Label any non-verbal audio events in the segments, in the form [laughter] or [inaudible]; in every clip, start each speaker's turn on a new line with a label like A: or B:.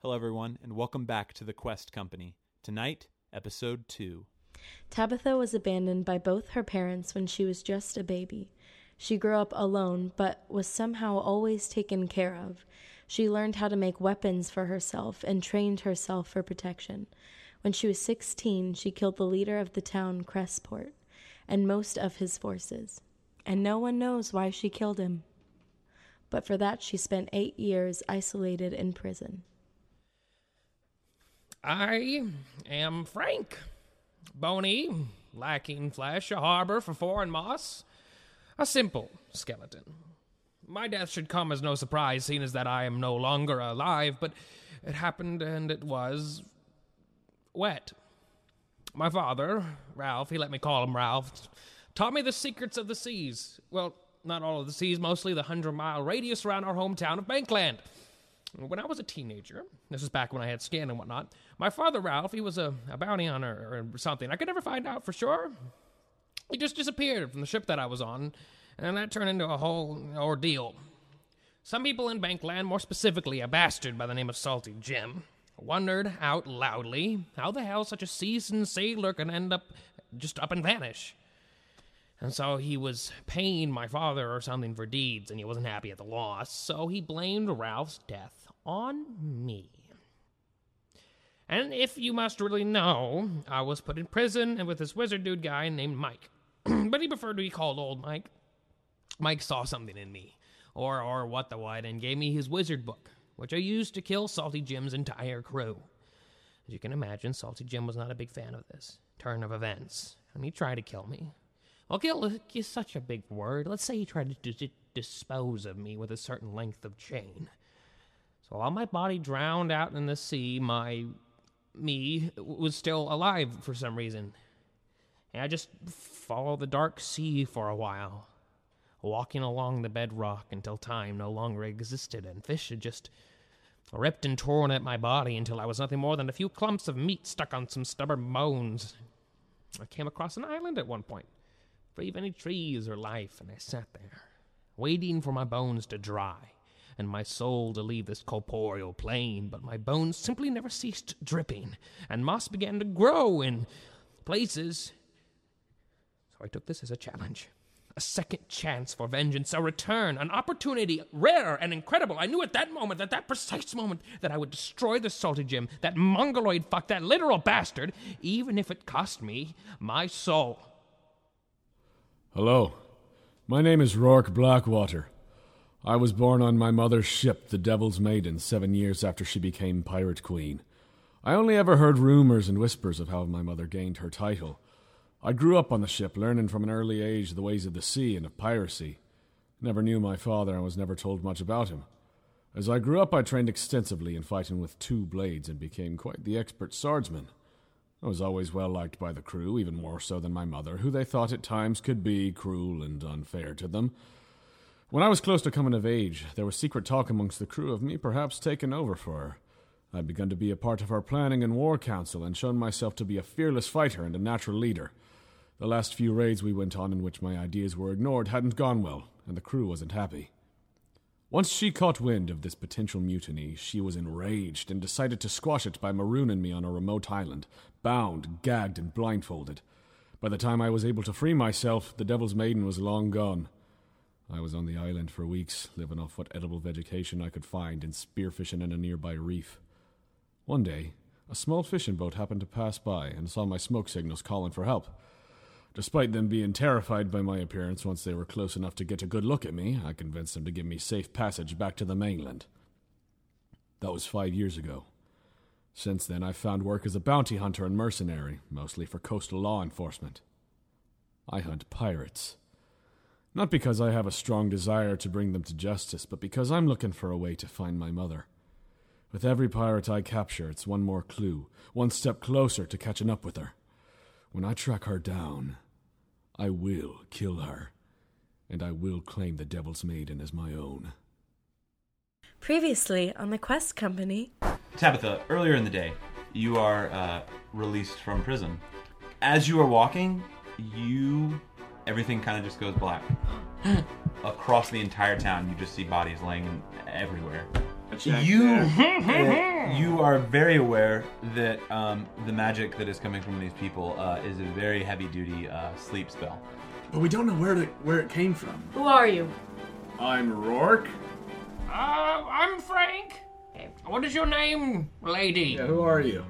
A: Hello, everyone, and welcome back to the Quest Company. Tonight, episode two.
B: Tabitha was abandoned by both her parents when she was just a baby. She grew up alone, but was somehow always taken care of. She learned how to make weapons for herself and trained herself for protection. When she was 16, she killed the leader of the town, Cressport, and most of his forces. And no one knows why she killed him. But for that, she spent eight years isolated in prison.
C: I am Frank. Bony, lacking flesh, a harbor for foreign moss. A simple skeleton. My death should come as no surprise, seeing as that I am no longer alive, but it happened and it was. wet. My father, Ralph, he let me call him Ralph, taught me the secrets of the seas. Well, not all of the seas, mostly the hundred mile radius around our hometown of Bankland. When I was a teenager, this is back when I had skin and whatnot, my father Ralph, he was a, a bounty hunter or something. I could never find out for sure. He just disappeared from the ship that I was on, and that turned into a whole ordeal. Some people in Bankland, more specifically a bastard by the name of Salty Jim, wondered out loudly how the hell such a seasoned sailor can end up just up and vanish. And so he was paying my father or something for deeds, and he wasn't happy at the loss, so he blamed Ralph's death on me. And if you must really know, I was put in prison and with this wizard dude guy named Mike. [clears throat] but he preferred to be called old Mike. Mike saw something in me, or or what the what, and gave me his wizard book, which I used to kill Salty Jim's entire crew. As you can imagine, Salty Jim was not a big fan of this turn of events, and he tried to kill me. Well, kill is such a big word. Let's say he tried to dis- dispose of me with a certain length of chain. So while my body drowned out in the sea, my me was still alive for some reason. And I just followed the dark sea for a while, walking along the bedrock until time no longer existed and fish had just ripped and torn at my body until I was nothing more than a few clumps of meat stuck on some stubborn bones. I came across an island at one point, free of any trees or life, and I sat there, waiting for my bones to dry and my soul to leave this corporeal plane, but my bones simply never ceased dripping, and moss began to grow in places. So I took this as a challenge. A second chance for vengeance, a return, an opportunity rare and incredible. I knew at that moment, at that precise moment, that I would destroy the Salty Jim, that mongoloid fuck, that literal bastard, even if it cost me my soul.
D: Hello. My name is Rourke Blackwater. I was born on my mother's ship, the Devil's Maiden, seven years after she became Pirate Queen. I only ever heard rumors and whispers of how my mother gained her title. I grew up on the ship, learning from an early age the ways of the sea and of piracy. Never knew my father and was never told much about him. As I grew up, I trained extensively in fighting with two blades and became quite the expert swordsman. I was always well liked by the crew, even more so than my mother, who they thought at times could be cruel and unfair to them. When I was close to coming of age, there was secret talk amongst the crew of me perhaps taking over for her. I'd begun to be a part of her planning and war council and shown myself to be a fearless fighter and a natural leader. The last few raids we went on in which my ideas were ignored hadn't gone well, and the crew wasn't happy. Once she caught wind of this potential mutiny, she was enraged and decided to squash it by marooning me on a remote island, bound, gagged, and blindfolded. By the time I was able to free myself, the Devil's Maiden was long gone. I was on the island for weeks, living off what edible vegetation I could find and spearfishing in a nearby reef. One day, a small fishing boat happened to pass by and saw my smoke signals calling for help. Despite them being terrified by my appearance once they were close enough to get a good look at me, I convinced them to give me safe passage back to the mainland. That was five years ago. Since then, I've found work as a bounty hunter and mercenary, mostly for coastal law enforcement. I hunt pirates. Not because I have a strong desire to bring them to justice, but because I'm looking for a way to find my mother. With every pirate I capture, it's one more clue, one step closer to catching up with her. When I track her down, I will kill her, and I will claim the Devil's Maiden as my own.
B: Previously on the Quest Company,
A: Tabitha, earlier in the day, you are uh, released from prison. As you are walking, you. everything kind of just goes [gasps] black. Across the entire town, you just see bodies laying everywhere.
D: check
A: you
D: there.
A: uh, you are very aware that um, the magic that is coming from these people uh, is a very heavy duty uh, sleep spell.
D: [laughs] But we don't know where it where it came from.
B: Who are you?
D: I'm Rourke.
C: Uh, I'm Frank. What is your name, lady?
D: Yeah, who are you?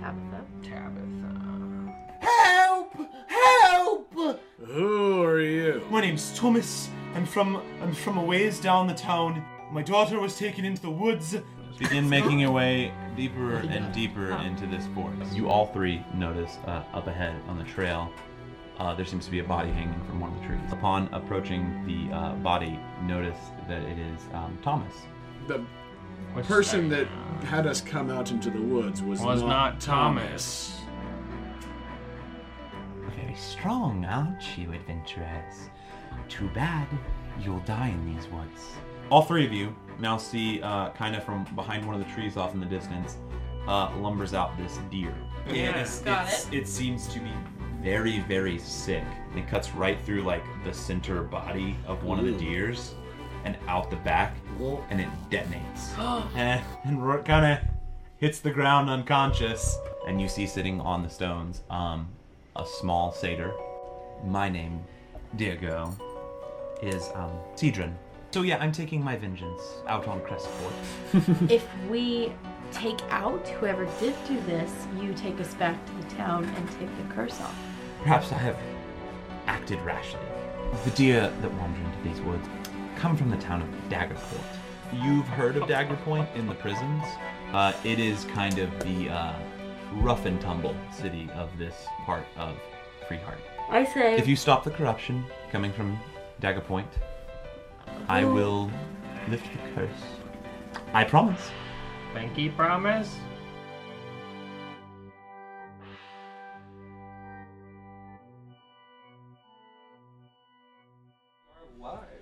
B: Tabitha.
C: Tabitha.
A: Help! Help!
D: Who are you?
E: My name's Thomas. I'm from I'm from a ways down the town. My daughter was taken into the woods.
A: Begin making your way deeper and deeper into this forest. You all three notice uh, up ahead on the trail, uh, there seems to be a body hanging from one of the trees. Upon approaching the uh, body, notice that it is um, Thomas.
D: The person that had us come out into the woods was,
C: Was not Thomas.
A: Very strong, aren't you, adventurers? Too bad you'll die in these woods. All three of you now see, uh, kind of from behind one of the trees off in the distance, uh, lumbers out this deer.
B: Yeah,
A: it's-
B: got
A: it's- it seems to be very, very sick. It cuts right through like the center body of one of the deers and out the back, and it
B: [gasps]
A: detonates.
B: Oh.
A: and and kind of hits the ground unconscious. And you see sitting on the stones um, a small satyr. My name, Diego, is um, Cedron. So yeah, I'm taking my vengeance out on Crestford.
B: if we take out whoever did do this, you take us back to the town and take the curse off.
A: Perhaps I have acted rashly. The deer that wander into these woods come from the town of Daggerport. You've heard of Daggerpoint in the prisons. Uh, it is kind of the uh, rough and tumble city of this part of Freeheart.
B: I say.
A: If you stop the corruption coming from Daggerpoint, I
B: Oh.
A: will lift the curse. I promise.
C: Pinky promise?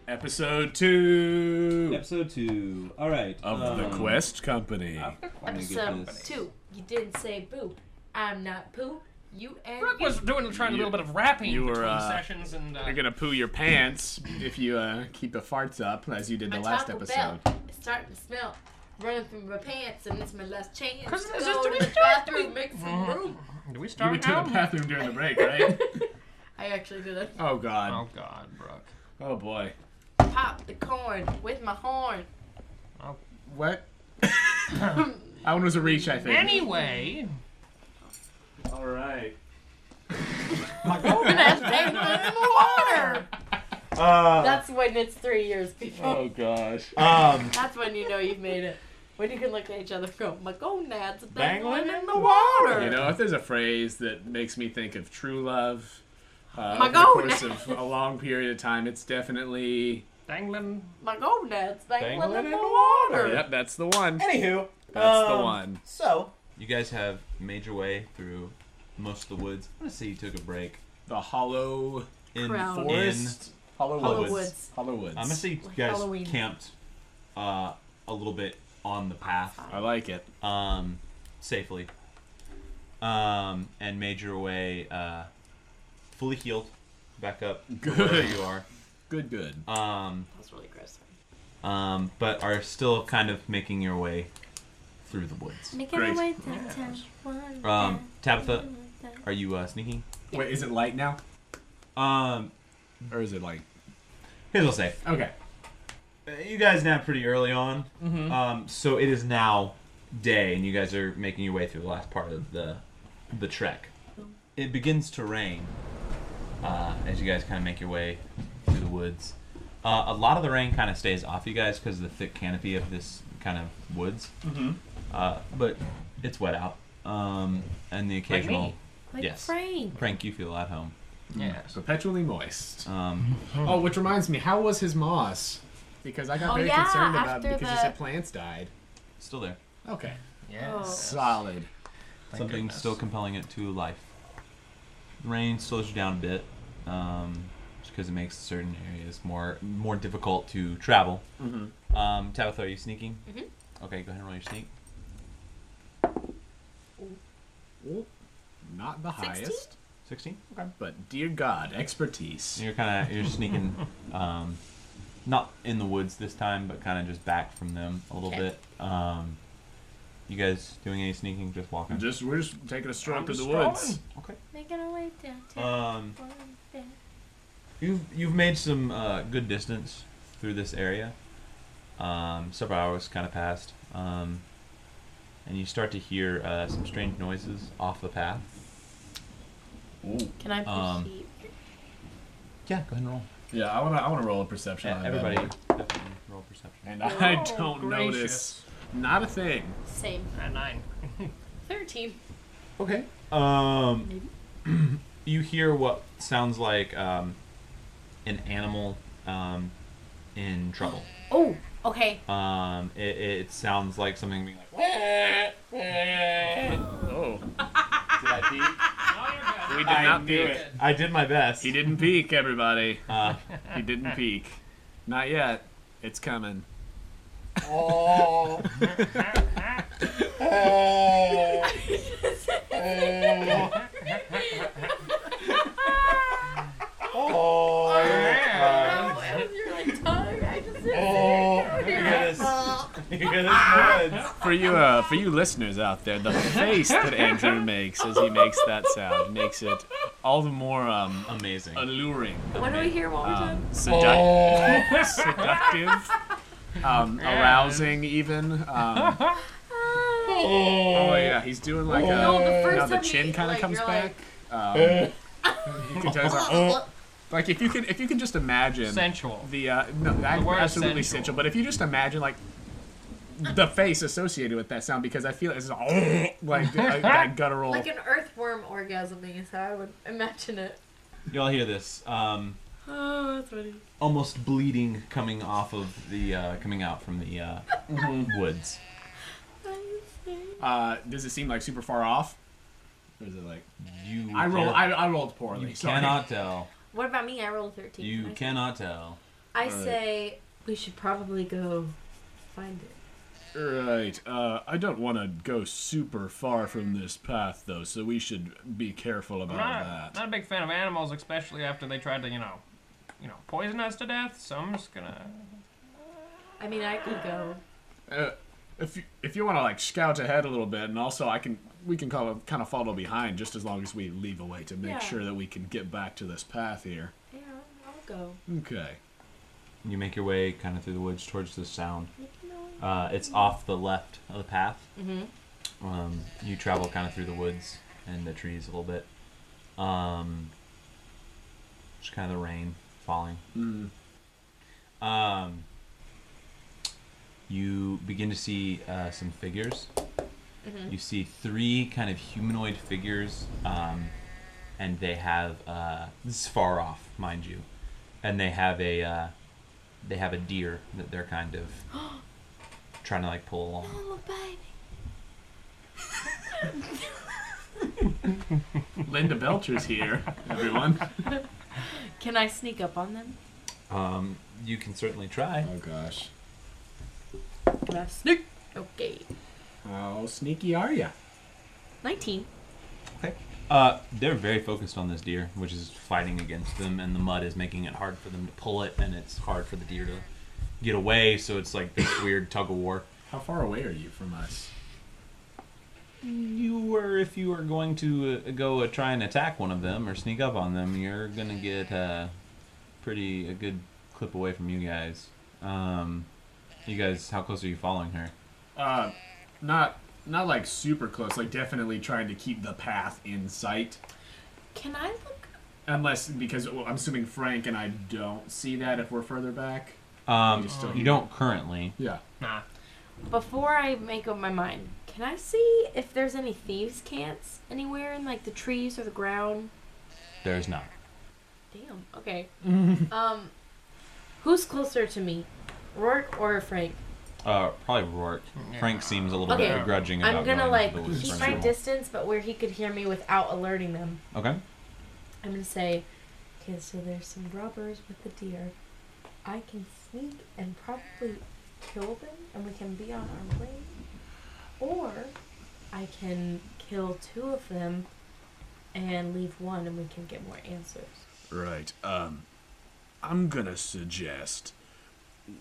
D: Episode two
A: Episode two. All right. um,
D: of the Quest Company.
B: Episode two. You didn't say boo. I'm not poo. You and
C: Brooke
B: you.
C: was doing trying a little bit of rapping
D: you were,
C: between
D: uh,
C: sessions and. Uh,
D: You're gonna poo your pants if you uh, keep the farts up as you did the
B: my
D: last
B: Taco
D: episode.
B: Bell is starting to smell. Running through my pants, and it's my last chance
C: Chris,
B: to
C: is this-
B: go
C: do
B: to
C: we
B: the
C: start?
B: bathroom, make some room.
C: do we
D: You
C: start
D: went to the
C: now?
D: bathroom during the break,
B: [laughs]
D: right?
B: I actually did a
D: oh god.
C: Oh God, Brooke.
D: Oh boy.
B: pop the corn with my horn.
F: [laughs]
D: What? that one was a reach, I think.
C: Anyway,
D: All right.
B: And I saved it in the water.
A: Uh,
B: That's when it's three years before.
D: Oh [laughs] gosh. Uh,
A: um,
B: That's when you know you've made it. When you can look at each other and go, my gonads are dangling
A: Dangling
B: in the water.
D: You know, if there's a phrase that makes me think of true love uh,
B: My
D: over the course
B: goodness.
D: of a long period of time, it's definitely.
C: dangling.
B: My gonads dangling,
A: Dangling
B: in
A: in
B: the
A: the
B: water.
D: Yep, that's the one.
A: anywho, um,
D: That's the one.
A: So you guys have made your way through most of the woods. I'm gonna say you took a break
D: The hollow
A: in
B: Crown.
D: forest. Hollow,
A: Hollow
D: woods.
B: Woods.
D: Hollow woods.
A: I'm gonna say you guys
B: Halloween.
A: camped uh, a little bit on the path
D: I like it.
A: um, safely, um, and made your way uh, fully healed back up to wherever
D: Good.
A: you are.
D: Good, good.
A: Um,
B: That's really gross.
A: um, but are still kind of making your way through the woods.
G: Making
D: Great.
G: our way downtown. One
A: Um, Tabitha,
G: down.
A: are you uh, sneaking?
D: Wait, is it light now?
A: Um,
D: Or is it like.
A: here's what I'll say.
D: Okay.
A: Uh, You guys nap pretty early on, um, so it is now day, and you guys are making your way through the last part of the the trek. It begins to rain uh, as you guys kind of make your way through the woods. Uh, a lot of the rain kind of stays off you guys because of the thick canopy of this kind of woods, mm-hmm. uh, but it's wet out, um, and the occasional
C: me.
B: Like
A: Yes.
B: Frank.
A: prank you feel at home.
C: Yes.
D: Perpetually moist.
A: Um,
D: Oh, which reminds me, how was his moss? Because I got
B: Oh,
D: very
B: yeah,
D: concerned about
B: after
D: it because
B: the-
D: you said plants died.
A: still there,
D: Okay.
C: Yes.
D: Solid.
C: Thank
A: something
C: goodness.
A: still compelling it to life. The rain slows you down a bit, um, because it makes certain areas more more difficult to travel. Mm-hmm. Um, Tabitha, are you sneaking? Mm-hmm. Okay, go ahead and roll your sneak.
D: Not the highest,
A: Sixteen.
D: but dear God, expertise.
C: [laughs]
A: You're kind of you're sneaking um, not in the woods this time, but kind of just back from them a little
C: Okay.
A: bit. Um, you guys doing any sneaking? Just walking.
H: Just we're just taking a stroll
I: I'm
H: through the
I: strolling.
H: woods.
A: okay.
G: Making our way downtown.
A: Um,
G: Going back.
A: You've you've made some uh, good distance through this area. Um, several hours kind of passed, um, and you start to hear uh, some strange noises off the path.
B: Can I
A: Um,
B: perceive?
A: Yeah, go ahead and roll.
D: Yeah, I wanna I wanna roll a perception.
A: Yeah,
D: on that.
A: everybody, definitely roll perception.
H: And I
C: Oh,
H: don't
C: gracious.
H: notice. Not a thing.
B: Same.
C: A nine.
B: 13.
A: Okay. Um, [clears throat] you hear what sounds like um, an animal um, in trouble.
B: Oh, okay.
H: Uh,
A: Um, it, it sounds like something being like. "Wah."
H: Oh,
A: Did I peek?
H: we did
A: I
H: not
A: knew
H: peek.
A: it. I did my best.
H: [laughs] He didn't peek, everybody.
A: Uh,
H: He didn't
C: [laughs]
H: peek. Not yet. It's coming.
B: Oh, it was your like, tongue. I just didn't
A: you hear this? You hear this noise?
H: For you, uh, for you listeners out there, the face that Andrew makes as he makes that sound makes it all the more um,
A: Amazing.
H: alluring,
B: What do we hear one more time?
H: um, seduc- [laughs] seductive, um, arousing, even. Um, oh yeah, he's doing like a
B: No, the first
H: now the
B: time you-
H: chin kind of
B: like,
H: comes
B: you're like-
H: back. um, you can tell he's like,
B: [laughs]
H: "Oh." like if you can if you can just imagine
C: Sensual.
H: the uh, no, that,
C: word
H: absolutely
C: sensual.
H: sensual. But if you just imagine like the face associated with that sound, because I feel it's like, [laughs] like [laughs] that guttural.
B: Like an earthworm orgasming is how I would imagine it.
A: Y'all hear this? Um,
B: Oh, that's funny.
A: almost bleeding coming off of the uh, coming out from the uh,
H: Mm-hmm.
A: woods.
H: uh, does it seem like super far off? Or is it like
A: You
H: I roll?
A: can't-
H: I, I rolled poorly.
A: you
H: sorry.
A: cannot tell.
B: What about me? I rolled a 13.
A: You
B: I,
A: cannot tell.
B: I say we should probably go find it.
D: Right. Uh, I don't want to go super far from this path, though, so we should be careful
C: I'm
D: about
C: not,
D: that.
C: not a big fan of animals, especially after they tried to, you know, you know, poison us to death. So I'm just gonna.
B: I mean, I could go.
H: Uh, if you, if you want to like scout ahead a little bit, and also I can we can call, kind of follow behind just as long as we leave a way to make
B: Yeah.
H: sure that we can get back to this path here.
B: Yeah, I'll go.
H: Okay.
A: You make your way kind of through the woods towards the sound. Uh, it's off the left of the path. Mm-hmm. Um, you travel kind of through the woods and the trees a little bit. Um, just kind of the rain falling. Um, you begin to see uh, some figures. You see three kind of humanoid figures, um, and they have uh, this is far off, mind you, and they have a uh, they have a deer that they're kind of trying to like pull along.
G: Oh, baby.
H: Linda Belcher's here, everyone.
B: Can I sneak up on them?
A: Um, you can certainly try.
D: Oh gosh.
B: Can I sneak? Okay.
H: How sneaky are you?
B: 19.
A: Okay. Uh, they're very focused on this deer, which is fighting against them, and the mud is making it hard for them to pull it, and it's hard for the deer to get away. So it's like this weird tug of war.
H: How far away are you from us?
A: You were, if you were going to uh, go uh, try and attack one of them or sneak up on them, you're gonna get uh, pretty a good clip away from you guys. Um, you guys, how close are you following her?
H: Uh, not not like super close. Like definitely trying to keep the path in sight.
B: Can I look?
H: Unless because well, I'm assuming Frank and I don't see that if we're further back.
A: Um,
H: Just don't-
A: you don't currently.
H: Yeah.
C: Nah.
B: Before I make up my mind, can I see if there's any thieves' cants anywhere in like the trees or the ground?
A: There's not.
B: Damn. Okay. um, who's closer to me, Rourke or Frank?
A: Uh, probably Rourke. Frank seems a little
B: Okay,
A: bit begrudging about
B: I'm gonna
A: going
B: like
A: to the woods
B: keep
A: for
B: my
A: now.
B: distance, but where he could hear me without alerting them.
A: Okay.
B: I'm gonna say, okay, so there's some robbers with the deer. I can sneak and probably kill them, and we can be on our way. Or I can kill two of them and leave one, and we can get more answers.
D: Right. Um, I'm gonna suggest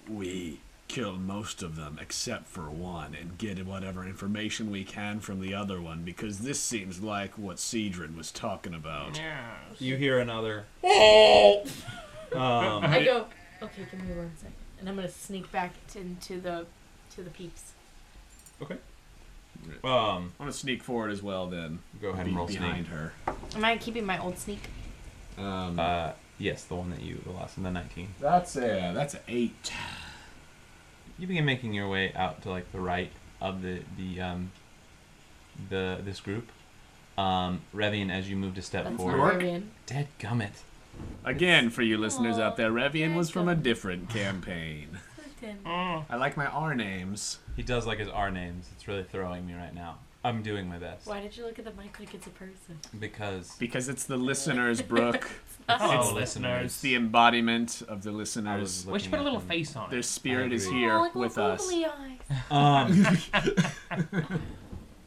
H: we kill most of them except for one and get whatever information we can from the other one because this seems like what Cedrin was talking about.
A: You hear
F: [laughs]
A: another. um,
F: I go, okay, give me one second. And I'm going to sneak back t- into the to the peeps.
A: okay. Um,
H: I'm gonna sneak forward as well then.
A: Go ahead and
H: Be
A: roll
H: behind her.
F: Am I keeping my old sneak?
H: Um,
A: uh, yes, the one that you the last one, the nineteen.
H: that's a that's an eight.
A: You begin making your way out to like the right of the the um, the this group. Um, Revian, as you move to step
F: That's
A: forward,
F: not Rivian.
A: dead gummit.
H: Again, for you listeners out there, Revian was from a
J: Jacob.
H: different campaign. I like my R names.
A: He does like his R names. It's really throwing me right now. I'm doing my best
F: Why did you look at the mic like it's a person?
A: because
H: Because it's the listeners, Brooke.
A: hello,
H: it's
A: listeners.
H: the embodiment of the
A: I was
H: listeners.
C: We should put a
A: looking
C: little
A: at them.
C: face on
H: Their
C: it.
H: spirit
A: I
H: is
A: agree.
G: Oh,
H: here
A: [laughs]
H: with us.
A: Um,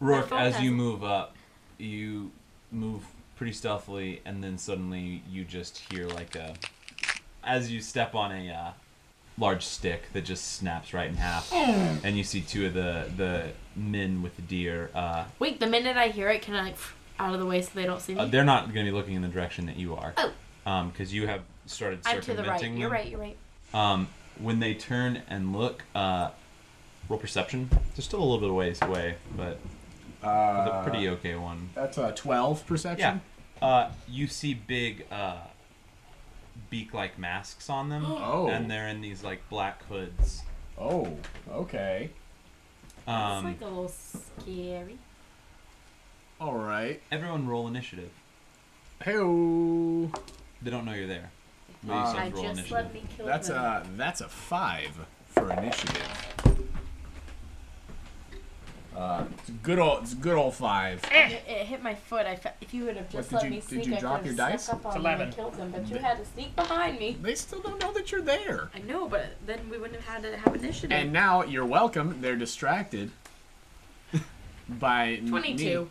A: Rourke,
F: phone
A: as you
F: doesn't-
A: move up, you move pretty stealthily, and then suddenly you just hear like a, as you step on a uh, large stick that just snaps right in half, and you see two of the the men with the deer. Uh,
F: Wait, the minute I hear it, can I like out of the way so they don't see me?
A: uh, they're not going to be looking in the direction that you are,
F: Oh.
A: um, because you have started
F: I'm to
A: circumventing
F: the right. You're
A: them.
F: right. You're right.
A: Um, when they turn and look, uh, roll perception. They're still a little bit of ways away, but it's
H: Uh,
A: a pretty okay one.
H: That's a 12
A: Yeah.
H: perception?
A: Uh, you see big uh, beak-like masks on them,
H: Oh.
A: and they're in these like black hoods.
H: Oh, okay.
F: it's
A: Um,
F: like a little scary.
H: All right.
A: everyone roll initiative.
H: Hey,
A: They don't know you're there. But you
H: Ah.
A: still
F: I
A: have to roll
F: just let
A: initiative.
F: me kill
H: that's
F: them.
H: a that's a 5 for initiative. Uh, it's a good old it's a good old 5.
F: It it hit my foot. I fe- if you would have just
H: did
F: let
H: you-
F: me
H: did
F: sneak,
H: you
F: I
H: drop
F: could
H: your
F: have
H: dice?
F: snuck
C: It's
F: up on them
C: 11.
F: and killed them. But you had to sneak behind me.
H: They still don't know that you're there.
F: I know, but then we wouldn't have had to have initiative.
H: And now you're welcome. They're distracted [laughs] by m- me.
F: Twenty-two.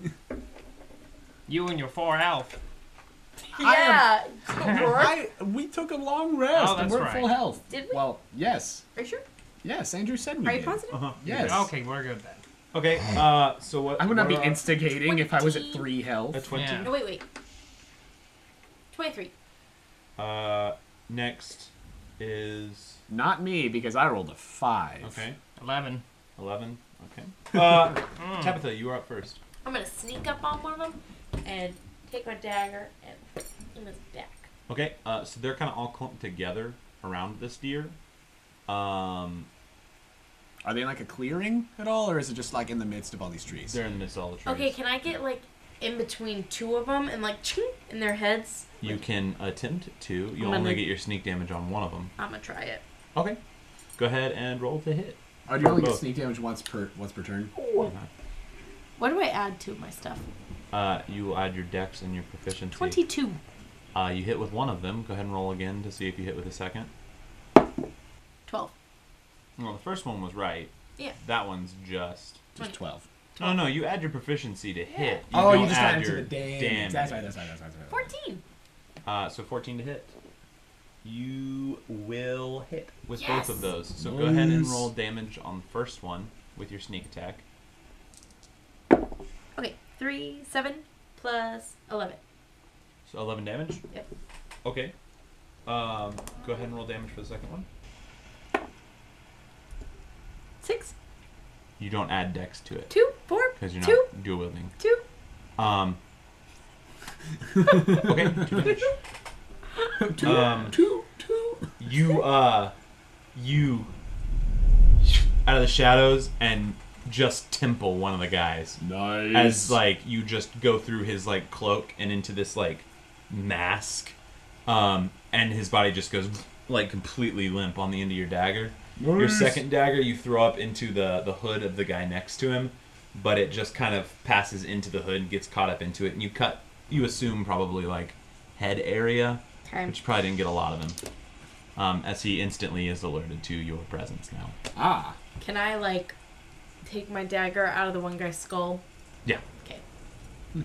C: You and your four elf.
H: [laughs] I am-
F: yeah.
H: [laughs]
F: Rourke?
H: I we took a long rest.
C: Oh, that's
H: and we're at full
C: right.
H: health.
F: Did we?
H: Well, yes,
F: [laughs] Are you sure?
H: yes. Andrew said we
F: Are you
H: did.
F: positive?
H: Yes.
C: Okay, we're good then.
A: Okay. Uh, so what?
H: I would not be
A: what are-
H: instigating if I was at
F: 20.
H: three
A: a
H: health.
A: twenty.
C: Yeah.
F: No, wait, wait. Twenty-three.
A: Uh, next is
H: Not me because I rolled a five.
A: okay.
C: Eleven.
A: Eleven. Okay. Uh, Tabitha, you are up first.
F: I'm gonna sneak up on one of them and take my dagger and in his back.
A: Okay, uh, so they're kind of all clumped together around this deer. Um,
H: Are they in like a clearing at all, or is it just like in the midst of all these trees?
A: they're in the midst of all the trees.
F: Okay, can I get like in between two of them and like ching in their heads?
A: You can attempt to. You'll
F: gonna-
A: only get your sneak damage on one of them.
F: I'm gonna try it.
A: Okay. Go ahead and roll to hit.
H: Or do you only get
A: Both.
H: sneak damage once per once per turn?
F: What do I add to my stuff?
A: Uh, you will add your dex and your proficiency.
F: Twenty-two.
A: Uh, you hit with one of them. Go ahead and roll again to see if you hit with the second.
F: Twelve.
A: Well, the first one was right.
F: Yeah.
A: That one's just.
H: Just twelve.
A: No, no, you add your proficiency to hit.
H: oh, you
A: don't
H: just add it to
A: your
H: the damage. That's right. That's right. That's right. That's right.
F: Fourteen.
A: Uh, so 14 to hit. You will hit with both of
F: Yes!
A: those. So go ahead and
H: Nice.
A: roll damage on the first one with your sneak attack.
F: Okay, three, seven, plus eleven.
A: So 11 damage.
F: Yep.
A: Okay. Um, go ahead and roll damage for the second one.
F: Six,
A: You don't add dex to it
F: two, four,
A: because you're
F: two,
A: not dual wielding.
F: two.
A: Um. okay. Two damage. two, um,
H: Two, two.
A: you uh you out of the shadows and just temple one of the guys
H: Nice.
A: as like you just go through his like cloak and into this like mask um and his body just goes like completely limp on the end of your dagger your
H: Nice.
A: second dagger you throw up into the the hood of the guy next to him but it just kind of passes into the hood and gets caught up into it and you cut you assume probably like head area
F: Okay.
A: which probably didn't get a lot of him um, as he instantly is alerted to your presence now
H: ah.
F: Can I like take my dagger out of the one guy's skull?
A: yeah
F: Okay.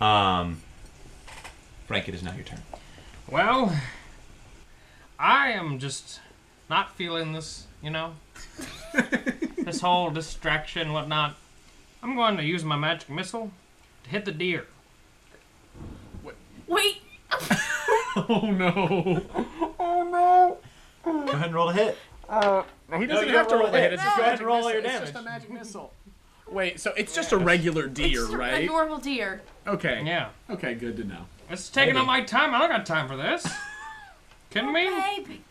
A: um frank it is now your turn
C: Well, I am just not feeling this, you know, this whole distraction, whatnot. I'm going to use my magic missile to hit the deer.
F: Wait.
C: Oh no!
K: Oh
A: Go ahead and roll a hit.
K: no!
H: Oh, he doesn't have to roll the hit. It's just
K: No,
H: go ahead and roll all your
K: it's
H: damage.
K: just a magic missile.
H: Wait, so it's just a regular deer,
F: It's a-
H: right?
F: A normal deer.
H: Okay.
C: Yeah,
H: Okay, good to know.
C: it's taking up my time. I don't got time for this. Kidding me?
F: Baby.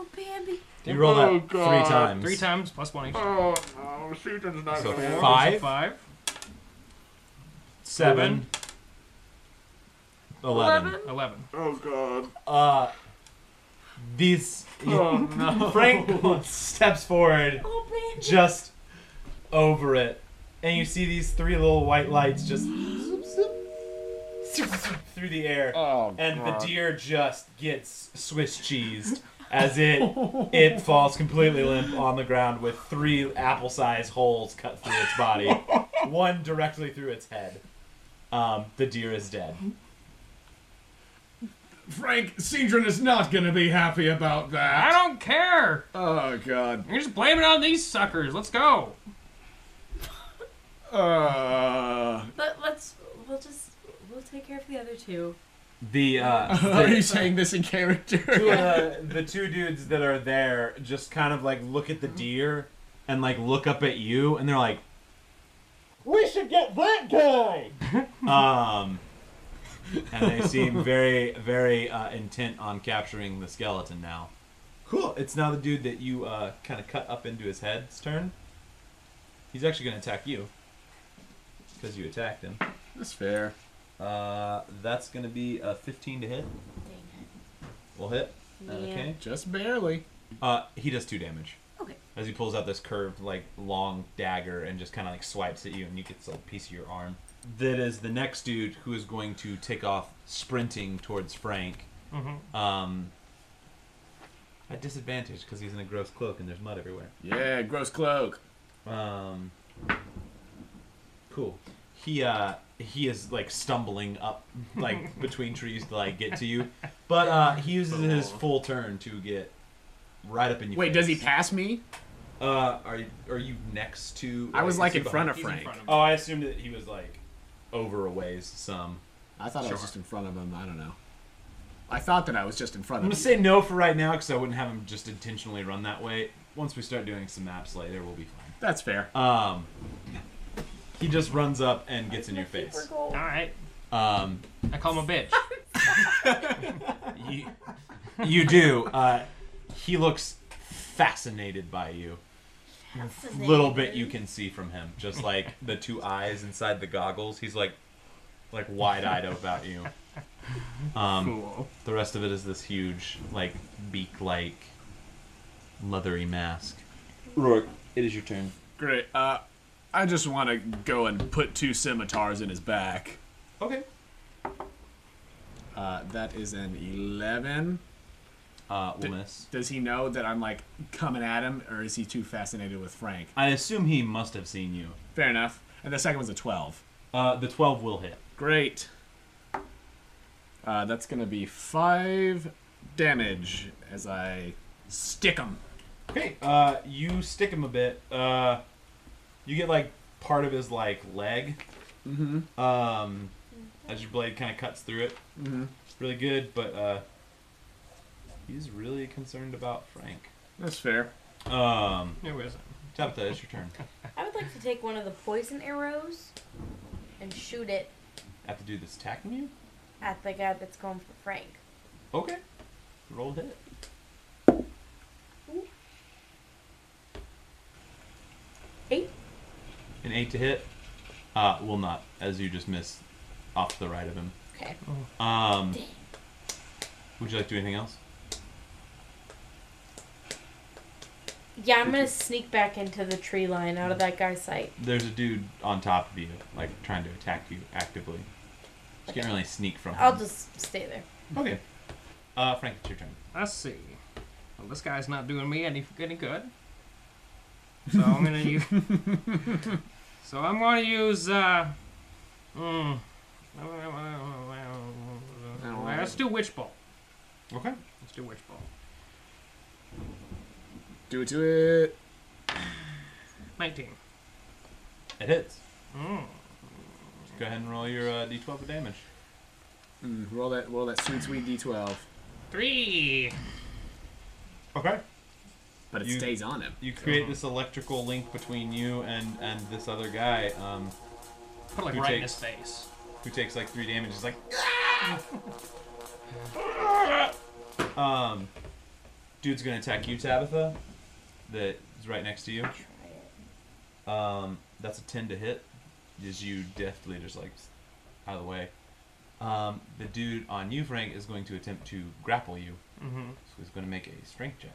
F: Oh, baby.
A: You roll
K: Oh,
A: that three
K: God.
A: times.
C: Three times plus one each.
K: Oh no, Seedrin's not
A: So
K: gonna work.
A: five,
C: Five.
A: seven, eleven.
F: Eleven.
C: Eleven.
K: Oh god.
A: Uh, these. [laughs] Frank steps forward,
F: Oh, baby.
A: just over it, and you see these three little white lights just through the air.
K: Oh
A: and the
K: God.
A: deer just gets Swiss cheesed as it it falls completely limp on the ground with three apple-sized holes cut through its body,
K: [laughs]
A: one directly through its head. Um, the deer is dead.
H: Frank, Cedron is not going to be happy about
C: I
H: that.
C: don't care.
H: Oh, God.
C: You're just blaming it on these suckers. Let's go.
H: Uh, [laughs]
F: Let, let's. We'll just. We'll take care of the other two.
A: The uh,
H: are you saying this in character? [laughs]
A: two, uh, the two dudes that are there just kind of like look at the deer and like look up at you, and they're like, "We should get that guy." [laughs] um, and they seem very, very uh, intent on capturing the skeleton now. Cool. It's now the dude that you uh, kind of cut up into his head's turn. He's actually going to attack you because you attacked him.
H: That's fair.
A: Uh, that's going to be a 15 to hit.
F: Dang
A: We'll hit. Uh,
F: Yeah.
A: Okay.
H: Just barely.
A: Uh, he does two damage.
F: Okay.
A: As he pulls out this curved, like long dagger and just kind of like swipes at you, and you get a piece of your arm. That is the next dude who is going to take off sprinting towards Frank.
H: Mm-hmm.
A: Um, at disadvantage because he's in a gross cloak and there's mud everywhere.
H: Yeah, gross cloak.
A: Um, cool. He uh he is like stumbling up like
H: [laughs]
A: between trees to like get to you, but uh he uses his full turn to get right up in your
H: Wait, does he
A: face.
H: pass me?
A: Uh, are you, are you next to?
H: I was,
A: is
H: like,
A: he
H: in front
A: behind-
H: of
C: He's in
H: Frank.
C: front of me.
A: Oh, I assumed that he was like over a ways some.
H: I thought I was
C: Sure.
H: just in front of him. I don't know. I thought that I was just in front
A: I'm
H: of
A: gonna
H: him.
A: say no for right now because I wouldn't have him just intentionally run that way. Once we start doing some maps later, we'll be fine.
H: That's fair.
A: Um, he just runs up and gets in your face.
C: All right.
A: Um,
C: I call him a bitch.
A: you, you do. Uh, he looks fascinated by you. Little bit you can see from him, just like the two eyes inside the goggles. He's like, like wide-eyed about you. Um,
H: Cool.
A: The rest of it is this huge, like beak-like, leathery mask. Rourke, it is your turn.
H: Great. Uh, I just want to go and put two scimitars in his back.
A: Okay.
H: Uh, that is an 11.
A: Uh, we'll miss.
H: Does he know that I'm like coming at him, or is he too fascinated with Frank?
A: I assume he must have seen you.
H: Fair enough. And the second one's a 12.
A: Uh, the twelve will hit.
H: Great. Uh, that's gonna be five damage as I stick him.
A: Okay. Uh, you stick him a bit. Uh, you get like part of his like leg. Mm-hmm. Um, as your blade kind of cuts through it. Mm-hmm. Really good, but uh, he's really concerned about Frank.
H: That's fair.
A: Um,
C: Who is it?
A: Tabitha, it's your turn.
B: I would like to take one of the poison arrows and shoot it
A: At the dude that's attacking you.
B: at the guy that's going for Frank.
A: Okay. Roll hit.
B: Eight.
A: An eight to hit. Uh, will not, as you just miss off the right of him.
B: Okay.
A: Um, would you like to do anything else?
B: Yeah, I'm gonna sneak back into the tree line out of that guy's sight.
A: There's a dude on top of you, like trying to attack you actively. You can't really sneak from him.
B: I'll just stay there.
A: Okay. Uh, Frank, it's your turn.
C: Let's see. Well, this guy's not doing me any any good. So I'm gonna use. so I'm gonna use. Uh, mm, let's do witch bolt.
A: Okay.
C: Let's do witch bolt.
H: Do it to it.
C: 19.
A: It hits. Mm. Go ahead and roll your uh, d12 of damage.
H: Mm, roll that. Roll that sweet, sweet d12.
C: Three.
A: Okay.
H: But it
A: You-
H: stays on him.
A: You create this electrical link between you and and this other guy, um,
C: Put it, like
A: Who
C: right in his
A: takes-
C: face.
A: who takes like three damage. He's like, "Ah!" [laughs] um, dude's gonna attack you, Tabitha. That is right next to you. Um, that's a ten to hit. Is you deftly just like out of the way. Um, the dude on you, Frank, is going to attempt to grapple you.
C: Mm-hmm.
A: So he's going to make a strength check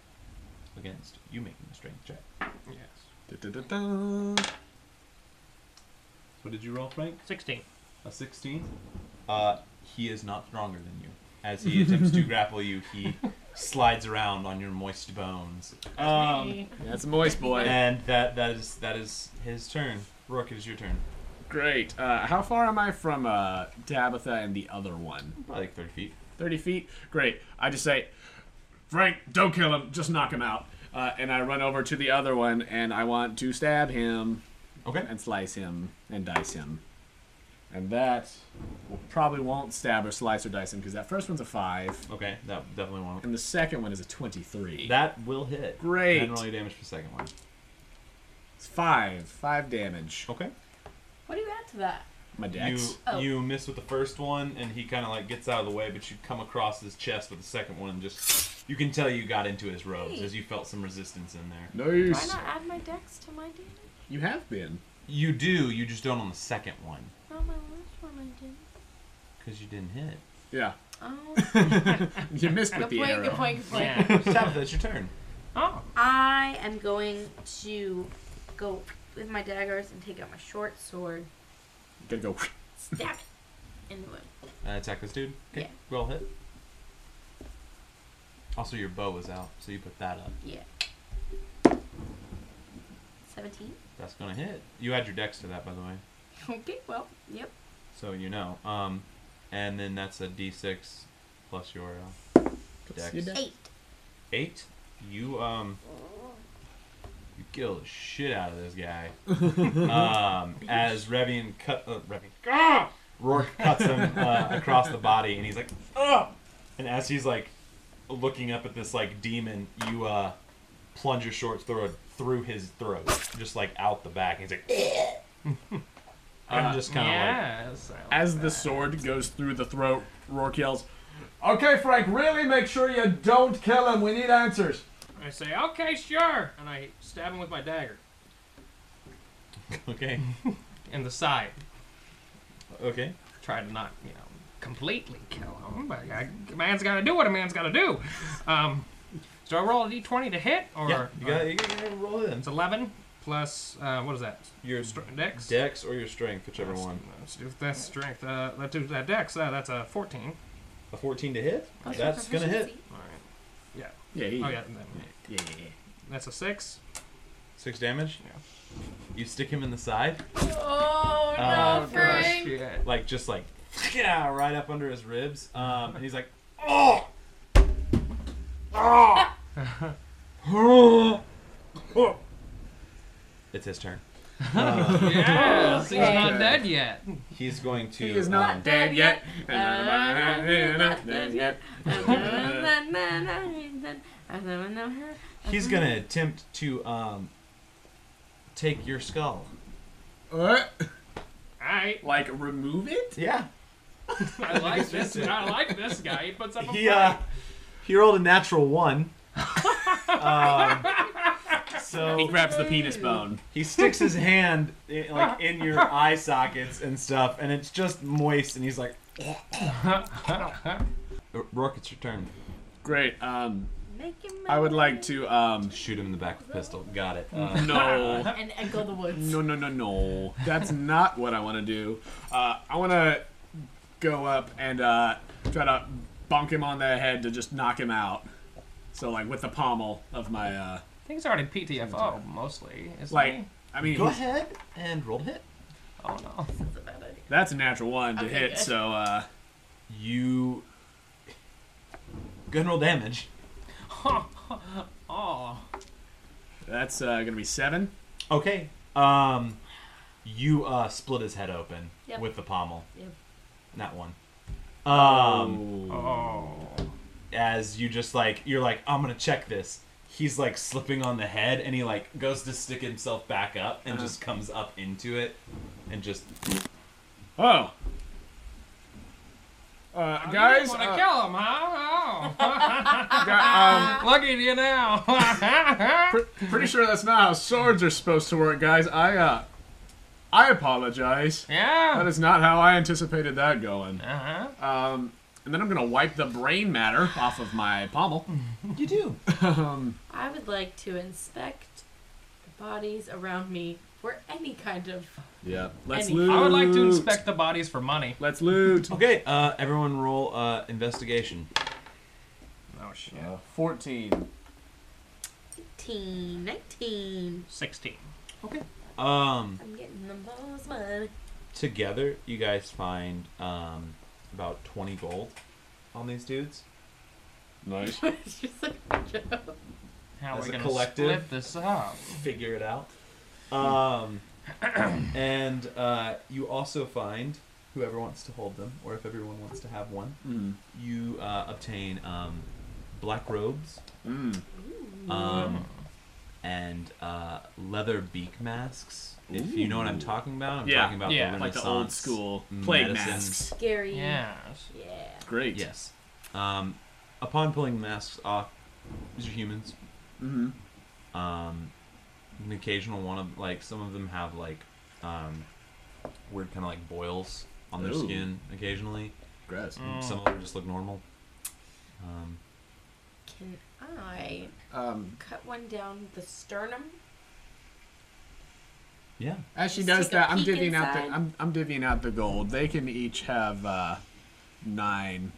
A: against you making a strength check.
C: Yes.
H: Da-da-da-da.
A: So did you roll, Frank?
C: 16.
A: A 16. Uh, he is not stronger than you. As he attempts to grapple you, he slides around on your moist bones. Um,
H: That's a moist boy.
A: and that that is that is his turn. Rook, it is your turn.
H: Great. Uh, how far am I from uh, Tabitha and the other one?
A: Probably like 30 feet.
H: 30 feet? Great. I just say, Frank, don't kill him. Just knock him out. Uh, and I run over to the other one and I want to stab him
A: Okay.
H: and slice him and dice him. And that will- probably won't stab or slice or dice him because that first one's a 5
A: Okay, that definitely won't.
H: and the second one is a 23.
A: That will hit.
H: Great.
A: And roll your damage for the second one.
H: It's 5. 5 damage.
A: Okay.
F: What do you add to that?
H: My dex.
A: You
F: Oh.
A: you miss with the first one, and he kind of like gets out of the way, but you come across his chest with the second one, and just you can tell you got into his robes as you felt some resistance in there.
G: Do I
H: Nice.
G: not add my dex to my damage?
H: You have been.
A: You do, you just don't on the second one
F: Oh,
G: No, my last one I didn't.
A: because you didn't hit. [laughs]
H: Yeah.
G: Oh,
H: [laughs] You missed with
F: Good
H: the
F: point, good
H: arrow.
F: point, good point.
C: Yeah.
A: Tabitha, it's your turn.
C: oh.
F: I am going to go with my daggers and take out my short sword.
H: Gonna go.
F: Stab it in the wood.
A: Uh, attack this dude.
F: Yeah.
A: Roll hit. Also, your bow is out, so you put that up.
F: Yeah. 17.
A: That's gonna hit. You add your dex to that, by the way,
F: [laughs] Okay, well, yep.
A: so you know. Um, and then that's a d6 plus your uh, dex.
H: Your dex.
F: 8.
A: eight. You um, you kill the shit out of this
H: [laughs]
A: guy. um, as Revian cut uh, Revian, ah! Rourke cuts him uh, across the body, and he's like, ah! And as he's like looking up at this like demon, you uh, plunge your short sword through his throat, just like out the back. And he's like,
C: [laughs]
A: I'm just kind of like.
C: Yes. I
H: As the sword goes through the throat, Rourke yells, Okay, Frank, really make sure you don't kill him. We need answers.
C: I say, okay, sure. And I stab him with my dagger
A: Okay,
C: in the side.
A: okay.
C: Try to not, you know, completely kill him, but I, a man's got to do what a man's got to do. Um, so I roll a d20 to hit, or uh,
A: Yeah, you got
C: or-
A: you gotta roll it in.
C: it's 11 plus uh, what is that?
A: Your
C: Str- dex.
A: dex or your strength, whichever
C: That's-
A: one.
C: That's, that's strength. Uh, let's do that dex. Uh, that's a 14.
A: A 14 to hit.
G: Oh,
F: What's your
A: That's gonna hit.
F: proficiency?
C: All right.
H: Yeah, he,
C: Oh yeah,
H: yeah, yeah, yeah.
C: that's a six.
A: Six damage.
C: Yeah.
A: You stick him in the side,
G: oh no,
A: Oh,
G: Frank.
C: yeah.
A: like just like [laughs] yeah, right up under his ribs, um, and he's like, oh, [laughs] oh, oh. It's his turn.
C: Yes, he's not
H: Okay.
C: dead yet.
A: He's going to.
H: He is not
A: um,
H: dead yet. [laughs]
F: Not dead yet.
A: he's gonna attempt to um, take your skull.
H: What?
C: All right,
H: Like, remove it?
A: Yeah.
C: I like this. I like this guy. He puts
A: [laughs]
C: up a
A: He uh,
C: fight.
A: he rolled a natural
H: [laughs]
A: one. um, so
H: He grabs the penis bone.
A: He sticks his hand i like in your eye sockets and stuff, and it's just moist. And he's like, Uh, "Rourke, it's your turn.
H: Great. Um,
F: Make him
H: I would like to, um,
A: Shoot him in the back with a pistol. Got it. Um,
H: no.
F: and echo the woods.
H: No, no, no, no. That's not what I want to do. Uh, I want to go up and uh, try to bonk him on the head to just knock him out. So, like, with the pommel of my, uh,
C: Things are in PTFO mostly. It's
H: like, I mean,
A: Go
H: he's-
A: ahead and roll to hit.
C: oh no.
H: that's a natural one to
F: Okay,
H: hit,
F: good.
H: so, uh,
A: You go ahead and roll damage.
C: oh,
H: That's uh, gonna be seven.
A: Okay. Um, you uh, split his head open
B: Yep.
A: with the pommel.
B: Yep.
A: Not one. Um, As you just like, you're like, I'm gonna check this. He's like slipping on the head, and he like goes to stick himself back up, and just comes up into it, and just
H: Oh. Uh, guys,
C: you wanna
H: uh,
C: kill him,
H: [laughs]
C: huh?
H: gu- um,
C: Oh, [laughs] lucky you now.
H: pr- pretty sure that's not how swords are supposed to work, guys. I uh, I apologize. That
C: yeah.
H: is not how I anticipated that going.
C: Uh huh.
H: Um, and then I'm gonna wipe the brain matter off of my pommel.
A: you do.
B: I would like to inspect the bodies around me for any kind of.
H: Yeah. Let's
B: Any-
H: loot.
C: I would like to inspect the bodies for money.
H: Let's loot.
A: Okay. Uh, everyone roll uh investigation.
C: Oh shit.
H: Uh, Fourteen.
B: 18, 19.
C: Sixteen.
A: Um,
B: I'm getting the most [laughs] money.
A: together you guys find um about 20 gold on these dudes.
D: Nice.
B: it's just like a joke.
C: How are
A: As
C: we
A: a
C: gonna
A: collective.
C: split this up?
A: figure it out. Um, [clears throat] and uh, you also find whoever wants to hold them, or if everyone wants to have one, you uh, obtain um, black robes um, and uh, leather beak masks. If you know what I'm talking about, I'm
H: Yeah,
A: talking about
C: yeah,
A: the
H: Like
A: Renaissance. Mm,
H: the old school plague
A: medicine.
H: masks.
B: Scary.
C: Yes.
B: Yeah.
H: Great.
A: Yes. Um, upon pulling masks off, these are humans.
H: Mm-hmm.
A: Um, an occasional one of like some of them have like um, weird kind of like boils on their
H: Ooh.
A: skin occasionally.
H: Gross.
A: Some of them just look normal. Um,
B: Can I
H: Um,
B: cut one down the sternum?
A: yeah.
H: as she
B: Just
H: does
B: take a
H: that, I'm
B: peek
H: divvying out the
B: inside.
H: I'm, I'm divvying out the gold. They can each have uh, nine.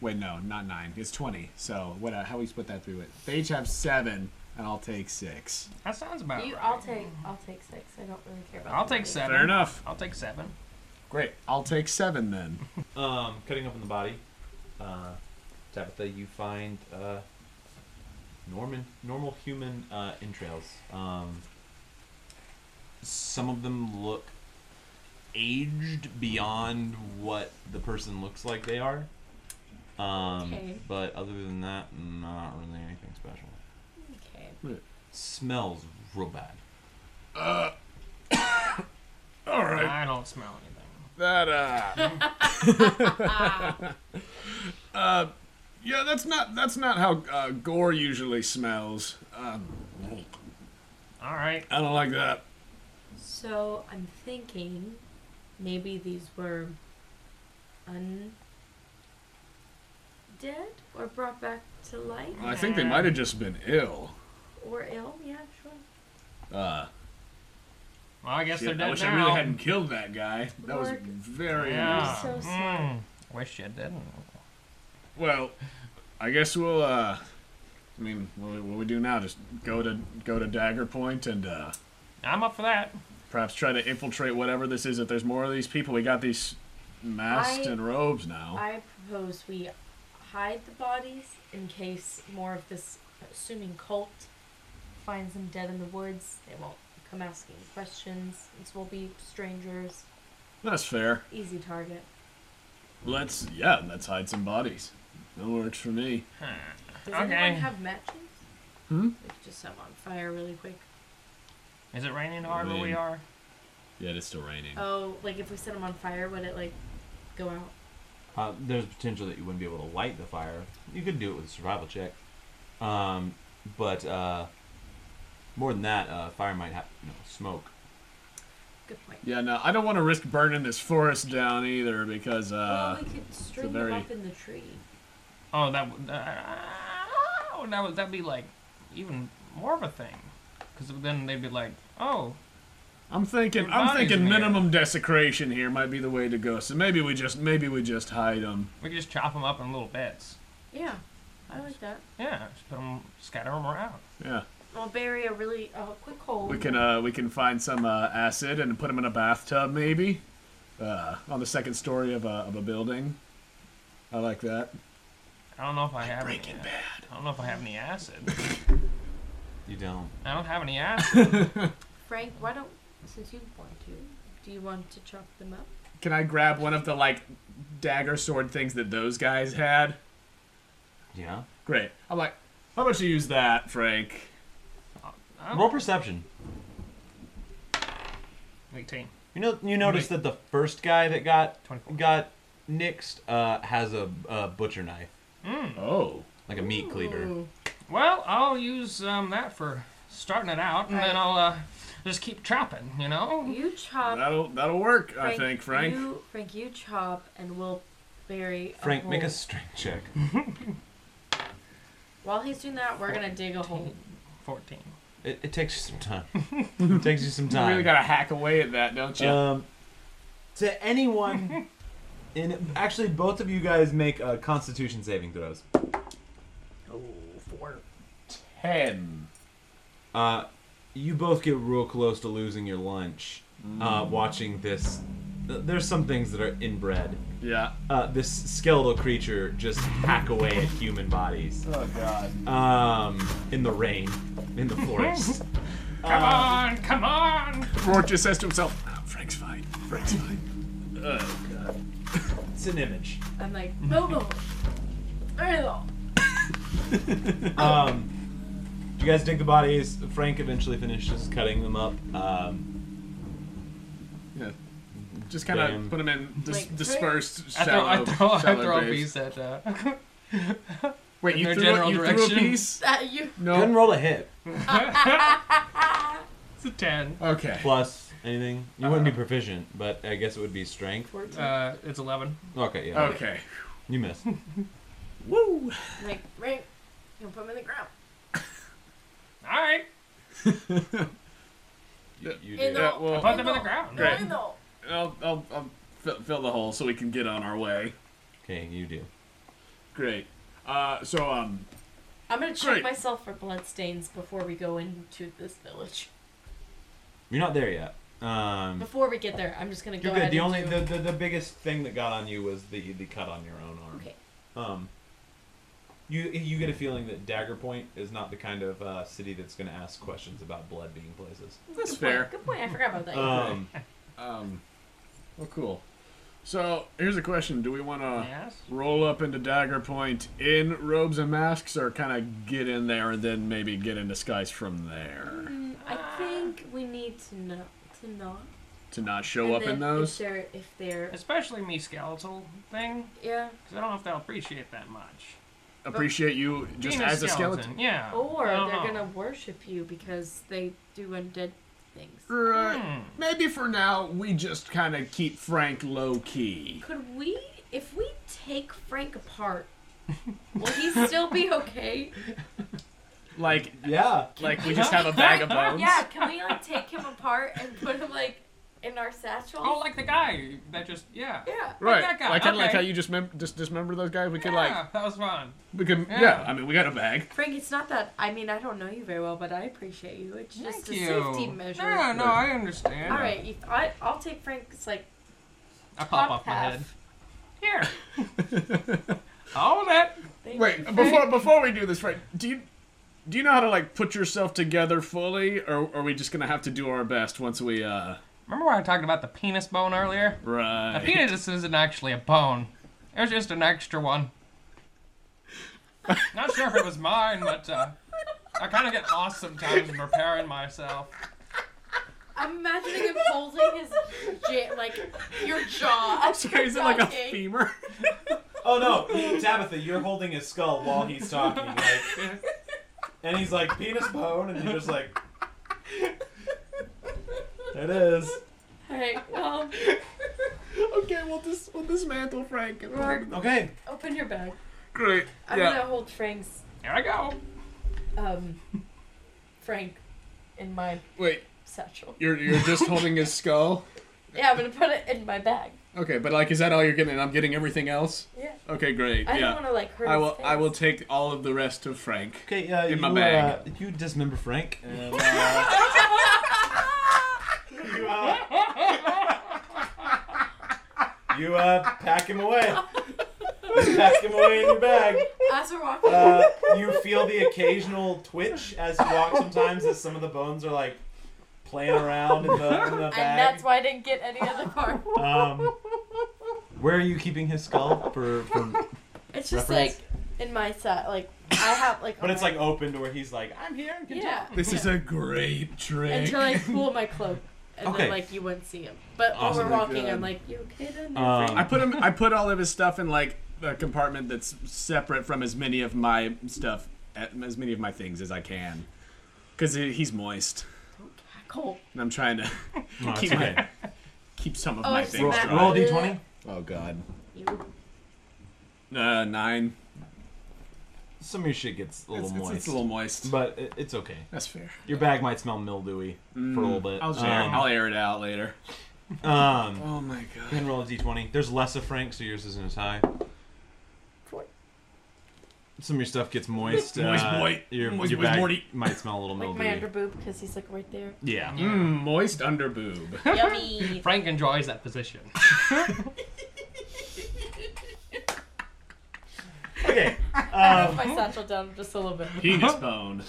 H: Wait, no, not nine. It's twenty. So what? Uh, how we split that through it? They each have seven, and I'll take six.
C: That sounds about
B: you,
C: right.
B: I'll take, I'll take six. I don't really care about.
C: I'll
B: the
C: take
B: money.
C: seven.
H: enough.
C: I'll take seven.
H: Great. I'll take seven then.
A: Um, cutting open the body, uh, Tabitha, you find uh, Norman normal human uh, entrails. Um, some of them look aged beyond what the person looks like they are. Um,
B: Okay.
A: But other than that, not really anything special.
B: Okay.
A: Smells real bad.
H: All right.
C: I don't smell anything.
H: That uh. [laughs] uh, yeah. That's not that's not how uh, gore usually smells. Um,
C: All right.
H: I don't like that.
B: So I'm thinking, maybe these were undead or brought back to life
H: I think they might have just been ill.
B: or ill. Yeah, sure.
H: Uh,
C: Well, I guess
H: shit,
C: they're dead
H: I wish
C: now.
H: I really hadn't killed that guy. That was
B: Lord.
H: very
C: Yeah.
H: unusual.
B: So
C: Mm. Wish you didn't.
H: well. I guess we'll. uh I mean, what we, what we do now? Just go to go to Dagger Point and uh
C: I'm up for that.
H: perhaps try to infiltrate whatever this is. If there's more of these people, we got these masks
B: I-
H: and robes now.
B: I propose we hide the bodies in case more of this assuming cult finds them dead in the woods. They won't come asking questions. This will be strangers,
H: That's fair.
B: easy target.
H: Let's yeah, let's hide some bodies. That works for me.
B: Does
C: Okay.
B: anyone have matches?
H: Hmm?
B: We could just set them on fire really quick.
C: Is it raining hard where we
H: Rain.
C: are?
H: Yeah, it's still raining.
B: Oh, like if we set them on fire, would it like go out?
A: Uh, there's potential that you wouldn't be able to light the fire. You could do it with a survival check. Um, but uh, more than that, uh, fire might have you know, smoke.
B: Good point.
H: Yeah, no, I don't want to risk burning this forest down either because
B: well,
H: uh
B: Oh, we could string
H: very-
B: them up in the tree.
C: Oh, that would. Uh, that would that'd be like even more of a thing, because then they'd be like, oh,
H: I'm thinking
C: Your
H: I'm
C: body's
H: thinking
C: in here.
H: minimum desecration here might be the way to go. So maybe we just maybe we just hide them.
C: we could just chop them up in little bits.
B: Yeah, I like that.
C: Yeah, just put 'em- scatter them around.
H: Yeah.
B: I'll bury a really uh, quick hole.
H: We can uh we can find some uh, acid and put them in a bathtub maybe. Uh, on the second story of a of a building. I like that.
C: uh, I don't know if I have. Breaking any, Bad. I don't know if I have any acid.
A: You don't.
C: I don't have any acid.
B: Frank, why don't since you want to, do you want to chop them up?
H: Can I grab one of the like dagger sword things that those guys had?
A: Yeah.
H: Great. I'm like, how much you use that, Frank? Oh.
A: Roll perception.
C: 18.
A: You know, you notice that the first guy that got got nixed uh, has a, a butcher knife,
H: Oh.
A: like a meat cleaver.
C: Well, I'll use um, that for starting it out, and then
B: Right.
C: I'll uh, just keep chopping, you know?
B: You chop.
H: That'll that'll work, I think, Frank.
B: You, Frank, you chop, and we'll bury. a
A: Frank, make
H: Oh.
B: hole.
A: a strength check.
B: While he's doing that, we're gonna dig a hole.
C: 14.
A: It, it takes you some time. it takes you some
H: [laughs] You
A: time.
H: really gotta hack away at that, don't you?
A: Um, to
H: [laughs]
A: anyone, in actually, both of you guys make uh, Constitution saving throws.
C: Oh, four.
H: Ten.
A: Uh, you both get real close to losing your lunch uh,
H: Mm.
A: watching this. th- There's some things that are inbred.
H: Yeah.
A: Uh, this skeletal creature just hack away at human bodies
H: Oh god.
A: um, in the rain, in the
H: [laughs]
A: forest.
C: Come on, come on!
H: Rourke just says to himself, oh, Frank's fine. Frank's fine. oh god.
A: it's an image.
B: I'm like, no, no, very long.
A: Um, you guys dig the bodies. Frank eventually finishes cutting them up. Um,
H: Yeah. Just kind of
A: Damn.
H: put him in dis-
B: Like,
H: dispersed
C: I throw,
H: shallow,
C: I throw, I
H: shallow
C: throw a
H: graves.
C: piece at. Uh, [laughs]
H: Wait,
C: in
H: you,
C: their
H: threw,
C: general
H: a, you threw a
C: direction.
H: piece?
B: That you
A: Go ahead and
H: No.
A: roll a hit.
C: it's a 10.
H: Okay.
A: Plus anything. You wouldn't be proficient, but I guess it would be strength.
B: fourteen.
C: Uh, it's 11.
A: Okay, yeah.
H: Okay.
A: You missed.
H: Woo.
B: I'm like, Frank, you put him in the ground.
C: Alright,
A: You, you
B: In
A: did.
B: the
H: Yeah,
B: hole.
H: Uh, well-
C: put them in the ground.
H: Great.
B: In the hole.
H: I'll, I'll, I'll fill, fill the hole so we can get on our way.
A: Okay, you do.
H: Great. Uh, so um,
B: I'm gonna check
H: Great.
B: myself for bloodstains before we go into this village.
A: You're not there yet. Um,
B: Before we get there, I'm just gonna
A: you're
B: go
A: good.
B: ahead
A: The
B: and
A: only
B: do-
A: the, the, the biggest thing that got on you was the the cut on your own arm.
B: Okay.
A: Um, you you get a feeling that Dagger Point is not the kind of uh, city that's going to ask questions about blood being places.
H: that's
B: Good
H: fair.
B: Point. Good point. I forgot about that.
A: Um,
H: Um, well, cool. So here's a question: Do we want to
C: Yes?
H: roll up into Dagger Point in robes and masks, or kind of get in there and then maybe get in disguise from there
B: I think we need to know to not
H: to not show
B: and
H: up
B: then
H: in those?
B: If they're, if they're,
C: Especially me skeletal thing,
B: yeah,
C: because I don't know if they'll appreciate that much.
H: Appreciate you just
C: Being
H: as a skeleton.
C: Yeah. Uh-huh.
B: or
C: I
B: they're
C: don't know.
B: gonna worship you because they do undead things.
H: Right. Maybe for now we just kind of keep Frank low key.
B: Could we, if we take
A: [laughs]
B: Frank apart, will he still be okay?
H: Like,
A: yeah.
H: like we just
B: [laughs]
H: have a bag of bones.
B: Yeah, can we like take him apart and put him like in our satchel?
C: Oh, like the guy that just, yeah.
B: yeah.
H: Right,
C: that guy,
H: like kind of like
C: okay.
H: how you just, mem- just dismember those guys. We could like,
C: Yeah, that was fun.
H: we could, yeah.
C: Yeah.
H: I mean, we got a bag.
B: Frank, it's not that. I mean, I don't know you very well, but I appreciate you. It's just
C: Thank
B: a
C: you.
B: safety measure.
H: Ah.
C: No, no, I understand.
B: All right, if I, I'll take Frank's like
C: I pop
B: top
C: off my
B: half.
C: head.
H: [laughs]
C: Here. Hold it.
B: Thank you,
H: Wait,
B: Frank.
H: before before we do this, right? Do you do you know how to like put yourself together fully, or are we just gonna have to do our best once we uh
C: Remember when I talked about the penis bone earlier? A
H: right?
C: penis isn't actually a bone. It was just an extra one. Not sure if it was mine, but uh, I kind of get lost sometimes in preparing myself.
B: I'm imagining him holding his ja- like your jaw.
H: [laughs]
B: I'm
H: Sorry, is it like a femur?
A: Oh no, Tabitha, you're holding his skull while he's talking, like, and he's like penis bone, and you're just like, there it is.
B: Alright, well,
H: okay, we'll dis we'll dismantle Frank. And
B: Rourke,
A: Okay.
B: open your bag.
H: Great.
B: I'm
H: yeah.
B: gonna hold Frank's
C: Here I go.
B: um Frank in my
H: Wait,
B: satchel.
H: you're you're just holding his skull.
B: Yeah, I'm gonna put it in my bag.
H: Okay, but like, is that all you're getting? I'm getting everything else.
B: Yeah.
H: Okay, great.
B: I
H: yeah.
B: don't want to like hurt.
H: I
B: his
H: will. I
B: face.
H: will take all of the rest of Frank.
A: Okay. Uh,
H: In
A: you,
H: my bag.
A: Uh, you dismember Frank. And, uh, you, uh, you uh, pack him away. You pack him away in your bag.
B: As we're walking,
A: Uh, you feel the occasional twitch as you walk sometimes as some of the bones are like playing around in the, in the
B: and
A: bag.
B: that's why I didn't get any other part.
A: Um, where are you keeping his skull for? for
B: [laughs] It's just
A: Reference.
B: like in my set, like I have like.
A: but
B: on
A: it's
B: my-
A: like open to where he's like, I'm here. and can
B: yeah.
L: This is a great trick.
B: Until I pull my cloak, and
A: Okay.
B: then like you wouldn't see him. But
A: Awesome.
B: when we're walking,
H: Good.
B: I'm like, you okay then?
A: talk." Um,
H: I put him. I put all of his stuff in like a compartment that's separate from as many of my stuff, as many of my things as I can, because he's moist,
B: Cool.
H: and I'm trying to [laughs]
A: no, it's
H: keep
A: okay.
H: my keep some of
B: Oh,
H: my
B: it's
H: things
B: Matt.
H: dry.
A: Roll a d20.
H: Oh God.
B: You
C: Oh,
H: Uh, nine.
A: Some of your shit gets a little
H: It's, it's,
A: moist,
H: it's a little moist.
A: but it, it's okay.
H: That's fair.
A: Your bag might smell mildewy for a little bit.
H: I'll, just air,
A: um,
H: I'll air it out later.
A: um,
H: Oh my god.
A: Then roll a d20. There's less of Frank, so yours isn't as high.
B: Four.
A: Some of your stuff gets moist.
L: Moist
A: uh,
L: boy.
A: Your,
L: Moist
A: your
L: boy's
A: bag
L: Morty.
A: might smell a little
B: like
A: mildewy.
B: my underboob because he's like right there.
A: yeah.
H: Mm, moist [laughs] underboob.
B: Yummy.
C: Frank enjoys that position.
A: Okay.
B: I
A: Uh-huh.
B: moved my satchel down just a little bit.
H: Penis bone.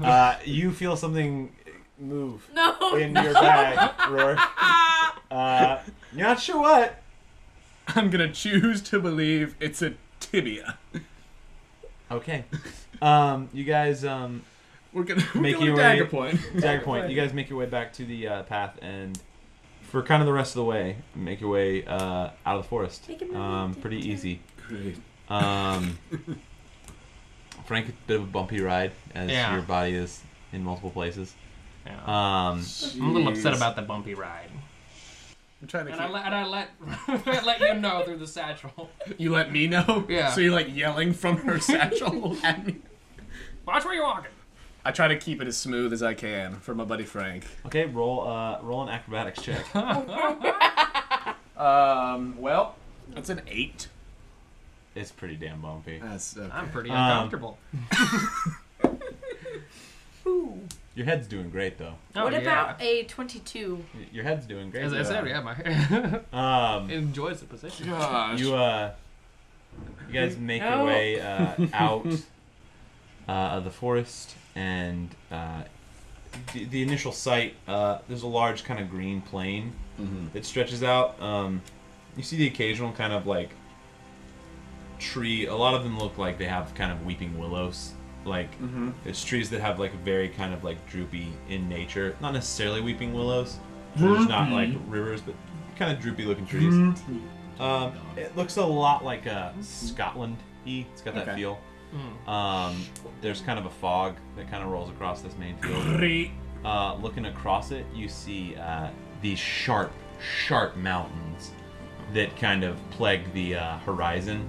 A: Uh, you feel something move
B: [laughs] No.
A: in your bag,
B: [laughs]
A: Roar. Uh, you're not sure what.
H: I'm gonna choose to believe it's a tibia.
B: [laughs]
A: Okay. Um, you guys, um,
H: We're gonna we're
A: Make
H: going
A: your way-
H: dagger point.
A: dagger point. You guys make your way back to the uh, path, and for kind of the rest of the way, make your way uh, out of the forest.
B: Take a moment,
A: Um,
B: take
A: pretty
B: your time.
A: easy.
L: Great.
A: Um, Frank, a bit of a bumpy ride as
C: Yeah.
A: your body is in multiple places.
C: Yeah.
A: Um,
C: I'm a little upset
H: Jeez.
C: about the bumpy ride,
H: I'm trying to.
C: and
H: Keep,
C: I let and I let [laughs] I let you know through the satchel.
H: you let me know.
C: Yeah.
H: So you're like yelling from [laughs] her satchel at me.
C: Watch where you're walking.
H: I try to keep it as smooth as I can for my buddy Frank.
A: okay, roll uh, roll an acrobatics
C: [laughs]
A: check.
H: Um. Well, that's an eight.
A: it's pretty damn bumpy.
H: That's okay.
C: I'm pretty
A: Um,
C: uncomfortable.
A: Your head's doing great though.
C: Oh,
B: what
C: yeah.
B: about a 22?
A: Y- Your head's doing great.
C: As I
A: though.
C: said, yeah, my
A: Um,
C: enjoys the position.
H: Gosh.
A: you uh, you guys make your
B: No.
A: way uh, out uh, of the forest, and uh, the, the initial sight. Uh, there's a large kind of green plain that stretches out. Um, you see the occasional kind of like tree. A lot of them look like they have kind of weeping willows. Like it's trees that have like very kind of like droopy in nature. Not necessarily weeping willows. so There's not like rivers, but kind of droopy looking trees. Um, it looks a lot like a Scotland-y. It's got that
H: Okay.
A: feel. Um, there's kind of a fog that kind of rolls across this main field.
H: Great.
A: Uh, looking across it, you see uh, these sharp, sharp mountains that kind of plague the uh, horizon.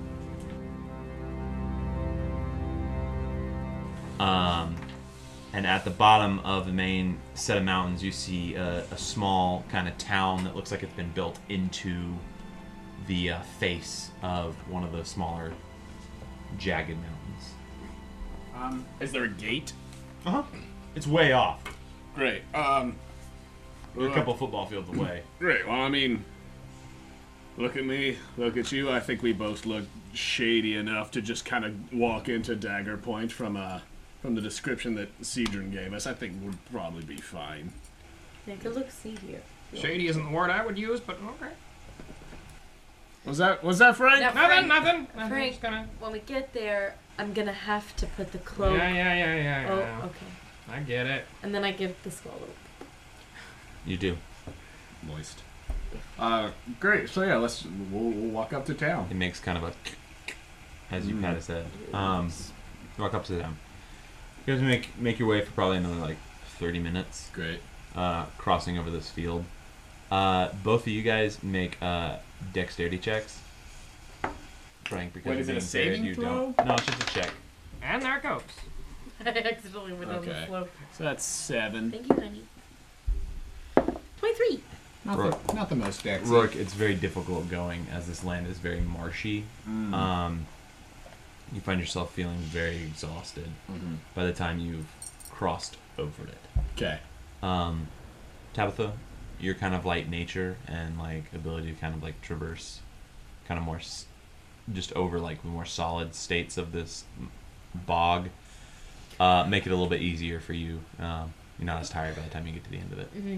A: Um, and at the bottom of the main set of mountains, you see uh, a, a small kind of town that looks like it's been built into the uh, face of one of the smaller jagged mountains.
H: Um. Is there a gate?
A: Uh huh. It's way off.
H: Great. Um.
A: You're a couple football fields away.
H: Great. Well, I mean, look at me, look at you. I think we both look shady enough to just kind of walk into Dagger Point from uh from the description that Cedron gave us. I think we'll probably be fine.
B: Take a look, see here.
C: Shady isn't the word I would use, but okay.
H: Was that was that Frank?
B: Now,
C: Nothing,
B: Frank,
C: nothing. nothing.
B: Frank.
C: Just gonna...
B: when we get there, I'm gonna have to put the
C: Yeah,
B: cloak.
C: yeah, yeah, yeah.
B: Oh,
C: yeah.
B: okay.
C: I get it.
B: And then I give the skull
A: [clears throat]
B: a
A: You do.
H: Moist. Uh, great. So yeah, let's we'll, we'll walk up to town.
A: It makes kind of a [clears throat] as
H: Mm.
A: you pat his head. Um, walk up to them. You guys make make your way for probably another like thirty minutes,
H: Great.
A: uh, crossing over this field. Uh, both of you guys make uh, dexterity checks. Frank, because
H: Wait,
A: you're
H: is it a
A: being
H: saving
A: buried, you
H: throw?
A: don't. No, it's just a check.
C: And there it goes.
B: [laughs] I accidentally went on
H: Okay.
B: the slope.
H: So that's seven.
B: Thank you, honey. 23.
H: Not the, not the most dex.
A: Rourke, it's very difficult going as this land is very marshy. Um, you find yourself feeling very exhausted by the time you've crossed over it.
H: Okay.
A: Um, Tabitha, your kind of like nature and like ability to kind of like traverse kind of more s- just over like the more solid states of this bog, uh, make it a little bit easier for you. Um, you're not as tired by the time you get to the end of it.
B: Mm-hmm.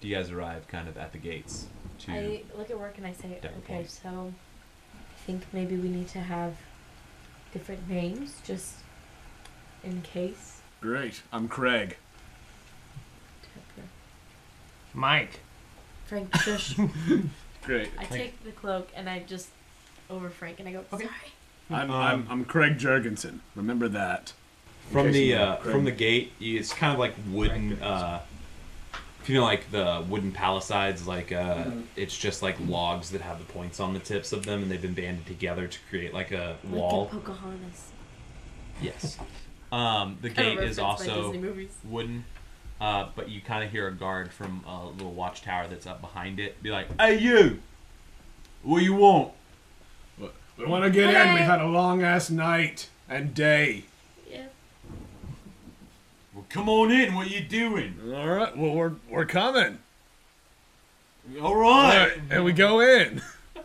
A: Do you guys arrive kind of at the gates? To
B: I look at work and I say,
A: Different
B: okay,
A: points.
B: so I think maybe we need to have different names just in case.
D: Great. I'm Craig.
B: Tucker.
C: Mike.
B: Frank, shush.
D: Great.
B: I take the cloak and I just over Frank and I go, sorry.
D: I'm, I'm, I'm Craig Jurgensen. Remember that.
A: from
D: case
A: the
D: you
A: uh,
D: don't-
A: from the gate, you- it's kind of like wooden. Uh, if you know, like the wooden palisades, like uh, it's just like logs that have the points on the tips of them, and they've been banded together to create like a wall.
M: Like in Pocahontas.
B: [laughs]
A: Yes. Um, the gate is also
B: Disney movies.
A: wooden, uh, but you kind of hear a guard from a little watchtower that's up behind it be like, "Hey, you! What you want?"
D: We want to get in. We've had a long ass night and day.
B: Yeah.
A: Well, come on in. What you doing?
D: All right. Well, we're we're coming.
A: All right.
D: and we go in.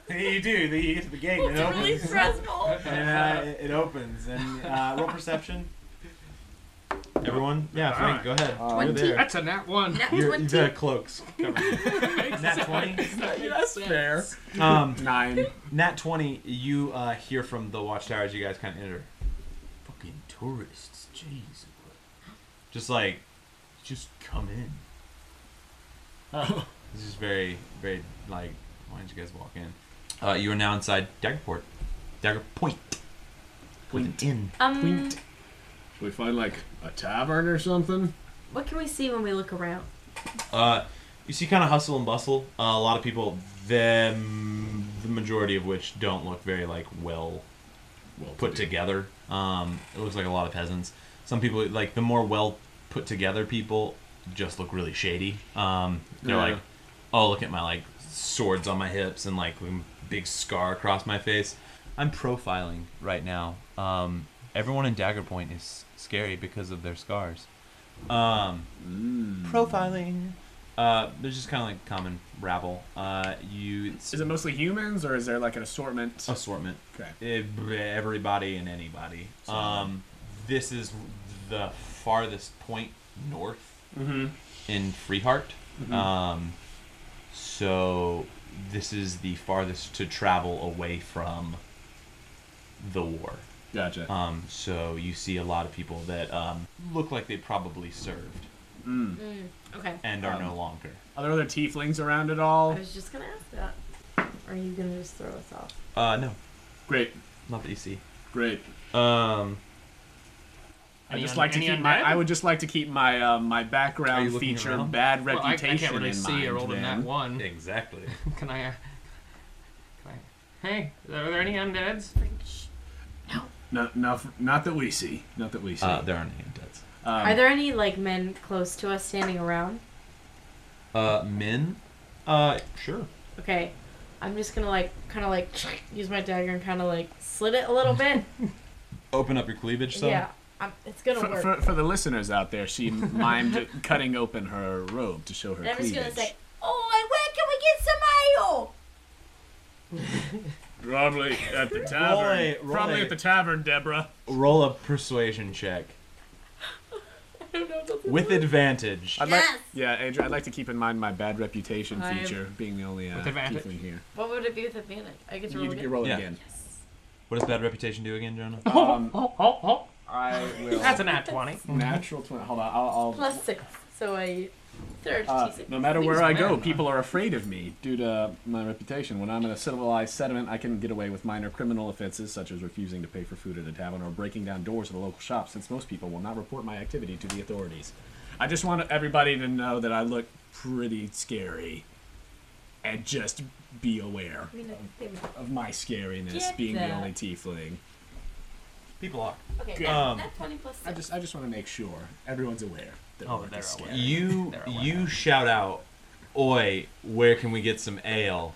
F: you do. You get to the gate and it opens.
B: Really stressful.
F: And, uh, it- it opens. And uh, roll perception. [laughs] Everyone? Yeah, Frank, go ahead.
D: Uh,
F: You're there.
C: That's a nat one.
B: Nat
F: You're,
B: 20.
F: you've got cloaks.
D: [laughs]
F: Nat 20.
D: That's fair.
F: Um,
D: Nine.
F: Nat 20, you uh, hear from the watchtower as you guys kind of enter. Fucking tourists. Jeez.
A: Just like
F: Just
D: [laughs]
F: come in.
A: This is very, very like. Why didn't you guys walk in? Uh, you are now inside Daggerport. Dagger Point. Point in.
B: Um,
D: Should we find like a tavern or something?
B: what can we see when we look around?
A: Uh, you see kind of hustle and bustle. Uh, a lot of people, them, the majority of which don't look very like well
D: Well,
A: put together. Um, it looks like a lot of peasants. Some people like the more well put together people just look really shady. Um, they're
D: Yeah.
A: like, oh look at my like swords on my hips and like m- big scar across my face. I'm profiling right now. Um, everyone in Dagger Point is scary because of their scars. Um, Profiling. Uh, there's just kind of like common rabble. Uh, you it's
D: Is it mostly humans or is there like an assortment?
A: assortment
D: Okay.
A: ev- everybody and anybody. Um, this is the farthest point north in Freeheart. Um, so this is the farthest to travel away from the war.
D: Gotcha.
A: Um, so you see a lot of people that um, look like they probably served
B: Okay.
A: and are no longer.
D: Are there other tieflings around at all?
B: I was just gonna ask that. Are you gonna just throw us off?
A: Uh, no,
D: Great.
A: not that you see.
D: Great.
A: Um,
D: I
C: Any
D: just
C: un-
D: like to
C: any
D: keep my.
C: undead?
D: I would just like to keep my uh, my
A: Are you
D: background
A: looking
D: feature
A: around?
D: bad
C: Well, I, I
D: reputation
C: can't really
D: in
C: see
D: mind.
C: I rolled a
D: then.
C: nat
A: Hmm.
C: one.
A: exactly.
C: Can I? Uh, can I? Hey, are there any undeads?
D: No, no, not that we see. Not that we see.
A: Uh, there aren't any undeads.
D: Um,
B: Are there any like men close to us standing around?
A: Uh, men? Uh, sure.
B: Okay, I'm just gonna like kind of like [sniffs] use my dagger and kind of like slit it a little bit.
A: Open up your cleavage some.
B: yeah, i it's gonna
D: for,
B: work.
D: for, for the listeners out there, she mimed cutting open her robe to show her
B: and I'm just
D: cleavage.
B: gonna say, oh, where can we get some ale?
D: probably at the
A: tavern. a- roll Probably a- at the
D: tavern, Deborah.
A: Roll a persuasion check with advantage.
D: I'd
B: Yes!
D: like, yeah, Andrew, I'd like to keep in mind my bad reputation
C: I am-
D: feature, being the only uh,
C: With advantage.
D: tiefling here.
B: What would it be with advantage? I get to
D: You,
B: roll
D: you
B: again.
D: roll it
A: Yeah.
D: again.
A: What does bad reputation do again, Jonah?
D: Um,
C: Oh, oh, oh.
D: I will.
C: That's a nat 20.
D: natural twenty. Hold on, I'll. I'll
B: Plus six, so I third
D: uh,
B: T6.
D: no matter where
C: These
D: I go,
C: men.
D: people are afraid of me due to my reputation. When I'm in a civilized settlement, I can get away with minor criminal offenses such as refusing to pay for food at a tavern or breaking down doors at a local shop, since most people will not report my activity to the authorities. I just want everybody to know that I look pretty scary, and just be aware
B: I mean, I think-
D: of my scariness
B: Get
D: being
B: that.
D: the only tiefling.
A: People are.
B: Okay,
D: Good. Um,
B: yeah, nat 20 plus
D: I
B: six. [laughs]
D: just I just want to make sure everyone's aware. That
C: Oh,
D: we're
C: they're
D: scary.
C: aware.
A: You
C: They're aware.
A: you shout out, "Oi, where can we get some ale?"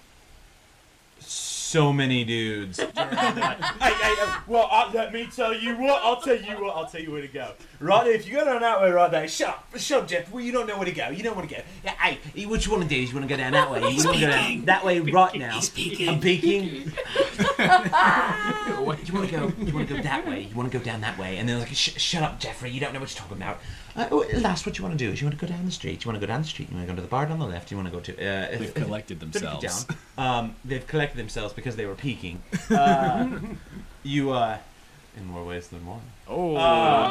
N: so many
A: [laughs]
N: dudes.
A: Hey, hey, uh, well, uh, let me tell you what. I'll tell you what. I'll tell you where to go. Right there, if you go down that way, right there. Shut up, shut up, Jeff. Well, you don't know where to go. You don't want to go. Yeah, hey, hey, what you want to do is you want to go down that way. You want to go down that way right now. I'm [laughs] peeking. you want to go? You want to go that way? You want to go down that way? And then like, sh- shut up, Jeffrey. You don't know what you're talking about. Uh, oh, that's what you want to do. Is you want to go down the street? You want to go down the street? You want to go to the bar down the left? You want to go to? Uh,
D: They've collected
A: Put it
D: themselves.
A: down. Um, they've collected themselves because they were peeking. Uh, you, uh, in more ways than one. Uh,
H: Oh,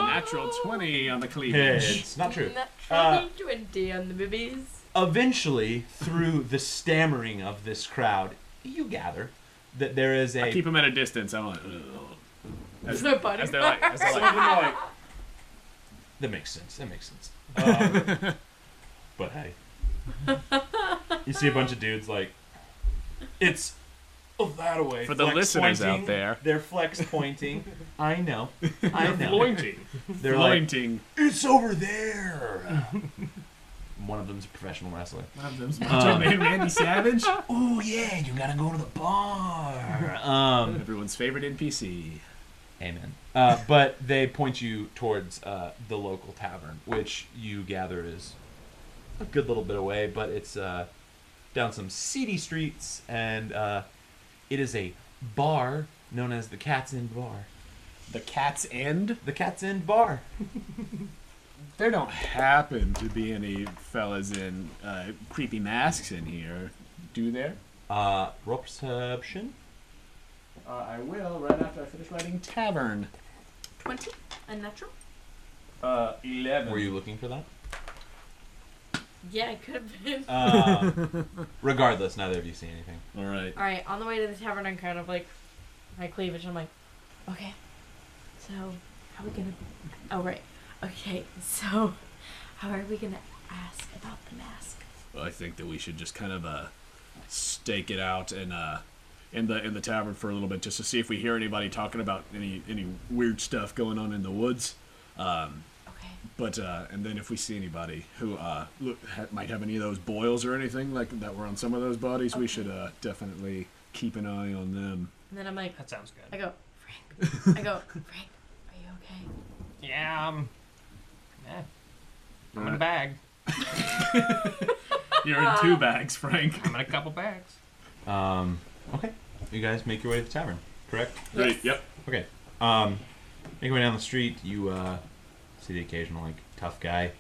H: natural 20 on the cleavage.
A: It's not true.
B: Not
D: uh,
B: trying to indie on the movies.
A: Eventually, through the stammering of this crowd, you gather that there is a.
H: I keep him at a distance. I'm like, "Ugh."
B: There's no body
H: as they're like, as
B: [laughs]
H: they're like,
A: that makes sense. That makes
H: [laughs]
A: sense. Um, but hey, you see a bunch of dudes like it's oh, that way
H: For the listeners out there.
A: They're flex
H: [laughs]
A: pointing. I know. I know. They're like
H: pointing.
A: it's over there. [laughs] One of them's a professional wrestler.
H: uh, Randy Savage.
A: Oh yeah, you gotta go to the bar. [laughs] Um,
H: [laughs] Everyone's favorite NPC.
A: Amen. Uh, but they point you towards uh, the local tavern, which you gather is a good little bit away, but it's uh, down some seedy streets, and uh, it is a bar known as the Cat's End Bar.
H: The cat's end.
A: The Cat's End Bar.
H: There don't happen to be any fellas in uh, creepy masks in here, do there?
A: Uh, roll perception.
H: Uh, I will right after I finish writing tavern.
B: 20 unnatural?
H: Uh, eleven.
A: Were you looking for that?
B: Yeah, it could have been.
D: Uh,
A: Um, regardless, neither of you see anything.
H: All right.
B: All right, on the way to the tavern, I'm kind of like my cleavage. I'm like, okay, so how are we gonna? Oh right, okay, so how are we gonna ask about the mask?
H: Well, I think that we should just kind of uh, stake it out and uh, in the in the tavern for a little bit, just to see if we hear anybody talking about any any weird stuff going on in the woods. Um,
B: Okay,
H: But uh, and then if we see anybody who uh, look, ha- might have any of those boils or anything like that were on some of those bodies, we should uh, definitely keep an eye on them.
B: and then I'm like,
C: That sounds
B: I
C: good.
B: go, Frank, I go, [laughs] Frank, are you okay?
C: Yeah, um, yeah. I'm in a bag.
H: You're in two bags, Frank.
C: I'm in a couple bags.
A: Um, okay. You guys make your way to the tavern, correct?
H: Great. Yep.
A: Okay. Um, making way down the street, you uh, see the occasional like tough guy,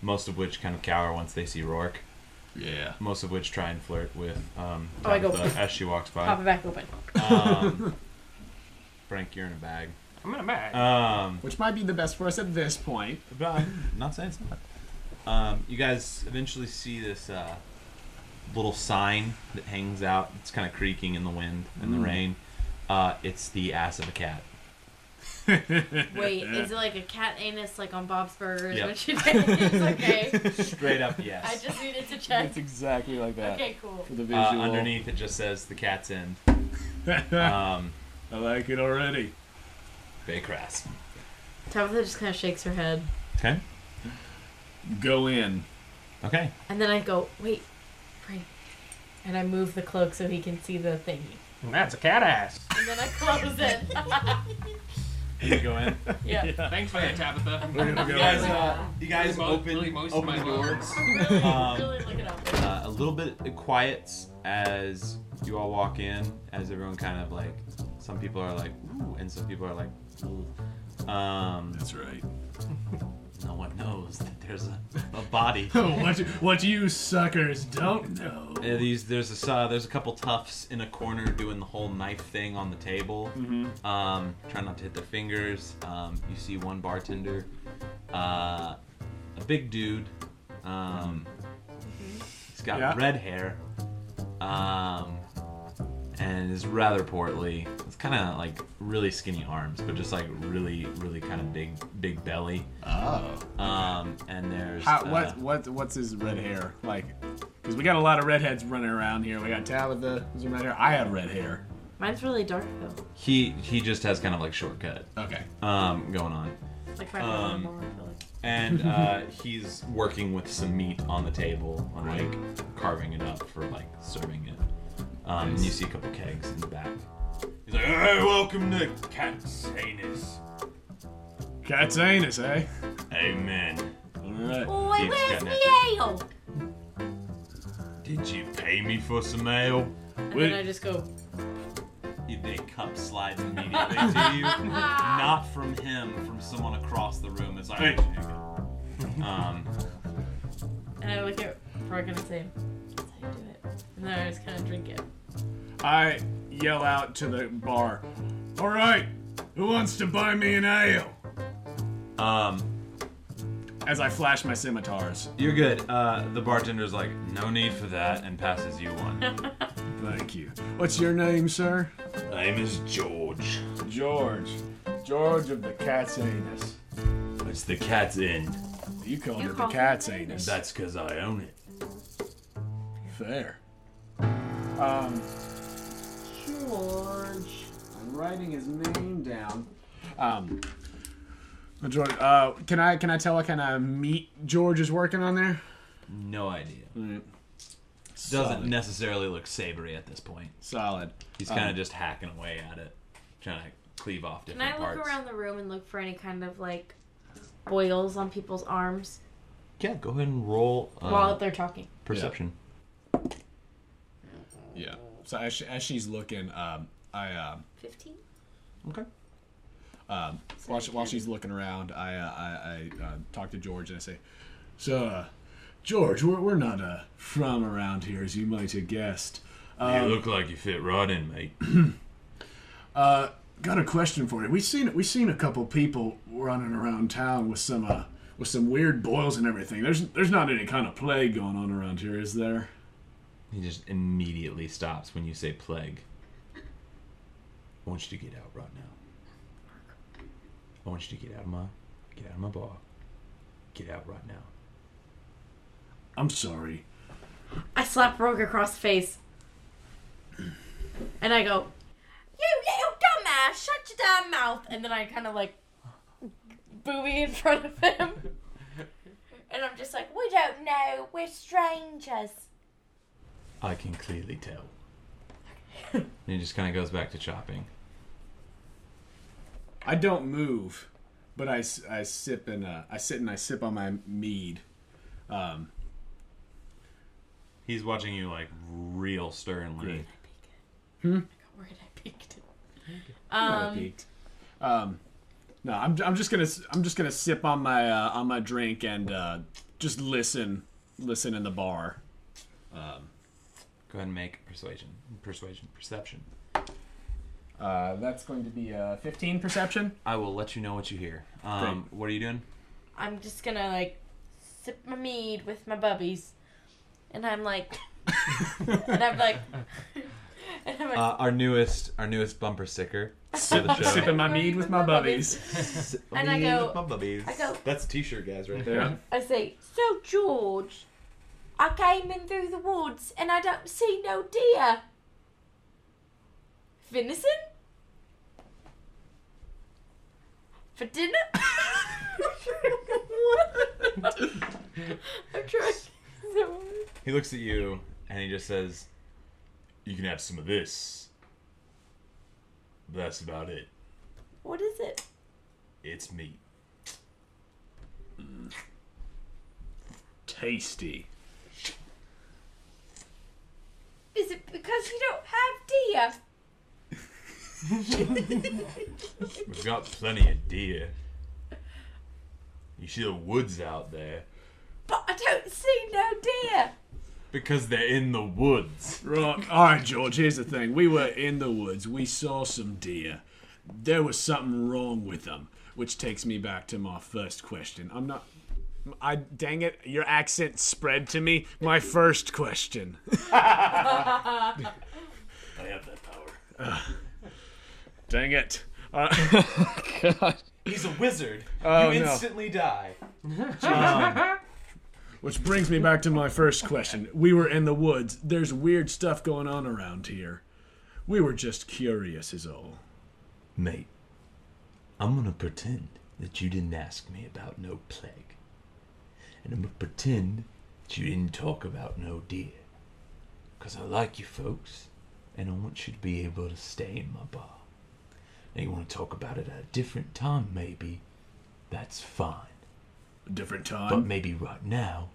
A: most of which kind of cower once they see Rourke.
H: [laughs] Yeah.
A: Most of which try and flirt with um,
B: Oh, I go-
A: Tabitha
B: [laughs]
A: as she walks
B: Pop it
A: by.
B: back open.
A: Um, Frank, you're in a bag.
C: I'm in a bag.
A: Um,
H: Which might be the best for us at this point.
A: but I'm not saying it's not. Um, you guys eventually see this uh, little sign that hangs out. It's kind of creaking in the wind and the
B: Mm.
A: rain. Uh, it's the ass of a cat.
B: Wait, is it like a cat anus like on Bob's Burgers?
A: Yeah.
B: What she did? [laughs] It's okay.
A: Straight up, yes.
B: [laughs] I just needed to check.
H: exactly like
B: Okay, cool.
H: For the
A: Uh,
H: visual.
A: underneath it just says the cat's end. Um,
H: I like it already.
A: Bay Crass.
B: Tabitha just kind of shakes her head,
A: Okay.
H: Go in.
A: Okay.
B: and then I go, wait, Frank, and I move the cloak so he can see the thingy.
C: That's a cat ass.
B: And then [laughs] I close [laughs] it.
A: You go in.
B: yeah.
C: Thanks for that, Tabitha.
A: you guys, uh, you guys
C: Really mo-
A: open,
C: really moist
A: open
C: my
A: the
C: mouth.
A: doors.
B: Really,
A: Um,
B: really look it up.
A: Uh, a little bit it quiets as you all walk in, as everyone kind of like, some people are like, ooh, and some people are like, ooh. Um,
H: That's right.
A: no one knows that there's a, a body.
H: [laughs] what what you suckers don't know.
A: Uh, these there's a s- uh, there's a couple toughs in a corner doing the whole knife thing on the table,
H: Mm-hmm.
A: um, trying not to hit their fingers. Um, you see one bartender, uh, a big dude. Um, he's got
H: Mm-hmm. Yeah.
A: red hair, um, and is rather portly. It's kind of like really skinny arms, but just like really really kind of big big belly.
H: Oh.
A: Um, and there's
H: How,
A: uh,
H: what what what's his red hair like? Because we got a lot of redheads running around here. We got Tabitha who's red hair. I have red hair.
B: Mine's really dark though.
A: he he just has kind of like shortcut
H: Okay.
A: um, going on.
B: It's like right
A: Um,
B: um, more, I feel like.
A: and
H: [laughs]
A: uh, he's working with some meat on the table and like carving it up for like serving it. Um, And you see a couple kegs in the back.
H: He's like, hey, welcome to Cat's Anus.
D: Cat's anus, eh?
H: Amen.
A: Oh,
D: Alright.
B: Boy,
H: Dude's
B: where's
H: got
B: the ale?
H: Did you pay me for some ale?
B: And
D: Wait.
B: then I just go,
A: The cup slides immediately to you. Not from him, from someone across the room. It's like, hey. Um,
B: and I look at Brock and I say, that's how you do it. And then I just kind of drink it.
D: I yell out to the bar. Alright, who wants to buy me an ale?
A: um,
D: As I flash my scimitars.
A: you're good. Uh, the bartender's like, no need for that, and passes you
B: [laughs]
A: one.
D: Thank you. What's your name, sir?
A: Name is George.
D: George. George of the cat's anus.
A: It's the cat's end.
D: You called
B: You
D: it the
B: called it
D: cat's anus.
A: That's because I own it.
D: fair. Um,
B: George.
O: I'm writing his name down.
D: um, George, uh, can I can I tell what kind of meat George is working on there?
A: No idea.
D: Solid.
A: Doesn't necessarily look savory at this point.
D: Solid.
A: He's kind of just hacking away at it, trying to cleave off
B: Um. Can
A: different
B: I look
A: parts.
B: around the room and look for any kind of like boils on people's arms
A: Yeah, go ahead and roll uh,
B: while they're talking?
A: perception.
D: Yeah. So as, she, as she's looking, um, I um,
B: 15?
D: um, while, she, while she's looking around, I uh, I, I uh, talk to George and I say, "So, uh, George, we're we're not uh, from around here, as you might have guessed.
B: Um,
H: you look like you fit right in, mate.
D: Uh, got a question for you. We seen we seen a couple people running around town with some uh with some weird boils and everything. There's there's not any kind of plague going on around here, is there?
A: He just immediately stops when you say plague. I want you to get out right now. I want you to get out of my get out of my bar. Get out right now.
D: I'm sorry.
B: I slap Rogue across the face. And I go, You little dumbass, shut your damn mouth. And then I kind of like booby in front of him. and I'm just like, We don't know, we're strangers.
A: I can clearly tell. and he just kind of goes back to chopping.
D: I don't move, but I, s- I sip and uh, I sit and I sip on my mead. Um,
A: He's watching you like real sternly.
B: Where did I peeked?
D: not a
B: Um,
D: peaked. Um, no, I'm, I'm just gonna s- I'm just gonna sip on my uh, on my drink and uh, just listen listen in the bar.
A: Go ahead and make persuasion, persuasion, perception.
D: Uh, that's going to be uh, 15 perception.
A: I will let you know what you hear. Um, what are you doing?
B: I'm just gonna like sip my mead with my bubbies. And I'm like, and I'm like, [laughs] and I'm like,
A: Uh, our newest, our newest bumper sticker for [laughs] the show.
D: Sipping my mead with my bubbies.
B: And I go-
A: My bubbies.
B: I go-
A: That's a t-shirt, guys, right there.
B: I say, So, George, I came in through the woods and I don't see no deer. Venison? For dinner? [laughs] what? I'm trying. So,
A: he looks at you and he just says,
H: You can have some of this. That's about it.
B: what is it?
H: It's meat.
D: Tasty.
B: Is it because you don't have deer?
H: We've got plenty of deer. You see the woods out there
B: But I don't see no deer.
H: because they're in the woods.
D: Right. All right, George. Here's the thing. We were in the woods. We saw some deer. There was something wrong with them, which takes me back to my first question. I'm not. I dang it! Your accent spread to me. My first question. [laughs]
H: I have that power.
D: Uh, Dang it! Uh,
P: He's a wizard.
D: oh
P: you
D: no.
P: instantly die.
D: Which brings me back to my first question. We were in the woods. There's weird stuff going on around here. We were just curious, is all.
A: "Mate, I'm gonna pretend that you didn't ask me about no plague, and I'm gonna pretend that you didn't talk about no deer, 'cause I like you folks, and I want you to be able to stay in my bar. Now, you want to talk about it at a different time, maybe? That's fine.
D: Different
A: But
D: time.
A: maybe right now,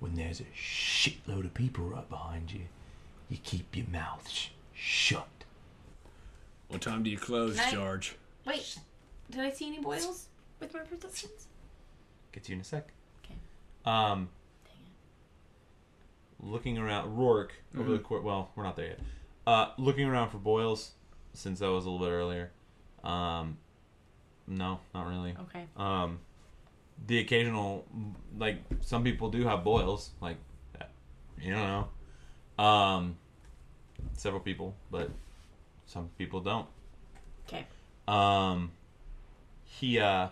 A: when there's a shitload of people right behind you, you keep your mouth sh- shut.
D: What time do you close,
B: Night.
D: George?
B: Wait, did I see any boils with my persistence?
A: Get to you in a sec.
B: Okay.
A: Um, looking around, Rourke over the court. Well, we're not there yet. Uh, looking around for boils, since that was a little bit earlier. Um, no, not really.
B: Okay.
A: Um, the occasional, like some people do have boils, like you don't know. Um, several people, but some people don't.
B: Okay.
A: Um, he uh,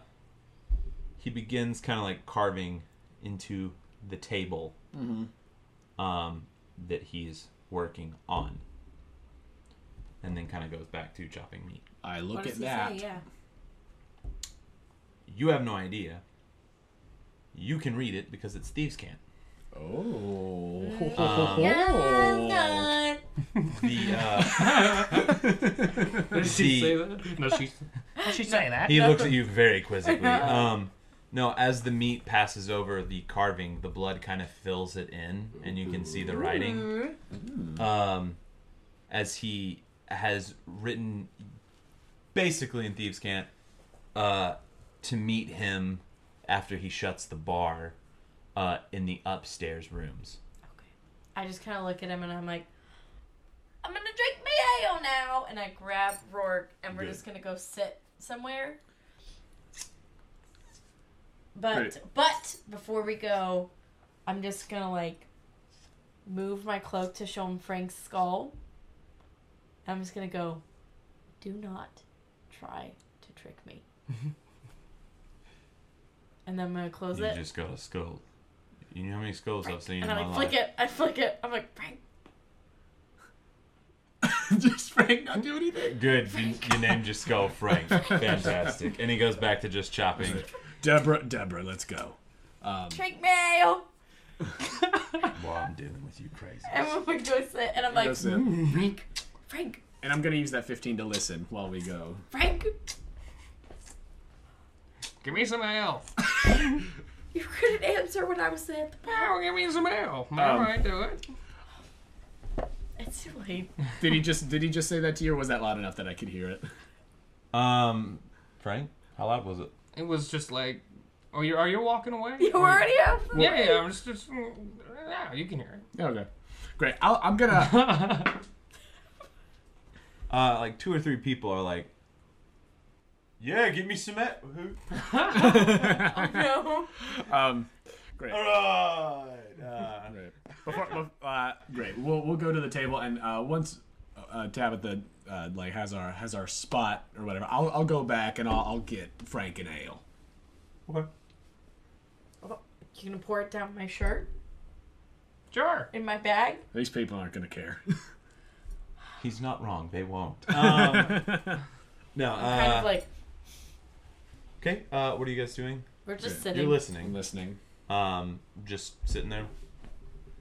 A: he begins kind of like carving into the table um, that he's working on, and then kind of goes back to chopping meat.
D: I look
B: What
D: at
B: does he
D: that.
B: say? Yeah.
A: You have no idea. You can read it because it's thieves' can.
D: Oh.
B: Yeah,
A: The uh,
Q: Did she
A: The-
Q: say that? No, she.
C: She's saying that.
A: he looks at you very
B: [laughs]
A: quizzically. Um, no, as the meat passes over the carving, the blood kind of fills it in, and you can see
B: Mm-hmm.
A: the writing. Um, as he has written, basically in Thieves' Cant, uh, to meet him after he shuts the bar uh, in the upstairs rooms.
B: I just kind of look at him and I'm like, I'm gonna drink my ale now, and I grab Rourke and we're
A: Good.
B: just gonna go sit somewhere. But
D: Right.
B: but before we go, I'm just gonna like move my cloak to show him Frank's skull. I'm just gonna go. Do not try to trick me.
A: [laughs]
B: and then I'm gonna close
A: you
B: it.
A: just got a skull. You know how many skulls I've seen in
B: And I
A: my
B: like
A: life?
B: flick it. I flick it. I'm like Frank.
D: [laughs] Does Frank not do anything?
A: Good.
B: [laughs]
A: You, you named your skull Frank. Fantastic. And he goes back to just chopping.
D: Deborah, Deborah, let's go.
B: Trick mail.
A: While I'm dealing with you crazy.
B: And when we go sit, and I'm like,
D: That's it. And
B: Frank, Frank,
D: I'm gonna use that 15 to listen while we go.
B: Frank,
C: Give me some ale.
B: you couldn't answer when I was at the bar.
C: Oh, give me some ale. All right, do it.
B: It's too late.
D: Did he just Did he just say that to you, or was that loud enough that I could hear it?
A: Um, Frank, how loud was it?
C: It was just like, oh, you are you walking away?
B: You
C: Or-
B: already have.
A: [laughs]
C: Yeah, yeah. I'm just, just, yeah. You can hear it.
D: Okay, great. I'll, I'm gonna.
A: Uh, like two or three people are like, "Yeah, give me some e-" at."
B: No.
D: Um, great.
A: All right. Uh,
D: Great. Before, bef- uh, great. We'll we'll go to the table and uh, once uh, Tabitha uh, like has our has our spot or whatever, I'll I'll go back and I'll I'll get Frank an ale.
A: okay.
B: You gonna pour it down my shirt
C: Sure.
B: in my bag?
D: These people aren't
B: [laughs]
D: gonna care.
A: He's not wrong. They won't. Um, no.
B: I'm kind of
A: Uh,
B: like
A: okay. Uh, what are you guys doing?
B: we're just
A: You're
B: sitting.
D: I'm
A: listening.
D: listening.
A: Um, just sitting there,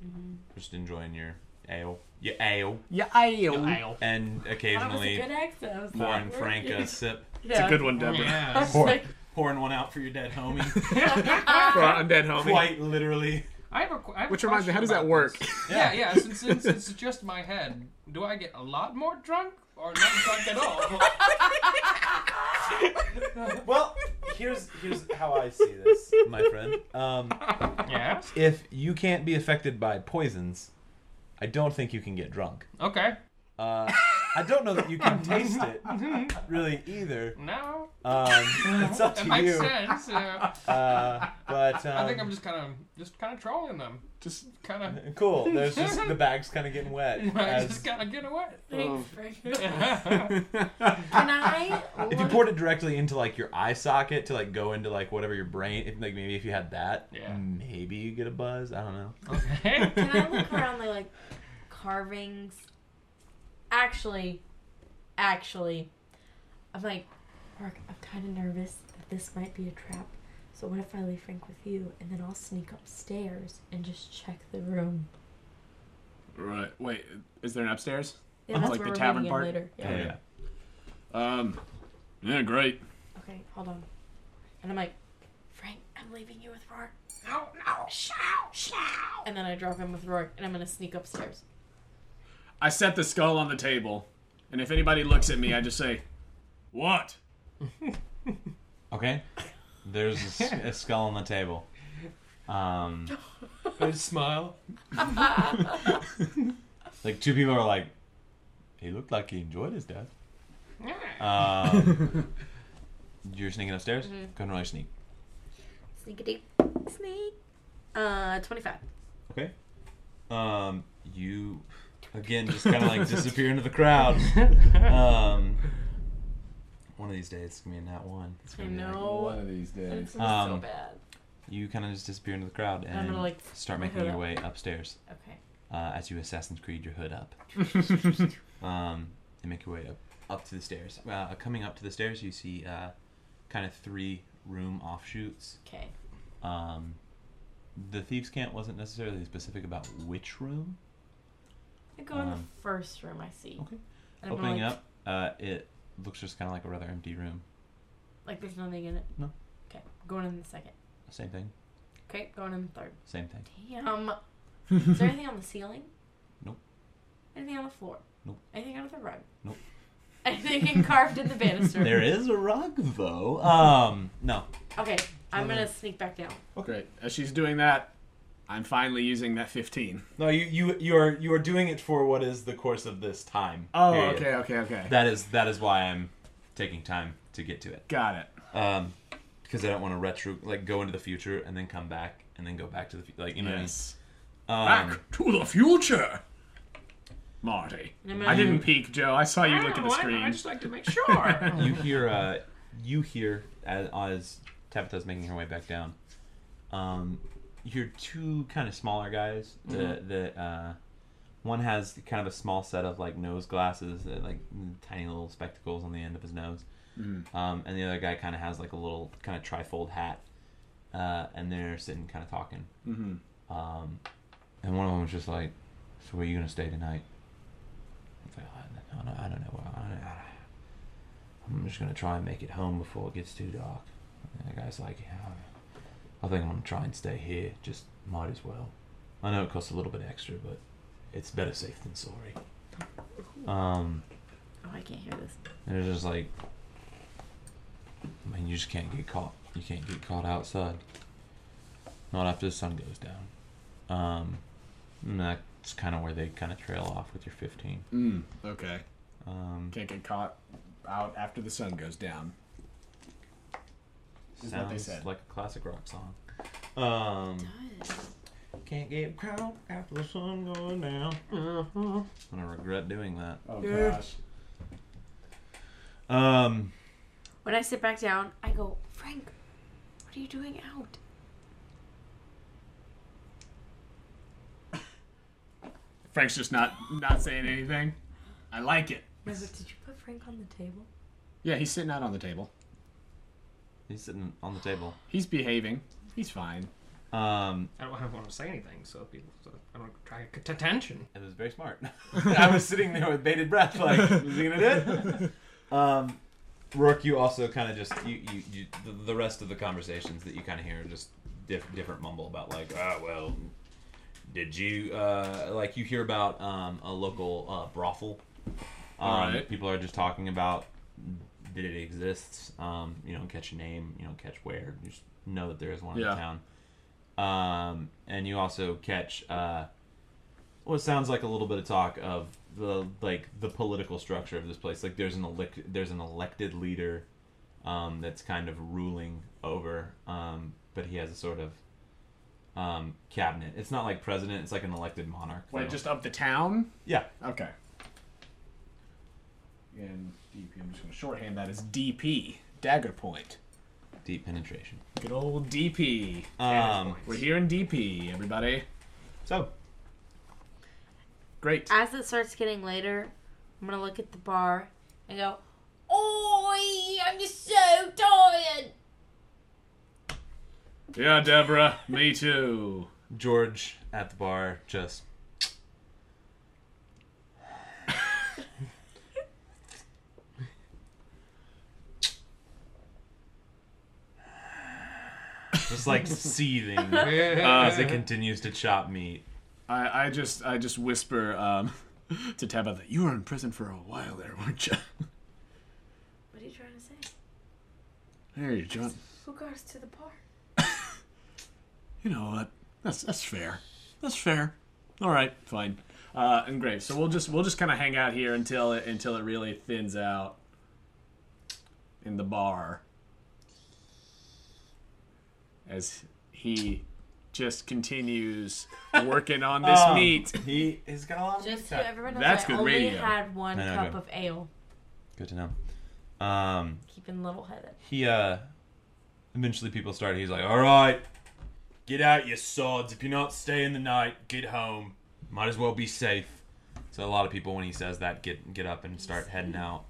B: Mm-hmm.
A: just enjoying your ale, your ale,
D: Yeah, ale.
C: Ale.
A: and
B: that was a
A: occasionally
B: good accent. I was
A: pouring
B: like,
A: Frank
B: [laughs] we're-
A: a sip,
B: Yeah.
D: Good one, Deborah. [laughs]
B: I
C: Yeah.
B: was like,
A: pouring one out for your dead homie.
B: [laughs]
D: For our undead homie.
A: Quite literally.
C: [laughs] I have a. qu- I have a
D: Which reminds me,
C: question
D: how does that
C: about
D: work?
C: [laughs] this. Yeah, yeah. Since, since it's just my head, do I get a lot more drunk or not drunk at [laughs] all?
A: Well, here's here's how I see this, my friend. Um,
C: yes.
A: if you can't be affected by poisons, I don't think you can get drunk.
C: Okay.
A: Uh, I don't know that you can taste it really either.
C: No.
A: Um, it's up
C: That
A: to
C: makes
A: you.
C: sense. Yeah.
A: Uh, but um,
C: I think I'm just kind of just kind of trolling them. Just kind of. [laughs]
A: cool. There's just the bag's kind of getting wet.
C: I
A: as-
C: just gotta get away. um,
B: Thanks,
C: [laughs]
B: Frank.
C: Yeah.
B: Can I?
A: [laughs] if you
B: look-
A: poured it directly into like your eye socket to like go into like whatever your brain, if, like maybe if you had that,
C: Yeah.
A: maybe you get a buzz. I don't know.
C: Okay. [laughs]
B: Can I look around the like carvings? Actually, actually, I'm like, Mark, I'm kind of nervous that this might be a trap. So what if I leave Frank with you and then I'll sneak upstairs and just check the room?
D: Right. Wait. Is there an upstairs?
B: Yeah, that's
D: Uh-huh. like
B: where
D: the
B: we're
D: tavern
B: meeting him
D: part?
B: later. Yeah.
Q: Yeah.
H: Um, yeah, great.
B: Okay, hold on. And I'm like, Frank, I'm leaving you with Rourke. No, no, shout, shout. And then I drop him with Rourke, and I'm gonna sneak upstairs.
D: I set the skull on the table, and if anybody looks at me, I just say, "What?"
A: Okay. There's a,
B: [laughs]
A: s- a skull on the table. Um,
Q: I just smile.
A: like two people are like, he looked like he enjoyed his death. Um,
B: [laughs]
A: you're sneaking upstairs.
B: Mm-hmm.
A: Go and roll your sneak.
B: Sneakity, sneak. Uh, 25.
A: Okay. Um,
B: [laughs]
A: you again just kind of like disappear into the crowd. Um, one of these days it's gonna be a nat one. It's
B: I
A: gonna be like-
B: know.
H: of these
B: It's so
A: Um,
B: bad.
A: you kind of just disappear into the crowd
B: I'm
A: and
B: gonna, like,
A: start
B: my
A: making
B: hood
A: your
B: up.
A: way upstairs
B: Okay.
A: uh, as you Assassin's Creed your hood
Q: [laughs]
A: up. um, and make your way up up to the stairs. Uh, coming up to the stairs, you see uh, kind of three room offshoots.
B: Okay.
A: Um, the thieves' camp wasn't necessarily specific about which room.
B: I go in the
A: Um,
B: first room I see.
A: okay.
B: And I'm gonna,
A: Opening
B: like,
A: up, uh, it looks just kind of like a rather empty room.
B: Like there's nothing in it.
A: No.
B: Okay. Going in the second.
A: Same thing,
B: Okay. Going in the third.
A: same thing. [laughs]
B: Damn. Is there anything on the ceiling?
A: Nope.
B: Anything on the floor?
A: Nope.
B: Anything under the rug?
A: Nope.
B: Anything carved in the banister?
A: There is a rug though. Um, no.
B: Okay. I'm gonna sneak back down.
D: Great. As she's doing that, I'm finally using that 15.
Q: No, you you you are you are doing it for what is the course of this time.
D: Oh,
Q: period.
D: okay, okay, okay.
A: That is that is why I'm taking time to get to it.
D: Got it.
A: um because i don't want to retro like go into the future and then come back and then go back to the fu- like you know what i mean um,
D: Back to the future, Marty.
B: And I'm gonna,
D: I didn't peek, Joe. I
C: Ah,
D: saw you look at the
C: I
D: screen.
C: just like to make [laughs] sure.
A: you hear uh you hear as, as tabitha's making her way back down um you hear two kind of smaller guys the the uh one has kind of a small set of like nose glasses, uh, like tiny little spectacles on the end of his nose, um, and the other guy kind of has like a little kind of trifold hat, uh, and they're sitting kind of talking. Mm-hmm. Um, and one of them was just like, "So where you gonna stay tonight?" I was like, "I don't know. I don't know. where- I don't, I don't, I'm just gonna try and make it home before it gets too dark." And the guy's like, "Yeah, I think I'm gonna try and stay here. Just might as well. I know it costs a little bit extra, but." it's better safe than sorry. Um,
B: Oh, I can't hear this.
A: and it's just like, I mean, you just can't get caught. You can't get caught outside. Not after the sun goes down. Um, and that's kind of where they kind of trail off with your 15.
H: Mm, okay.
A: Um,
H: Can't get caught out after the sun goes down. Is what they
A: sounds
H: said.
A: like a classic rock song. Um, can't get caught after the sun goes down. I'm gonna regret doing that.
H: Oh gosh.
A: Um,
B: When I sit back down, I go, Frank, what are you doing out?
D: Frank's just not not saying anything. I like it.
B: No, but did you put Frank on the table?
H: Yeah, he's sitting out on the table.
A: he's sitting on the table.
H: He's behaving. He's fine.
A: Um,
C: I don't have want to say anything, so people, so I don't try to get attention.
A: It was
R: [laughs]
A: very smart. I was sitting there with bated breath,
H: [laughs]
A: like, is he gonna do it? Um,
R: Rourke, you also kind of just you, you, you the, the rest of the conversations that you kind of hear are just diff, different mumble about like ah well did you uh, like you hear about um, a local uh, brothel um,
H: Alright.
R: people are just talking about that it exists um, you don't catch a name you don't catch where you just know that there is one
H: Yeah.
R: in town um, and you also catch uh, well, it sounds like a little bit of talk of the like the political structure of this place. Like there's an elect there's an elected leader um, that's kind of ruling over, um, but he has a sort of um, cabinet. It's not like president. It's like an elected monarch.
D: Wait, just up the town?
R: Yeah.
D: Okay.
H: And DP, I'm just gonna shorthand that as DP. Dagger point.
A: deep penetration.
H: Good old DP.
A: Um,
H: We're here in DP, everybody.
Q: So
H: Great.
B: As it starts getting later, I'm gonna look at the bar and go, Oi, I'm just so tired.
H: Yeah, Deborah. Me too.
A: George at the bar just just like [laughs] seething as it continues to chop meat.
D: I, I just I just whisper um, [laughs] to Tabitha, you were in prison for a while there, weren't you? [laughs]
B: What are you trying to say?
D: There you, John.
B: Who got us to the bar?
D: You know what? That's that's fair. That's fair. All right, fine. Uh, and great. So we'll just we'll just kind of hang out here until it until it really thins out in the bar as he just continues working
B: [laughs]
D: on this
B: Oh.
A: Um,
D: meat.
A: He has got a lot of
B: Just so
A: meat.
B: everyone knows,
D: That's
B: I
D: good
B: only
D: radio.
B: had one
A: I know,
B: cup
A: good.
B: of ale.
A: Good to know. Um,
B: Keeping level headed.
A: he uh eventually people started he's like all right get out you sods if you're not staying the night get home might as well be safe so a lot of people when he says that get get up and start heading out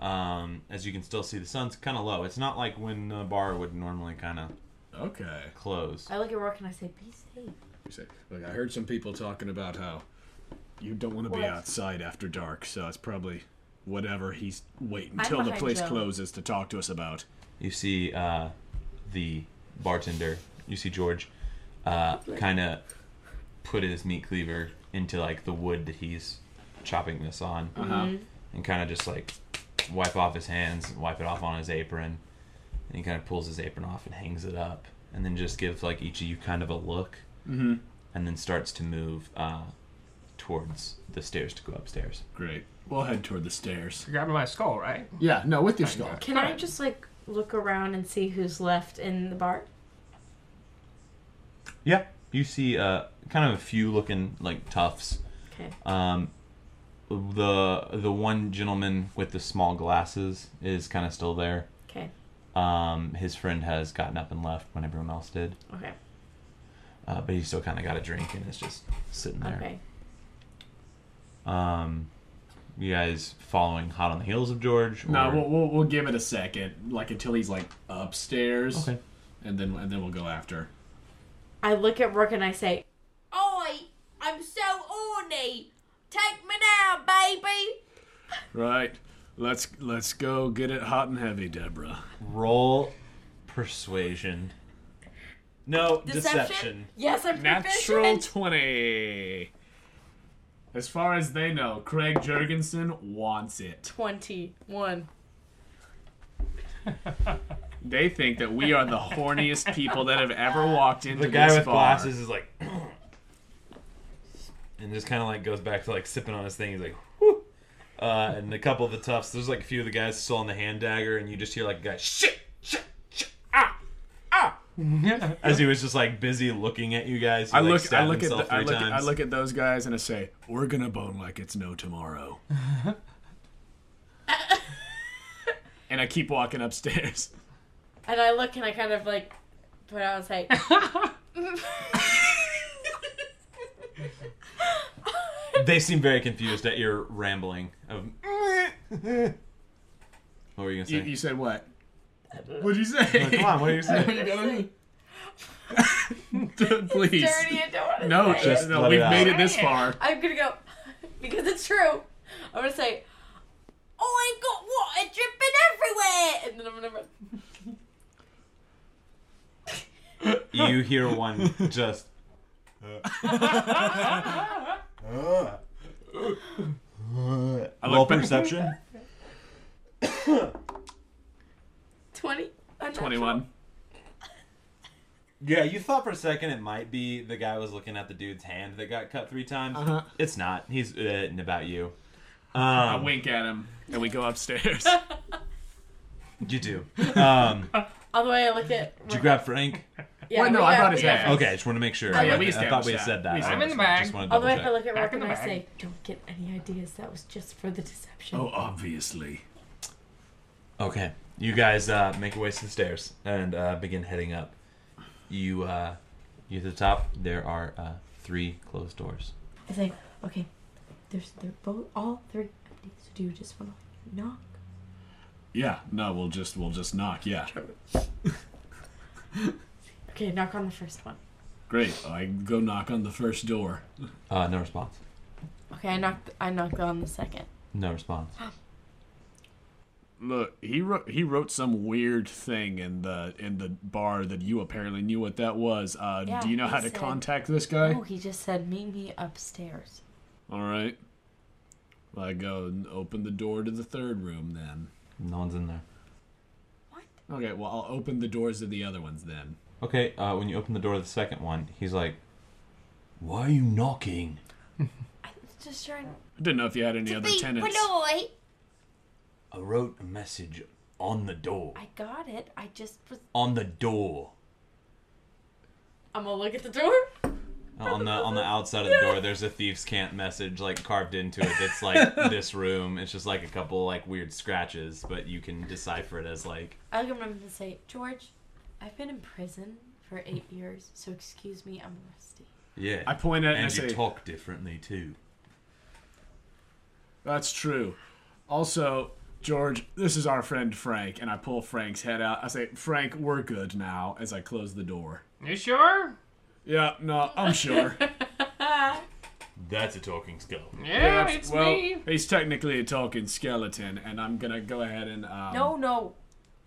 A: um, as you can still see the sun's kind of low it's not like when the bar would normally kind of
D: Okay.
A: close
B: I look at Rourke and I say, "Be safe."
D: You say, Look, I heard some people talking about how you don't want to be
B: What?
D: outside after dark, so it's probably whatever he's waiting
B: I'm
D: until the
B: behind
D: place
B: Joe.
D: closes to talk to us about.
A: you see uh, the bartender you see george uh, kind of put his meat cleaver into like the wood that he's chopping this on and kind of just like wipe off his hands, wipe it off on his apron, and he kind of pulls his apron off and hangs it up, and then just gives like each of you kind of a look, mm-hmm. and then starts to move uh, towards the stairs to go upstairs.
D: Great. We'll head toward the stairs.
C: You're grabbing my skull, right?
D: Yeah, no, with your skull.
B: Can I just like look around and see who's left in the bar?
A: Yeah, you see uh, kind of a few looking like toughs.
B: Okay.
A: Um, the the one gentleman with the small glasses is kind of still there.
B: Okay.
A: Um, his friend has gotten up and left when everyone else did.
B: Okay.
A: Uh, but he still kind of got a drink and is just sitting there.
B: Okay.
A: Um, you guys following hot on the heels of George?
D: No,
A: or-
D: we'll, we'll we'll give it a second, like until he's like upstairs,
A: Okay.
D: and then and then we'll go after.
B: I look at Rourke and I say, "I, I'm so horny. Take me now, baby."
D: Right. Let's let's go get it hot and heavy, Deborah.
A: roll persuasion. No
B: Deception?
A: deception.
B: Yes, I'm
D: Natural
B: proficient.
D: twenty. As far as they know, Craig Jurgensen wants it.
B: Twenty-one.
D: They think that we are the horniest people that have ever walked into
A: The guy
D: this
A: with
D: bar.
A: glasses is like, [clears throat] and just kind of like goes back to like sipping on his thing. He's like, whew. Uh, and a couple of the toughs. There's like a few of the guys still on the hand dagger, and you just hear like a guy shit, shit, shit, ah.
D: [laughs]
A: Ah! As he was just like busy looking at you guys, he,
D: I
A: like,
D: look, I
A: stabbed
D: look at,
A: himself
D: the, I
A: three
D: look at, I
A: times.
D: look at those guys and I say, "We're gonna bone like it's
B: [laughs]
D: no tomorrow." and I keep walking upstairs.
B: And I look and I kind of like put out and say,
A: They seem very confused at your rambling of. [laughs] what were you
D: You,
A: gonna say?
D: you [laughs] said what? What'd you say?
A: Come on, what are you [laughs] saying?
D: You got it? [laughs] Please.
B: "Dirty, I don't want to
D: No,
B: say
D: just
B: it."
D: no.
A: Oh, let it
D: We've
A: out.
D: made it this far.
B: I'm gonna go [laughs] because it's true. I'm gonna say, "I got water dripping everywhere," and then I'm gonna run.
A: You hear one just. Low perception.
B: Twenty. unnatural.
D: Twenty-one.
A: Yeah, you thought for a second it might be the guy was looking at the dude's hand that got cut three times.
D: Uh-huh. Uh,
A: It's not. He's uh, hitting about you.
D: I
A: Um,
D: wink at him, and we go
B: [laughs]
D: upstairs.
A: you
D: [laughs]
A: do. Um,
B: All the way I look at.
A: did you grab Frank?
B: Yeah,
D: Wait, no,
B: we
D: I
B: got-
D: brought his
B: we got-
D: hat.
A: Okay, I just want to make sure.
D: Oh, yeah, we
A: I, I thought we
D: established
A: had said
D: that.
A: that.
D: We
A: I
C: I'm in the
A: just-
C: bag.
A: Just wanted to
B: All the way
A: double
B: if I
A: check.
B: look at
C: Back
B: Rock
C: in
B: and
C: the
B: I
C: bag.
B: say, "Don't get any ideas. That was just for the deception."
D: oh, obviously.
A: Okay, you guys uh, make your way to the stairs and uh, begin heading up. You uh, you to the top. There are uh, three closed doors.
B: I say, "Okay, there's they're both all three empty. So do you just want to knock?"
D: Yeah. No, we'll just we'll just knock. Yeah.
B: Okay, knock on the first one.
D: Great. I go knock on the first door.
A: Uh, no response.
B: Okay, I knocked. I knocked on the second.
A: No response.
D: Look, he wrote he wrote some weird thing in the in the bar that you apparently knew what that was. Uh,
B: Yeah,
D: do you know
B: he
D: how to
B: said-
D: contact this guy?
B: Oh, he just said, meet me upstairs.
D: All right. Well, I go and open the door to the third room then.
A: No one's in there.
D: Okay, well I'll open the doors of the other ones then.
A: Okay, uh, when you open the door to the second one, he's like, "Why are you knocking?"
B: I was just trying
D: I didn't know if you had any other tenants.
B: boy.
A: I wrote a message on the door.
B: I got it. I just was.
A: On the door.
B: I'm gonna look at the door.
A: On the on the outside of the door, there's a thieves' can't message like carved into it. That's like this room. It's just like a couple like weird scratches, but you can decipher it as like
B: I'll give him and say, George, I've been in prison for eight years, so excuse me, I'm rusty.
A: yeah.
D: I point at it and I
A: and
D: say,
A: you talk differently too.
D: That's true. Also, George, this is our friend Frank, and I pull Frank's head out. I say, Frank, we're good now, as I close the door.
C: You sure?
D: Yeah, no,
B: [laughs]
D: I'm sure.
A: That's a talking skull.
C: Yeah,
D: That's-
C: it's
D: well,
C: me.
D: he's technically a talking skeleton, and I'm gonna go ahead and um,
B: No, no.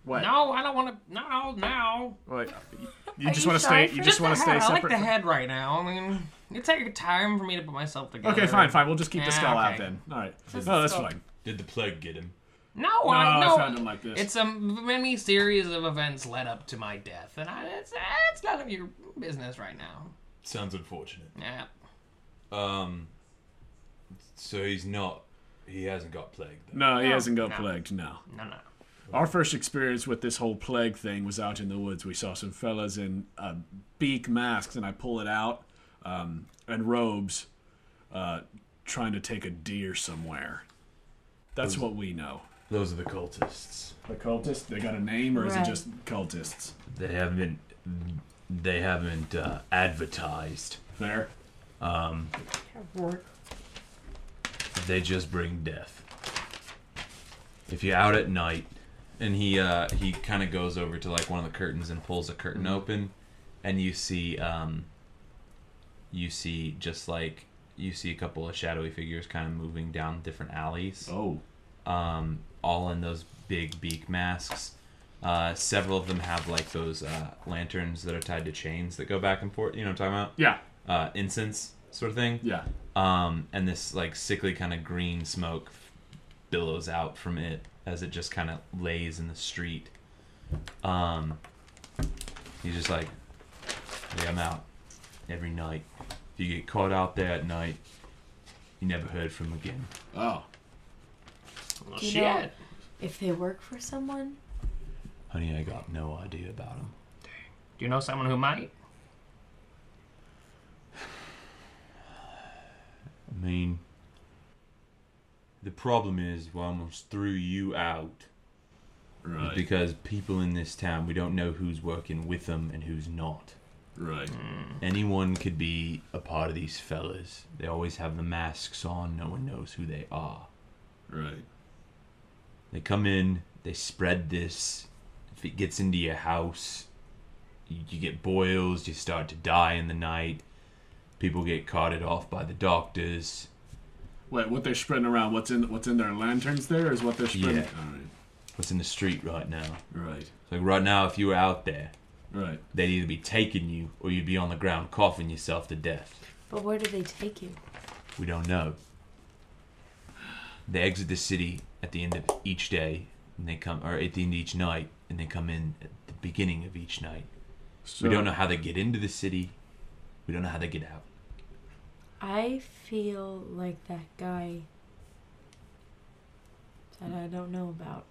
D: what?
C: No, I don't want to. No, now.
D: Wait,
B: [laughs]
D: you
B: Are
D: just
B: you
D: want to
B: shy
D: stay.
B: for
D: You just
B: the
D: want to stay
C: I like
D: separate.
C: the
D: from-
C: head right now. I mean, it's like time for me to put myself together.
D: okay, fine, fine. We'll just keep
C: Yeah,
D: the skull out
C: okay.
D: then. All right.
B: Just
D: no,
B: the
D: that's
B: skull.
D: fine.
A: Did the plague get him?
C: No,
D: No,
C: I,
D: I
C: no.
D: found him like this.
C: It's a many series of events led up to my death, and I, it's, it's none of your business right now.
A: Sounds unfortunate.
C: Yeah.
A: Um, so he's not. He hasn't got plague. Though.
D: No, he hasn't got
C: no.
D: plagued. No.
C: No, no.
D: Our first experience with this whole plague thing was out in the woods. We saw some fellas in uh, beak masks, and I pull it out, um, and robes, uh, trying to take a deer somewhere. That's what we know.
A: Those are the cultists.
D: The cultists? They got a name, or is it
B: Right.
D: just cultists?
A: They haven't. They haven't uh, advertised.
D: There.
A: They just bring death. If you're out at night, and he uh, he kind of goes over to like one of the curtains and pulls a curtain open, and you see um, you see just like you see a couple of shadowy figures kind of moving down different alleys.
D: Oh.
A: um, all in those big beak masks. Uh, several of them have like those uh, lanterns that are tied to chains that go back and forth. You know what I'm talking
D: Yeah.
A: about? Uh, incense sort of thing.
D: Yeah.
A: Um, and this like sickly kind of green smoke billows out from it as it just kind of lays in the street. Um, he's just like, yeah, I'm out every night. If you get caught out there at night, you never heard from again.
D: Oh.
C: Well,
B: You
C: shit.
B: know- If they work for someone,
A: Honey, I got no idea about him.
C: Do you know someone who might?
A: I mean, the problem is, we almost threw you out
D: Right.
A: because people in this town, we don't know who's working with them and who's not.
D: right.
A: Anyone could be a part of these fellas. They always have the masks on, no one knows who they are.
D: Right.
A: They come in, they spread this. If it gets into your house, you, you get boils, you start to die in the night. People get carted off by the doctors.
D: Wait, what they're spreading around? What's in what's in their lanterns? There is what they're spreading.
A: Yeah. What's in the street right now?
D: All right.
A: Like right now, if you were out there,
D: Right. Right.
A: they'd either be taking you or you'd be on the ground coughing yourself to death.
B: but where do they take you?
A: We don't know. They exit the city at the end of each day, and they come, or at the end of each night, and they come in at the beginning of each night.
D: So,
A: We don't know how they get into the city. We don't know how they get out.
B: I feel like that guy that I don't know about.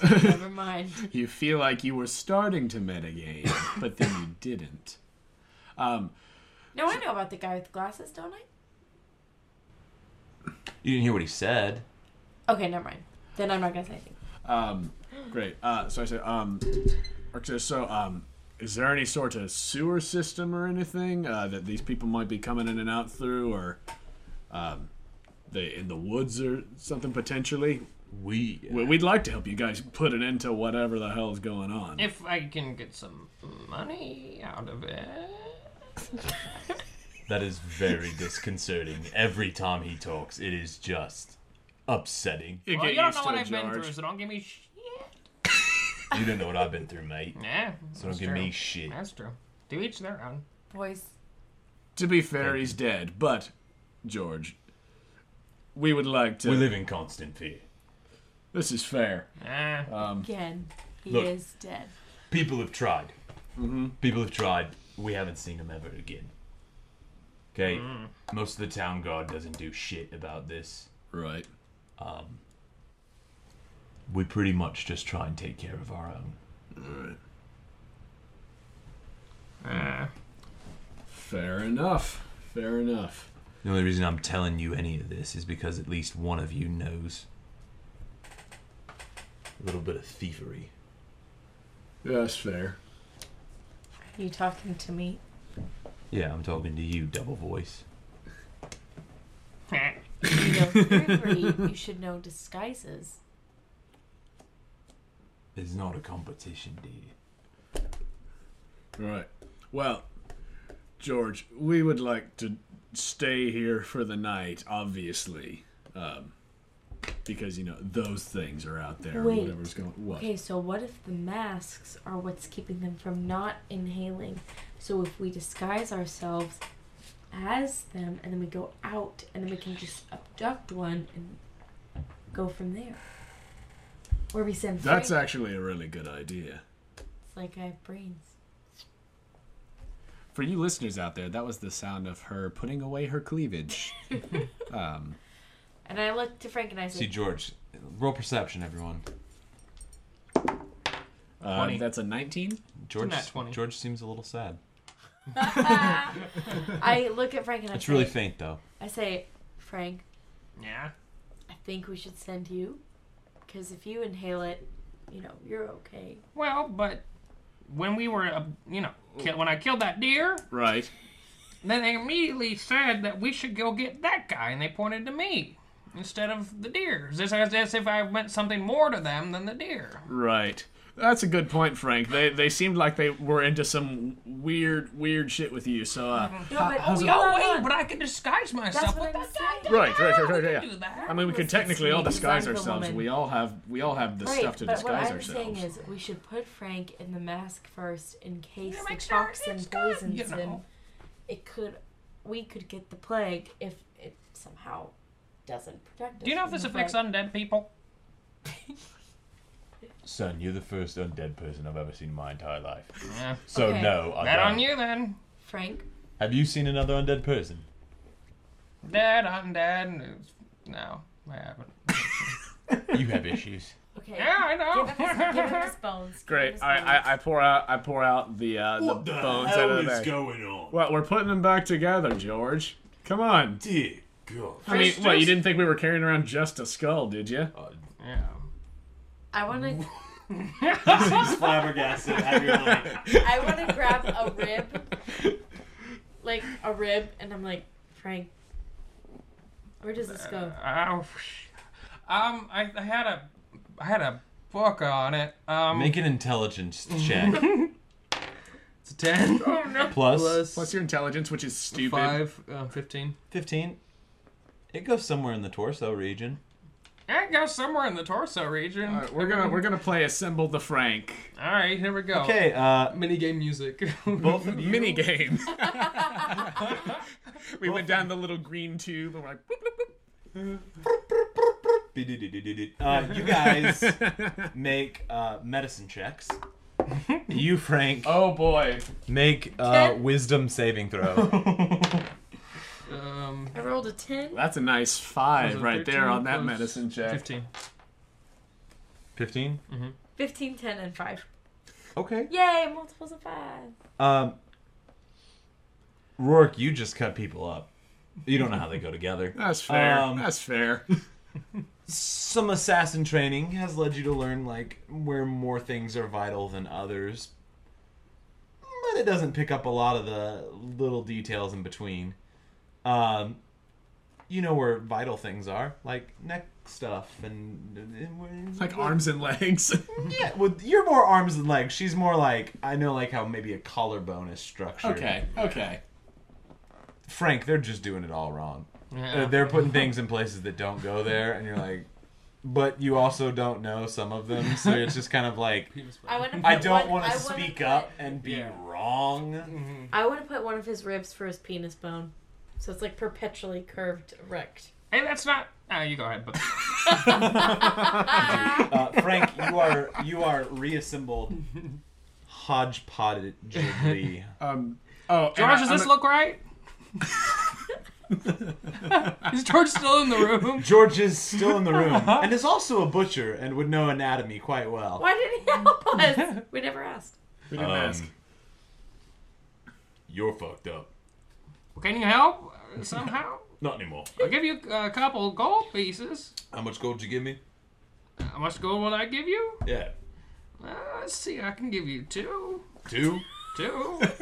B: So never mind.
D: You feel like you were starting to metagame, but then you didn't. Um,
B: No, I know about the guy with the glasses, don't I?
A: You didn't hear what he said.
B: Okay, never mind. Then I'm not gonna say anything.
D: um, great. Uh, so I said, um, okay, so um, is there any sort of sewer system or anything uh, that these people might be coming in and out through, or um, they in the woods or something potentially?
A: We
D: We- uh, We'd like to help you guys put an end to whatever the hell's going on.
C: If I can get some money out of it.
A: that is very disconcerting. Every time he talks, it is just upsetting.
D: You
C: Well,
D: get
C: you don't
D: used
C: know
D: to
C: what
D: it,
C: I've been
D: George.
C: through, so don't give me shit.
A: You don't know what I've been through, mate.
C: Nah,
A: So don't
C: that's
A: give
C: true.
A: me shit.
C: That's true. Do each their own.
B: Boys,
D: To be fair, he's dead, but George, we would like to.
A: We live in constant fear.
D: This is fair.
C: Nah.
B: again, he
A: Look.
B: is dead.
A: People have tried. People have tried. We haven't seen them ever again. Okay? Most of the town guard doesn't do shit about this.
D: Right.
A: We pretty much just try and take care of our own.
C: Eh.
D: Fair enough. Fair enough.
A: The only reason I'm telling you any of this is because at least one of you knows a little bit of thievery.
D: That's fair.
B: Are you talking to me?
A: Yeah, I'm talking to you, double voice.
B: You know thievery, you should know disguises.
A: It's not a competition, dear.
D: Right. Well, George, we would like to stay here for the night, obviously. Um, because, you know, those things are out there. or
B: Wait.
D: Whatever's going What?
B: Okay, so what if the masks are what's keeping them from not inhaling? So if we disguise ourselves as them and then we go out and then we can just abduct one and go from there. Or we send
D: That's
B: Frank.
D: actually a really good idea.
B: It's like I have brains.
H: For you listeners out there, that was the sound of her putting away her cleavage.
B: And I look to Frank and I
A: See,
B: say,
A: George, roll perception, everyone.
H: Uh, that's a 19.
A: George,
C: Nat 20.
A: George seems a little sad. [laughs]
B: I look at Frank and I
A: It's
B: say,
A: really faint, though.
B: I say, Frank,
C: Yeah.
B: I think we should send you because if you inhale it, you know you're okay.
C: Well, but when we were, uh, you know, ki- when I killed that deer,
D: Right.
C: then they immediately said that we should go get that guy, and they pointed to me instead of the deer. This as, as if I meant something more to them than the deer.
D: Right. That's a good point, Frank. They they seemed like they were into some weird weird shit with you. So uh,
B: No, but
C: Oh, wait, but I can disguise myself
B: what
C: with
B: I'm
C: that guy.
B: saying.
D: right, right, right, right,
C: I
D: yeah.
C: can do that.
D: I mean, we could
B: Listen,
D: technically all
B: Steve,
D: disguise
B: I'm the
D: ourselves.
B: woman.
D: We all have we all have the
B: Right,
D: stuff to
B: but
D: disguise
B: what I'm saying
D: ourselves.
B: is we should put Frank in the mask first in case
C: Yeah,
B: the
C: make sure
B: toxin
C: it's good,
B: poisons
C: you know.
B: him. It could, we could get the plague if it somehow doesn't protect us.
C: Do you know if
B: from
C: this
B: the
C: affects
B: plague.
C: undead people?
A: Son, you're the first undead person I've ever seen in my entire life.
C: Yeah.
A: So
B: Okay.
A: no, I
C: Bet
A: don't.
C: on you then.
B: Frank?
A: Have you seen another undead person?
C: Dead, undead. news. No, I haven't.
A: You have issues.
B: Okay.
C: Yeah, I
B: Give him his, give him
C: know.
B: his bones. Give him
D: Great.
B: his
D: I,
B: bones.
D: I I pour out I pour out the uh,
R: What
D: the,
R: the
D: bones out
R: hell
D: of
R: is
D: the bag.
R: going on?
D: Well, we're putting them back together, George. Come on.
R: Dear God.
D: I mean,
C: Just-
D: what you didn't think we were carrying around just a skull, did you?
C: [laughs] yeah.
B: I want
C: [laughs]
B: to.
R: He's flabbergasted at your line.
B: I want to grab a rib, like a rib, and I'm like, Frank, where does this go?
C: Oh, sh- um, I, I had a, I had a book on it. Um,
A: Make an intelligence check. it's a
C: [laughs]
A: 10.
C: oh no.
A: Plus,
D: Plus your intelligence, which is stupid.
C: Five, uh, fifteen.
A: 15. It goes somewhere in the torso region.
C: Yeah, it goes somewhere in the torso region.
D: All right, we're gonna we're gonna play assemble the Frank
C: All right, here we go.
A: Okay, uh,
C: Mini game music. [laughs]
A: both of you.
D: [laughs] mini game.
H: [laughs]
D: we went down the little green tube and we're like, "Boop, boop, boop."
A: Uh, you guys make uh, medicine checks. You, Frank,
D: oh boy,
A: make uh, wisdom saving [laughs] throw.
C: um,
B: I rolled a ten.
D: that's a nice five
C: Was it
D: right there
C: 13
D: on that
C: plus
D: medicine check.
C: fifteen.
A: 15?
B: 15, 10, and 5.
A: Okay.
B: Yay, multiples of 5.
A: Um, Rourke, you just cut people up. You don't know how they go together.
D: That's fair.
A: Um,
D: that's fair.
A: some assassin training has led you to learn like where more things are vital than others but it doesn't pick up a lot of the little details in between um you know where vital things are like neck stuff and, and
D: Like arms and legs. [laughs]
A: yeah well you're more arms and legs she's more like i know like how maybe a collarbone is structured
D: okay, okay.
A: frank they're just doing it all wrong Uh, they're putting things in places that don't go there, and you're like, but you also don't know some of them, so it's just kind of
B: [laughs]
A: like
B: I want to.
A: I don't want
B: I
A: to
B: wanna
A: speak
B: put-
A: up and be wrong.
B: I want to put one of his ribs for his penis bone, so it's like perpetually curved, erect.
C: Hey, that's not. Ah, you go ahead. But
A: Uh, Frank, you are you are reassembled, hodgepodgedly.
D: Oh, and
C: George,
D: I-
C: does
D: I'm
C: this
D: a-
C: look right?
D: [laughs]
C: Is George still in the room?
A: George is still in the room and is also a butcher and would know anatomy quite well.
B: Why didn't he help
C: [laughs]
B: us? We never asked.
D: We didn't ask.
R: Um, You're fucked up.
C: Can you help uh, somehow?
R: Not anymore.
C: I'll give you a couple gold pieces.
R: How much gold did you give me?
C: How much gold will I give you?
R: Yeah.
C: Uh, let's see, I can give you two.
R: Two?
C: Two.
H: [laughs]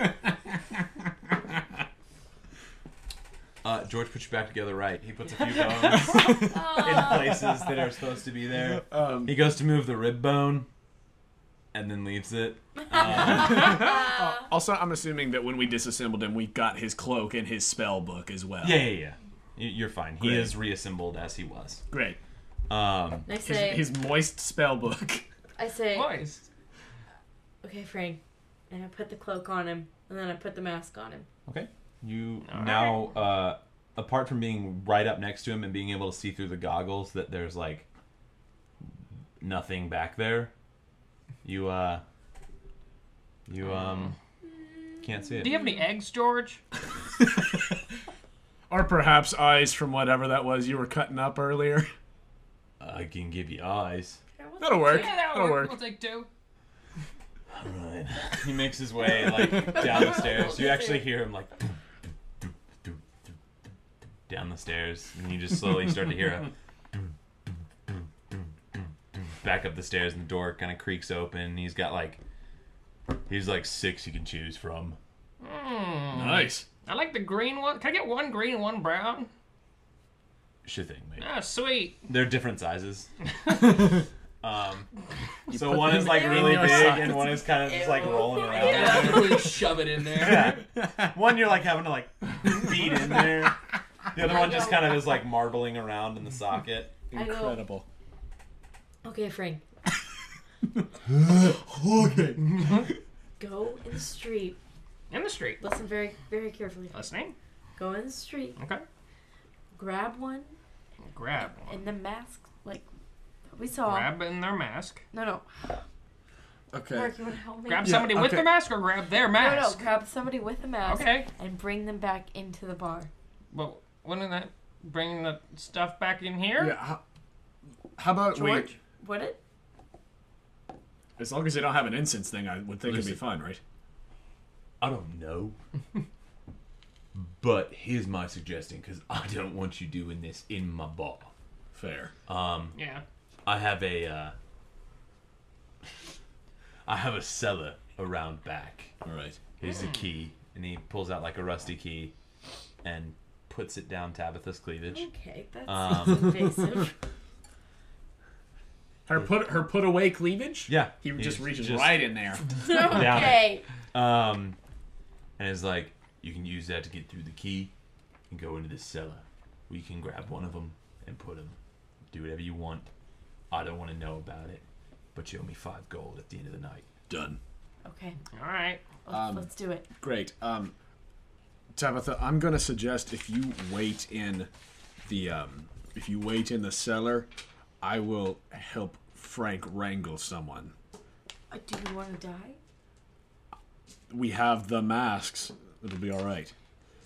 A: Uh, George puts you back together right. He puts a few bones
C: [laughs]
A: in places that are supposed to be there. he goes to move the rib bone and then leaves it.
D: Also, I'm assuming that when we disassembled him, we got his cloak and his spell book as well.
A: Yeah, yeah, yeah. You- You're fine. He
D: Great.
A: is reassembled as he was.
D: Great.
A: Um,
B: And I
D: His,
B: say,
D: his moist spell book. [laughs]
B: I say,
C: Nice.
B: okay, Frank, and I put the cloak on him, and then I put the mask on him.
A: okay. You now, uh, apart from being right up next to him and being able to see through the goggles that there's like nothing back there, you uh, you um, can't see it.
C: Do you have any eggs, George?
D: Or perhaps eyes from whatever that was you were cutting up earlier.
A: I can give you eyes.
D: That'll work. That'll
C: We'll
D: work.
C: take two.
A: He makes his way like down the stairs. You actually hear him like doop, doop, doop, doop, doop, doop, down the stairs, and you just slowly start to hear a doop, doop, doop, doop, doop, doop, back up the stairs, and the door kind of creaks open. And he's got like he's like six you can choose from.
D: Nice.
C: I like the green one. Can I get one green and one brown?
A: Sure thing, mate.
C: Ah, sweet.
H: [laughs]
A: They're different sizes. um, so one is like really big, and one is kind of just like rolling around.
C: really shove it in there.
A: [laughs] One you're like having to like beat in there. The other one just kind of is like marbling around in the socket.
H: Incredible.
B: Okay, Frank. okay. Go in the street.
C: In the street.
B: Listen very, very carefully.
C: Listening?
B: Go in the street.
C: Okay.
B: Grab one,
C: Grab one.
B: and the mask, like we saw.
C: Grab in their mask.
B: No, no.
H: [laughs] Okay.
B: Mark, you want to help me?
C: Grab somebody with
H: okay.
C: their mask or grab their
B: no, no.
C: mask?
B: Grab somebody with a mask.
C: Okay.
B: And bring them back into the bar.
C: Well, wouldn't that bring the stuff back in here?
H: Yeah. How, how about we?
B: George, would it?
D: As long as they don't have an incense thing, I would think it'd be fun, right?
R: I don't know. but here's my suggestion because I don't want you doing this in my bar.
D: Fair.
C: Yeah.
R: I have a uh, I have a cellar around back.
D: All right.
A: Here's the key, and he pulls out like a rusty key, and puts it down Tabitha's cleavage.
B: Okay, that's
A: Um,
B: [laughs] invasive.
D: Her put her put away cleavage.
A: yeah,
D: He just reaches
A: just-
D: right in there.
A: it.
B: okay.
A: Um, and it's like you can use that to get through the key and go into the cellar. We can grab one of them and put them. Do whatever you want. I don't want to know about it, but you owe me five gold at the end of the night.
D: Done.
B: Okay.
C: All right.
B: Let's, let's do it.
H: Great. Um, Tabitha, I'm gonna suggest if you wait in the um, if you wait in the cellar, I will help Frank wrangle someone.
B: Uh, do you want to die?
H: We have the masks. It'll be all right.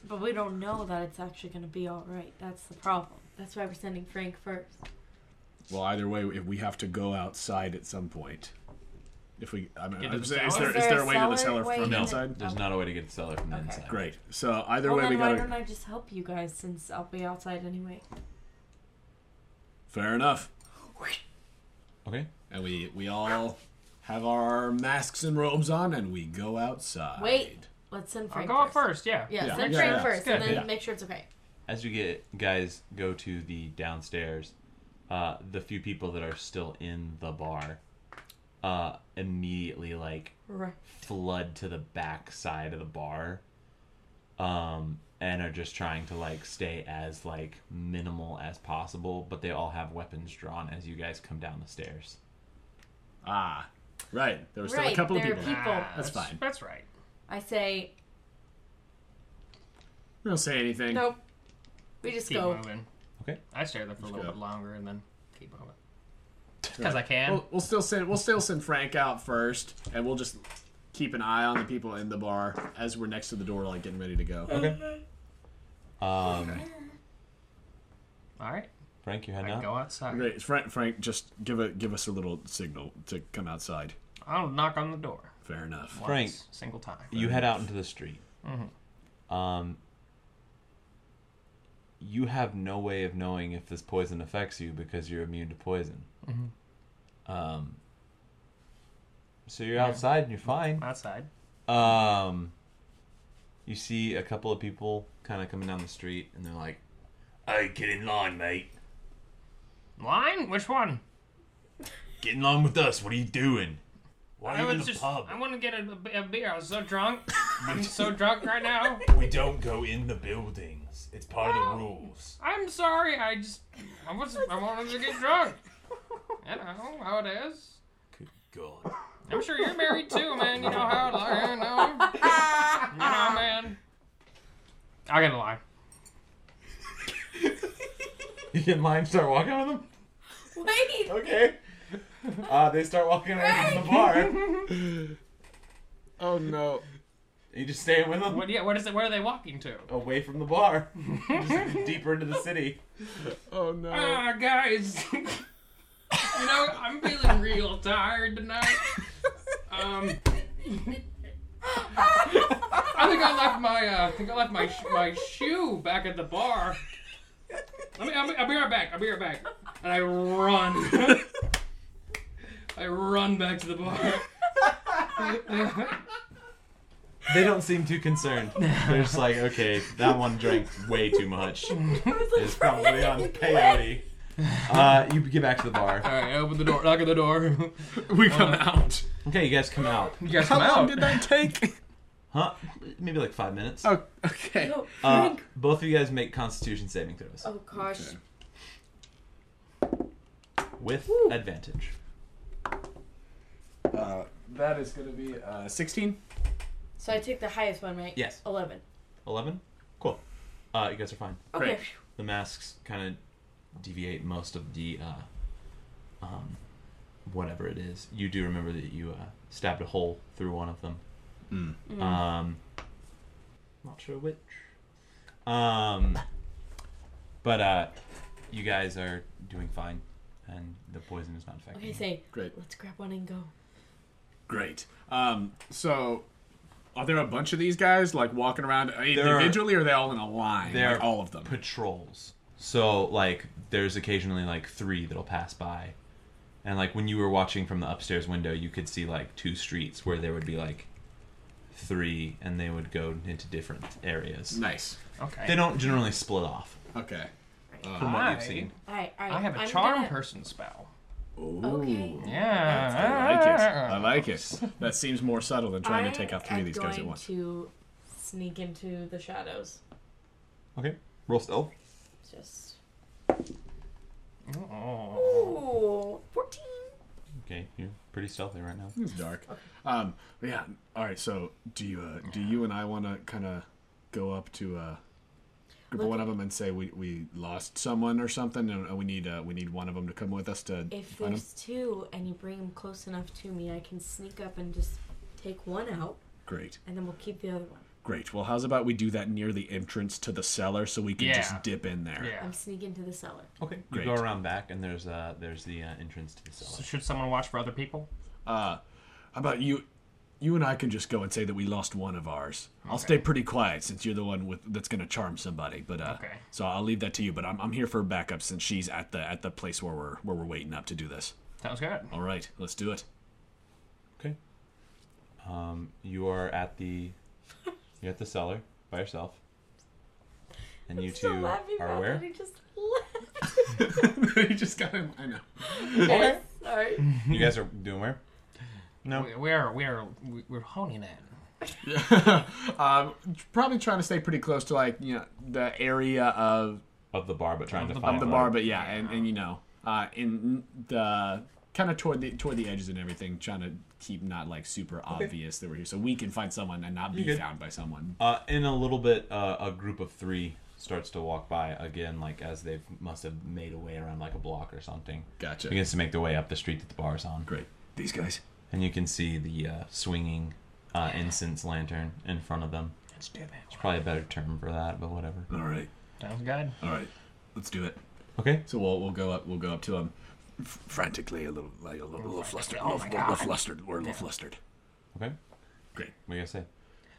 B: But we don't know that it's actually going to be all right. That's the problem. That's why we're sending Frank first.
H: Well, either way, if we have to go outside at some point, if we, I mean,
C: Get to
H: I'm
C: the
H: saying, is
C: cellar?
H: there
B: Is
H: is
B: there
H: there
B: a
H: a way to
B: cellar
H: the cellar
B: way
H: from
B: in?
H: the outside?
A: There's not a way to get the cellar from the
B: Okay.
A: inside.
H: Great. So either
B: Well,
H: way,
B: then
H: we
B: why
H: gotta.
B: don't I just help you guys since I'll be outside anyway?
H: Fair enough.
A: Okay.
H: And we we all have our masks and robes on, and we go outside.
B: Wait. Let's send
C: I'll
B: Frank
C: go out
B: first.
C: first, yeah.
B: Yeah,
H: Yeah.
B: send
H: Yeah,
B: Frank
H: yeah.
B: first, and
C: Good.
B: then
H: Yeah.
B: make sure it's okay.
A: As you get guys go to the downstairs, uh, the few people that are still in the bar, uh, immediately like
B: Right.
A: flood to the back side of the bar, um, and are just trying to like stay as like minimal as possible, but they all have weapons drawn as you guys come down the stairs.
H: Ah, right. There were still
B: Right,
H: a couple of
B: there are
H: people.
B: people.
H: That's fine.
C: Ah, That's right.
B: I say,
D: We don't say anything.
B: nope. We just
C: Keep
B: go.
C: moving.
A: Okay.
C: I stare at them for a little
H: go.
C: bit longer and then keep moving. Because I can.
D: We'll, we'll still send we'll still send Frank out first, and we'll just keep an eye on the people in the bar as we're next to the door, like getting ready to go.
A: Um,
C: All right.
A: Frank, you
C: I
A: heading
C: can
A: out?
C: go outside.
H: Great. Frank, Frank, just give a give us a little signal to come outside.
C: I'll knock on the door.
H: Fair enough.
C: Once,
A: Frank.
C: Single time.
A: you head out into the street. Um, you have no way of knowing if this poison affects you because you're immune to poison. Um, so you're outside and you're fine.
C: Outside.
A: Um, you see a couple of people kind of coming down the street and they're like, "Hey, get in line, mate.
C: Line? Which one?
A: Get in line with us. What are you doing? Why
C: I
A: are you in
C: was
A: the
C: just.
A: pub?
C: I want to get a, a beer. I was so drunk. I'm so drunk right now.
A: We don't go in the buildings. It's part of the rules."
C: I'm sorry. I just. I was. I wanted to get drunk. I know how it is.
A: Good [laughs] God.
C: I'm sure you're married too, man. You know how it is. You know. You know, man. I gotta lie.
A: You get in line, and start walking with them.
B: Wait!
A: Okay. Uh, they start walking away from the bar. Are
H: [laughs] Oh no.
A: you just staying with them?
C: What? Yeah. What is it? Where are they walking to?
A: Away from the bar.
C: [laughs]
A: Just deeper into the city.
H: Oh no.
C: Ah, guys. [laughs] you know, I'm feeling real tired tonight. Um, I think I left my, uh, I think I left my sh- my shoe back at the bar. Let me, I'll be, I'll be right back. I'll be right back. And I run. I run back to the bar.
A: They don't seem too concerned. They're just like, okay, that one drank way too much.
B: [laughs]
A: It's probably on peyote. Uh, you get back to the bar.
C: All right, I open the door. Knock at the door. Uh,
D: We come out.
A: Okay, you guys come out.
C: You guys
D: How
C: come
D: long
C: out.
D: did that take?
A: Huh? Maybe like five minutes.
D: oh, okay.
B: No,
A: Uh,
B: Frank.
A: both of you guys make Constitution saving throws
B: oh gosh.
A: with advantage.
H: Uh, that is gonna be uh, sixteen.
B: So I took the highest one, right?
A: Yes.
B: Eleven.
A: Eleven. Cool. Uh, you guys are fine.
B: Okay.
D: Great.
A: the masks kind of deviate most of the uh, um, whatever it is. You do remember that you uh, stabbed a hole through one of them.
D: Hmm.
B: Mm.
A: Um, not sure which. Um, but uh, you guys are doing fine, and the poison is not affecting.
B: Okay,
A: you.
B: say,
H: Great.
B: let's grab one and go.
D: Great. Um, so, are there a bunch of these guys like walking around
A: are-
D: individually, or are they all in a line?
A: They're-
D: Like, all of them.
A: patrols. So like there's occasionally like three that'll pass by. And like when you were watching from the upstairs window, you could see like two streets where there would be like three and they would go into different areas.
D: Nice.
A: They
C: Okay.
A: don't generally split off
D: Okay.
A: from what
C: I-
A: you've seen.
B: Alright, alright.
C: I have a
B: I'm
C: charm
B: gonna-
C: person spell.
H: Ooh.
B: Okay.
C: Yeah.
H: I like it. I like it. That seems more subtle than trying to take out three
B: I'm
H: of these guys at
B: going
H: once.
B: to sneak into the shadows.
A: Okay. Roll stealth.
B: Just.
C: Oh.
B: Ooh, 14.
A: Okay, you're pretty stealthy right now.
H: It's dark. Um, but yeah. All right. So do you uh, do you and I want to kind of go up to uh, group of one of them and say we, we lost someone or something and we need uh, we need one of them to come with us to
B: If
H: find him?
B: there's two and you bring them close enough to me, I can sneak up and just take one out,
H: Great.
B: and then we'll keep the other one.
H: Great. Well, how's about we do that near the entrance to the cellar so we can
C: Yeah.
H: just dip in there.
C: Yeah.
B: I'm sneaking to the cellar.
A: Okay. You
H: Great.
A: go around back and there's uh there's the uh, entrance to the
C: So
A: cellar.
C: should someone watch for other people?
H: How about you? You and I can just go and say that we lost one of ours. I'll stay pretty quiet since you're the one with that's gonna charm somebody. But uh,
C: Okay.
H: so I'll leave that to you. But I'm, I'm here for backup since she's at the at the place where we're where we're waiting up to do this.
C: Sounds good.
H: All right, let's do it.
A: Okay. Um, you are at
D: [laughs]
A: the you're at the cellar by yourself. And you two
B: Still laughing
A: are
B: about
A: aware.
B: that. I just [laughs] left.
D: [laughs] you just got him. I know.
B: Sorry.
A: You guys are doing where?
C: No. We, we are we are we- we're honing in.
D: um, probably trying to stay pretty close to like you know the area of
A: of the bar, but trying to
D: of
A: find
D: the
A: like-
D: bar, but yeah, and, and you know, uh, in the kind of toward the toward the edges and everything, trying to keep not like super obvious that we're here, so we can find someone and not be
A: You're good.
D: found by someone.
A: Uh, in a little bit, uh, a group of three starts to walk by again, like as they must have made a way around like a block or something.
D: Gotcha.
A: Begins to make their way up the street that the bar's on.
D: Great. These guys.
A: And you can see the uh, swinging uh, incense lantern in front of them.
D: Let's do that.
A: It's probably a better term for that, but whatever.
D: All right.
C: Sounds good.
D: All right. Let's do it.
A: Okay.
D: So we'll we'll go up we'll go up to um, him f- frantically a little like a little, a little flustered a little, little flustered we're a little flustered.
A: Okay.
D: Great.
A: What do you guys say?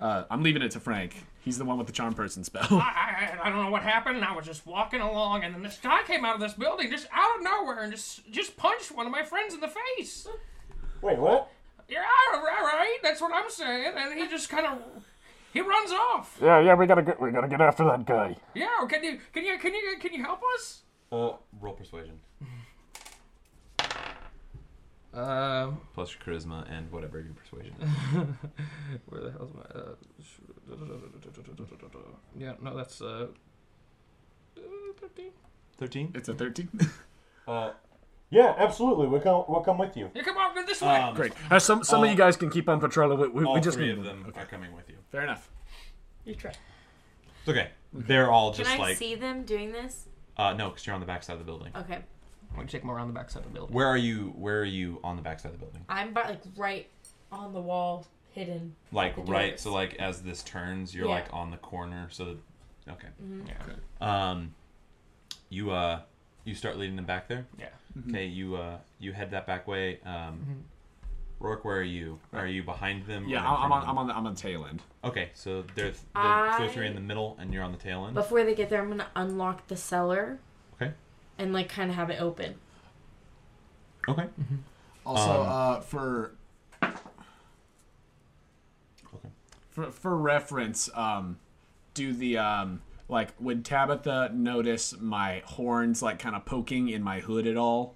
D: Uh, I'm leaving it to Frank. He's the one with the charm person spell. [laughs]
C: I, I, I don't know what happened. I was just walking along, and then this guy came out of this building just out of nowhere and just just punched one of my friends in the face.
S: Wait, what?
C: Yeah, all right, that's what I'm saying. And he just kind of he runs off.
S: Yeah, yeah, we gotta get, we gotta get after that guy.
C: Yeah, can you can you can you can you help us?
A: Oh, roll persuasion
C: Uh,
A: plus your charisma and whatever your persuasion.
D: [laughs]
A: Is.
C: where the hell's my? Uh, yeah, no, that's uh, thirteen.
A: Thirteen.
D: it's a [laughs] 13.
A: Uh,
S: Yeah, absolutely. We'll come, we'll come with you.
C: Yeah, come on, this way.
A: um,
D: Great. Uh, some some of you guys can keep on patrolling. We, we,
A: All
D: we just
A: three
D: need
A: of
D: one.
A: them are coming with you.
D: Fair enough.
B: You try.
A: It's okay. They're all
B: Can
A: just
B: I
A: like
B: see them doing this?
A: uh, no, because you're on the back side of the building.
B: Okay.
C: I'm gonna take him around the backside of the building.
A: Where are you? Where are you on the back side of the building?
B: I'm about, like right on the wall, hidden.
A: like
B: the
A: right
B: doors.
A: so like as this turns you're
B: Yeah.
A: like
B: Mm-hmm.
A: on the corner so that okay um you uh you start leading them back there
C: Yeah.
A: okay you uh you head that back way um Rourke, where are you? Are you behind them? or in
D: Mm-hmm. Yeah, I'm, I'm
A: front of
D: on I'm
A: them?
D: on the I'm on the tail end.
A: Okay, so they're, th- they're, so three in the middle, and you're on the tail end.
B: Before they get there, I'm gonna unlock the cellar
A: Okay.
B: and like kind of have it open.
A: Okay.
D: Also, uh, for
A: Okay.
D: for for reference, um, do the um, like would Tabitha notice my horns like kind of poking in my hood at all?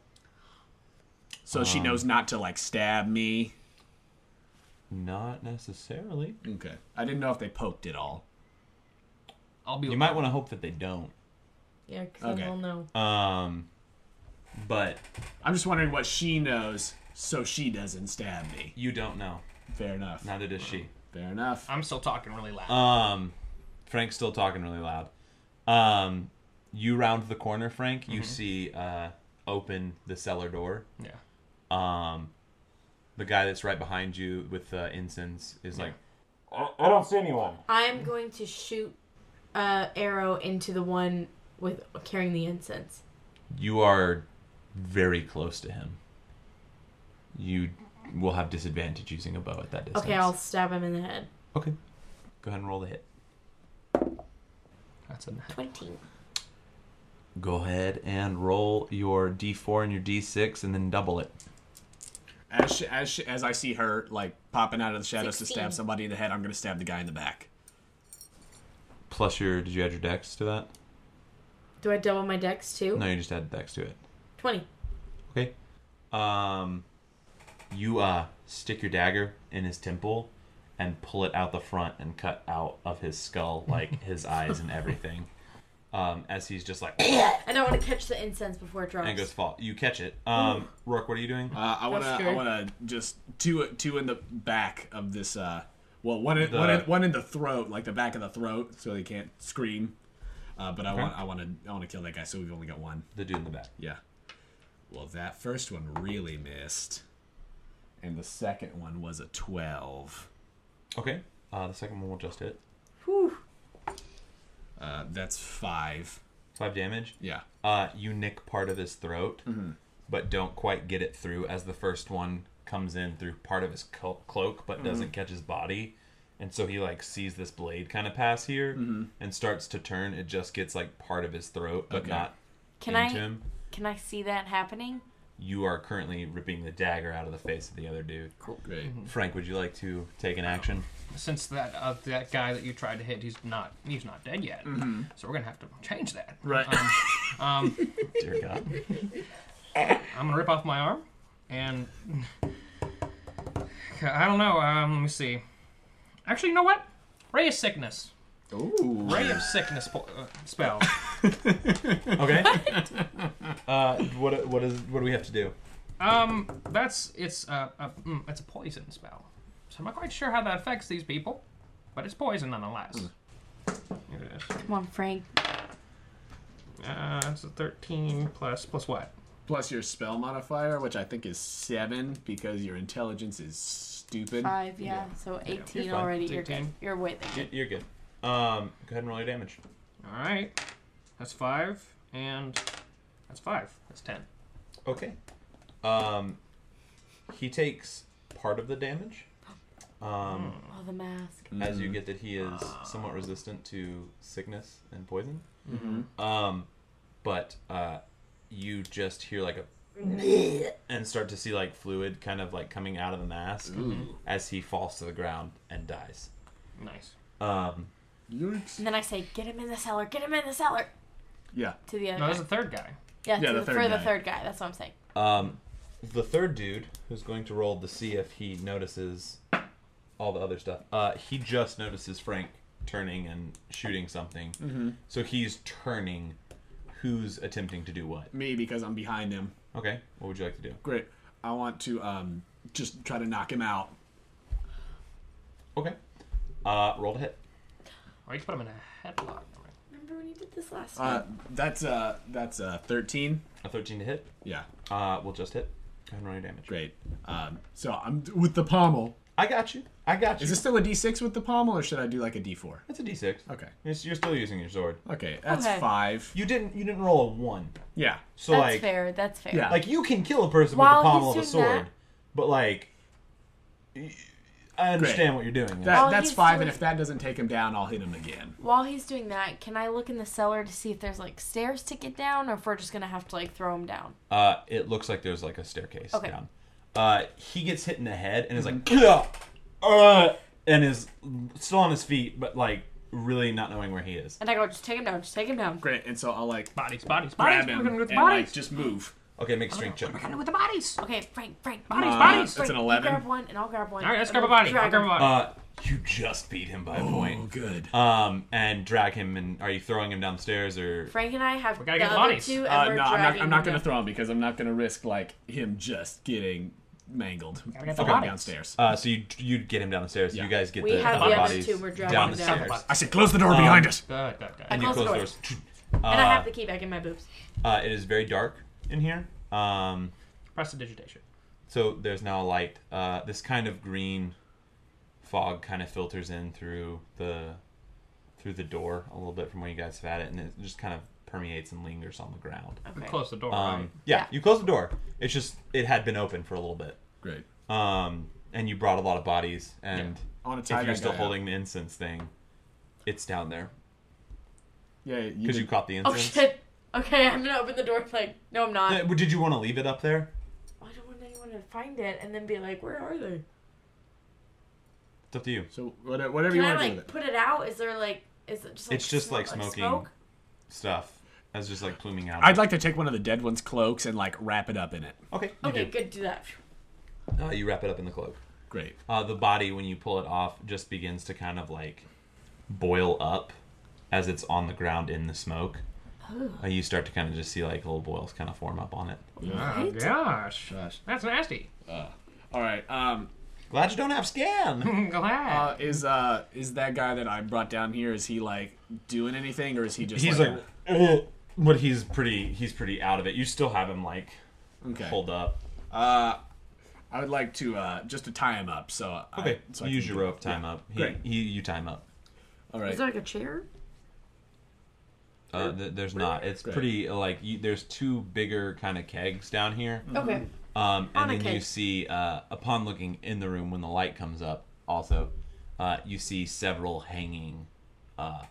D: So she knows not to like stab me.
A: Not necessarily.
D: Okay, I didn't know if they poked at all.
C: I'll be.
A: You might want to hope that they don't.
B: Yeah, because
D: Okay.
B: I don't know.
A: Um, but
D: I'm just wondering what she knows, so she doesn't stab me.
A: you don't know.
D: Fair enough.
A: Neither does she.
D: Fair enough.
C: I'm still talking really loud.
A: Um, Frank's still talking really loud. Um, you round the corner, Frank. You see uh, open the cellar door.
C: yeah.
A: Um, the guy that's right behind you with the incense is like,
S: I, I don't see anyone.
B: I'm going to shoot uh, arrow into the one with carrying the incense.
A: you are very close to him. You will have disadvantage using a bow at that distance.
B: Okay, I'll stab him in the head.
A: Okay. Go ahead and roll the hit.
C: That's enough.
B: Twenty.
A: Go ahead and roll your d4 and your d6 and then double it.
D: As she, as she, as I see her like popping out of the shadows to
B: 16.
D: stab somebody in the head, I'm gonna stab the guy in the back.
A: Plus your, did you add your dex to that?
B: Do I double my dex too?
A: No, you just added dex to it.
B: Twenty.
A: Okay. Um, you uh stick your dagger in his temple and pull it out the front and cut out of his skull like his eyes and everything. Um, as he's just like
B: I don't want to catch the incense before it drops.
A: and it goes fall. You catch it. Um, Rourke, what are you doing?
D: Uh, I wanna I
B: scary.
D: wanna just two two in the back of this. Uh, well, one in,
A: The-
D: one, in, one in the throat, like the back of the throat, so they can't scream. Uh, but I
A: Okay.
D: want I want to I want to kill that guy, so we've only got one.
A: The dude in the back.
D: Yeah. Well, that first one really missed, and the second one was a twelve.
A: Okay. Uh, the second one will just hit
D: Uh, that's five.
A: five damage.
D: Yeah.
A: Uh, you nick part of his throat, but don't quite get it through as the first one comes in through part of his clo- cloak, but doesn't catch his body. And so he like sees this blade kind of pass here and starts to turn. It just gets like part of his throat, but
D: Okay.
A: not
B: Can
A: into
B: I
A: him.
B: can I see that happening?
A: You are currently ripping the dagger out of the face of the other dude.
D: Great.
A: Frank, would you like to take an action?
C: Since that uh, that guy that you tried to hit, he's not he's not dead yet. So we're gonna have to change that. Um,
D: Right.
A: Dear God.
C: I'm gonna rip off my arm, [laughs] and I don't know. Um, let me see. Actually, you know what? Ray of sickness.
H: Ooh.
C: Ray of sickness po- uh, spell.
A: Okay. uh, what what is what do we have to do?
C: Um, that's it's uh, a mm, it's a poison spell. So I'm not quite sure how that affects these people, but it's poison nonetheless.
A: Hmm.
C: Here it is.
B: Come on, Frank.
C: Uh, it's a 13 plus plus what?
H: Plus your spell modifier, which I think is seven because your intelligence is stupid.
B: Five, yeah. So 18
C: You're fine.
B: already. You're good.
C: 18.
B: You're way there.
A: Y- You're good. Um, go ahead and roll your damage.
C: All right, that's five, and that's five. That's ten.
A: Okay. Um, he takes part of the damage. Um,
B: Oh, the mask.
A: as you get that he is somewhat resistant to sickness and poison. Um, but uh, you just hear like a and start to see like fluid kind of like coming out of the mask as he falls to the ground and dies.
C: Nice.
A: Um,
H: Yikes.
B: And then I say, get him in the cellar. Get him in the cellar.
H: Yeah.
B: To the other
C: No,
B: guy.
C: there's a third guy.
B: Yeah,
H: Yeah,
B: to
H: the
B: the
H: third
B: for the
H: guy.
B: third guy. That's what I'm saying.
A: um, the third dude who's going to roll to see if he notices all the other stuff. Uh, he just notices Frank turning and shooting something,
H: Mm-hmm.
A: so he's turning. Who's attempting to do what?
H: Me because I'm behind him.
A: Okay, what would you like to do?
H: Great. I want to um just try to knock him out.
A: Okay. Uh, roll to hit.
C: Or you can put him in a headlock.
B: Remember when you did this last
H: Uh
B: time?
H: that's uh that's uh thirteen.
A: A 13 to hit.
H: Yeah.
A: Uh, we'll just hit. Go ahead and roll your damage.
H: Great. Um so I'm with the pommel.
A: I got you. I got you.
H: Is this still a D six with the pommel or should I do like a D four?
A: That's a d6.
H: Okay.
A: It's- you're still using your sword.
H: Okay, that's
B: Okay. Oh,
H: five.
A: You didn't. You didn't roll a one.
H: Yeah.
A: So
B: That's
A: like,
B: fair. That's fair.
H: Yeah.
A: like you can kill a person
B: While
A: with the pommel of a
B: he's doing
A: sword,
B: that-
A: but like, y- I understand what you're doing.
H: That,
B: Oh,
H: that's
B: he's
H: five,
B: doing-
H: and if that doesn't take him down, I'll hit him again.
B: While he's doing that, can I look in the cellar to see if there's like stairs to get down, or if we're just gonna have to like throw him down?
A: Uh, it looks like there's like a staircase
B: Okay.
A: down. Uh, he gets hit in the head and is like,
H: Mm-hmm.
A: get up, uh, and is still on his feet, but like really not knowing where he is.
B: And I go, just take him down. Just take him down.
H: Great, and so I'll like
C: Bodies, bodies, bodies.
H: grab
C: We're
H: him
C: gonna go with
H: and
C: the
H: like
C: bodies.
H: just move.
A: Okay, make a strength check.
C: We're gonna go with the bodies.
B: Oh, Okay, Frank, Frank,
C: Bodies,
H: Uh,
C: bodies.
H: That's
B: Frank,
H: an
B: you Grab
H: eleven.
B: one, and I'll grab one.
C: All right, let's
B: and
C: grab a
B: then
C: body.
B: drag
C: I'll grab a
B: him.
C: body.
A: Uh, you just beat him by a point.
H: Oh, good.
A: Um, and drag him, and are you throwing him downstairs or?
B: Frank and I have
C: gotta
B: the
C: get
B: other
C: bodies.
B: two, and
H: Uh,
B: we're
H: no, I'm not.
B: dragging
H: I'm not
B: him
H: gonna
B: down.
H: throw him because I'm not gonna risk like him just getting mangled.
C: get the
H: Falling
C: bodies.
H: downstairs.
A: Uh, so you you get him down the stairs.
H: Yeah.
A: You guys get
B: We
A: the,
B: have
A: the
B: the other
A: bodies
B: two, we're dragging
A: down the
B: down.
A: stairs,
H: I said, close the door behind us.
C: Good, good, good.
A: and you
B: Close the
A: close the
B: doors.
A: doors.
B: and I have the key back in my boobs.
A: Uh, it is very dark in here. Um,
C: Press the digitation.
A: so there's now a light. Uh, this kind of green fog kind of filters in through the through the door a little bit from where you guys have had it, and it just kind of permeates and lingers on the ground.
B: Okay.
C: Close the door.
A: Um,
C: right?
A: yeah,
B: Yeah.
A: you close the door. It's just it had been open for a little bit.
H: Great.
A: Um, and you brought a lot of bodies, and
H: I want to tie
A: if you're
H: that
A: still
H: guy up.
A: holding the incense thing, it's down there
H: yeah, you
A: because
H: did-
A: you caught the
B: Oh
A: incense.
B: shit. Okay, I'm gonna open the door. Like, no, I'm not.
A: Uh, well, Did you want to leave it up there?
B: I don't want anyone to find it and then be like, where are they?
A: It's up to you.
H: So whatever, whatever
B: Can
H: you
B: I
H: want to do
B: like
H: with it.
B: put it out? Is there like, is it just like
A: It's just,
B: smoke-
A: like, smoking.
B: smoke?
A: Stuff as just like pluming out.
H: I'd like to take one of the dead one's cloaks and like wrap it up in it.
A: okay, you
B: Okay,
A: do.
B: good. Do that.
A: Uh, you wrap it up in the cloak.
H: Great.
A: Uh, the body, when you pull it off, just begins to kind of like boil up as it's on the ground in the smoke. Uh, you start to kind of just see like little boils kind of form up on it.
C: Oh gosh,
H: Gosh.
C: that's nasty. [laughs]
H: All right. Um,
A: Glad you don't have scan.
C: Glad.
H: uh, is uh, is that guy that I brought down here? Is he like doing anything, or is he
A: [laughs]
H: just?
A: he's like, "Ugh," but he's pretty. He's pretty out of it. You still have him like
H: okay.
A: pulled up.
H: Uh, I would like to uh, just to tie him up. So I-
A: Okay,
H: so I
A: use
H: can-
A: your rope. Time up. He,
H: Great.
A: he, you time up.
H: All right.
B: Is there like a chair?
A: Uh, th- there's not. It's
H: Great.
A: pretty uh, like you, there's two bigger kind of kegs down here,
B: Okay.
A: um,
B: On
A: and
B: a
A: then you
B: keg.
A: see uh, upon looking in the room when the light comes up, also uh, you see several hanging uh,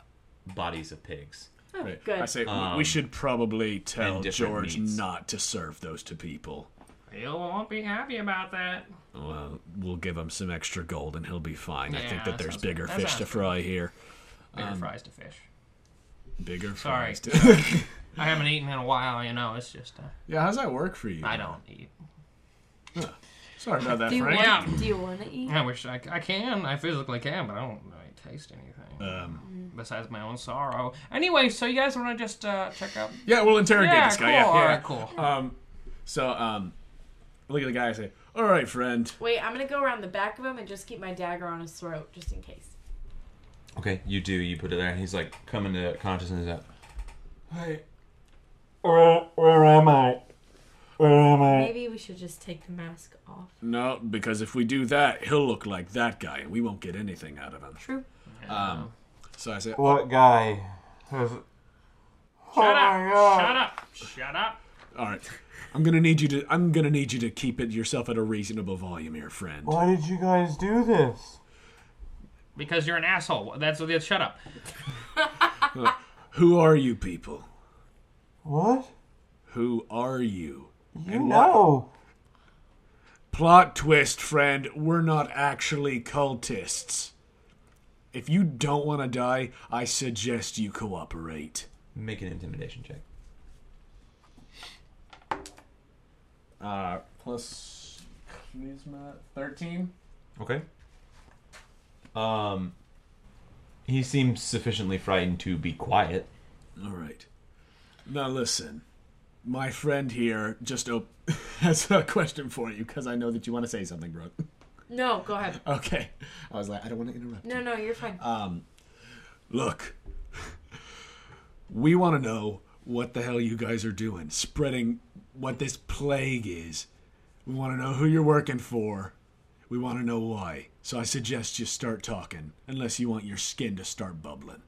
A: bodies of pigs.
C: Oh,
H: Right.
B: Good.
H: I say we- we should probably tell
A: and different
H: George
A: meats.
H: not to serve those to people.
C: You won't be happy about that.
H: Well, we'll give him some extra gold and he'll be fine. I
C: Yeah,
H: think
C: that
H: that there's
C: sounds good.
H: bigger
C: That
H: fish to
C: sounds
H: fry here.
C: Bigger fries to fish.
H: Bigger
C: Sorry.
H: fries. [laughs] To...
C: I haven't eaten in a while. You know, it's just uh,
H: yeah, how's that work for you?
C: I don't eat.
D: Sorry about that,
B: Do you
D: Frank.
C: Yeah.
B: want? Do you want to eat?
C: I wish I, c- I can. I physically can, but I don't really taste anything
D: Um,
C: besides my own sorrow. Anyway, so you guys want to just uh, check out?
D: yeah, we'll interrogate
C: yeah,
D: this
C: cool.
D: guy. Yeah,
C: All
D: yeah.
C: right, cool.
D: Um, so um, look at the guy and say, "All right, friend."
B: Wait, I'm gonna go around the back of him and just keep my dagger on his throat just in case.
A: Okay, you do. You put it there, and he's like coming to consciousness. Up. Hey, where, where am I? Where am I?
B: Maybe we should just take the mask off.
D: No, because if we do that, he'll look like that guy, and we won't get anything out of him.
B: True.
D: Um, so I say,
A: What guy? Has...
C: Shut up! Shut up! Shut up!
D: "All right, I'm gonna need you to. I'm gonna need you to keep it yourself at a reasonable volume, here, friend."
A: Why did you guys do this?
C: Because you're an asshole. That's what. Shut up.
D: Who are you people?
A: What?
D: Who are you?
A: You know.
D: Plot twist, friend. We're not actually cultists. If you don't want to die, I suggest you cooperate.
A: Make an intimidation check.
H: Uh, plus charisma, thirteen.
A: Okay. Um, he seems sufficiently frightened to be quiet.
D: All right. Now listen, my friend here just op- [laughs] has a question for you because I know that you want to say something, bro. [laughs]
B: No, go ahead.
D: Okay. I was like, I don't want to interrupt.
B: No, no, you're fine.
D: Look, we want to know what the hell you guys are doing, spreading what this plague is. We want to know who you're working for. We want to know why. So I suggest you start talking, unless you want your skin to start bubbling.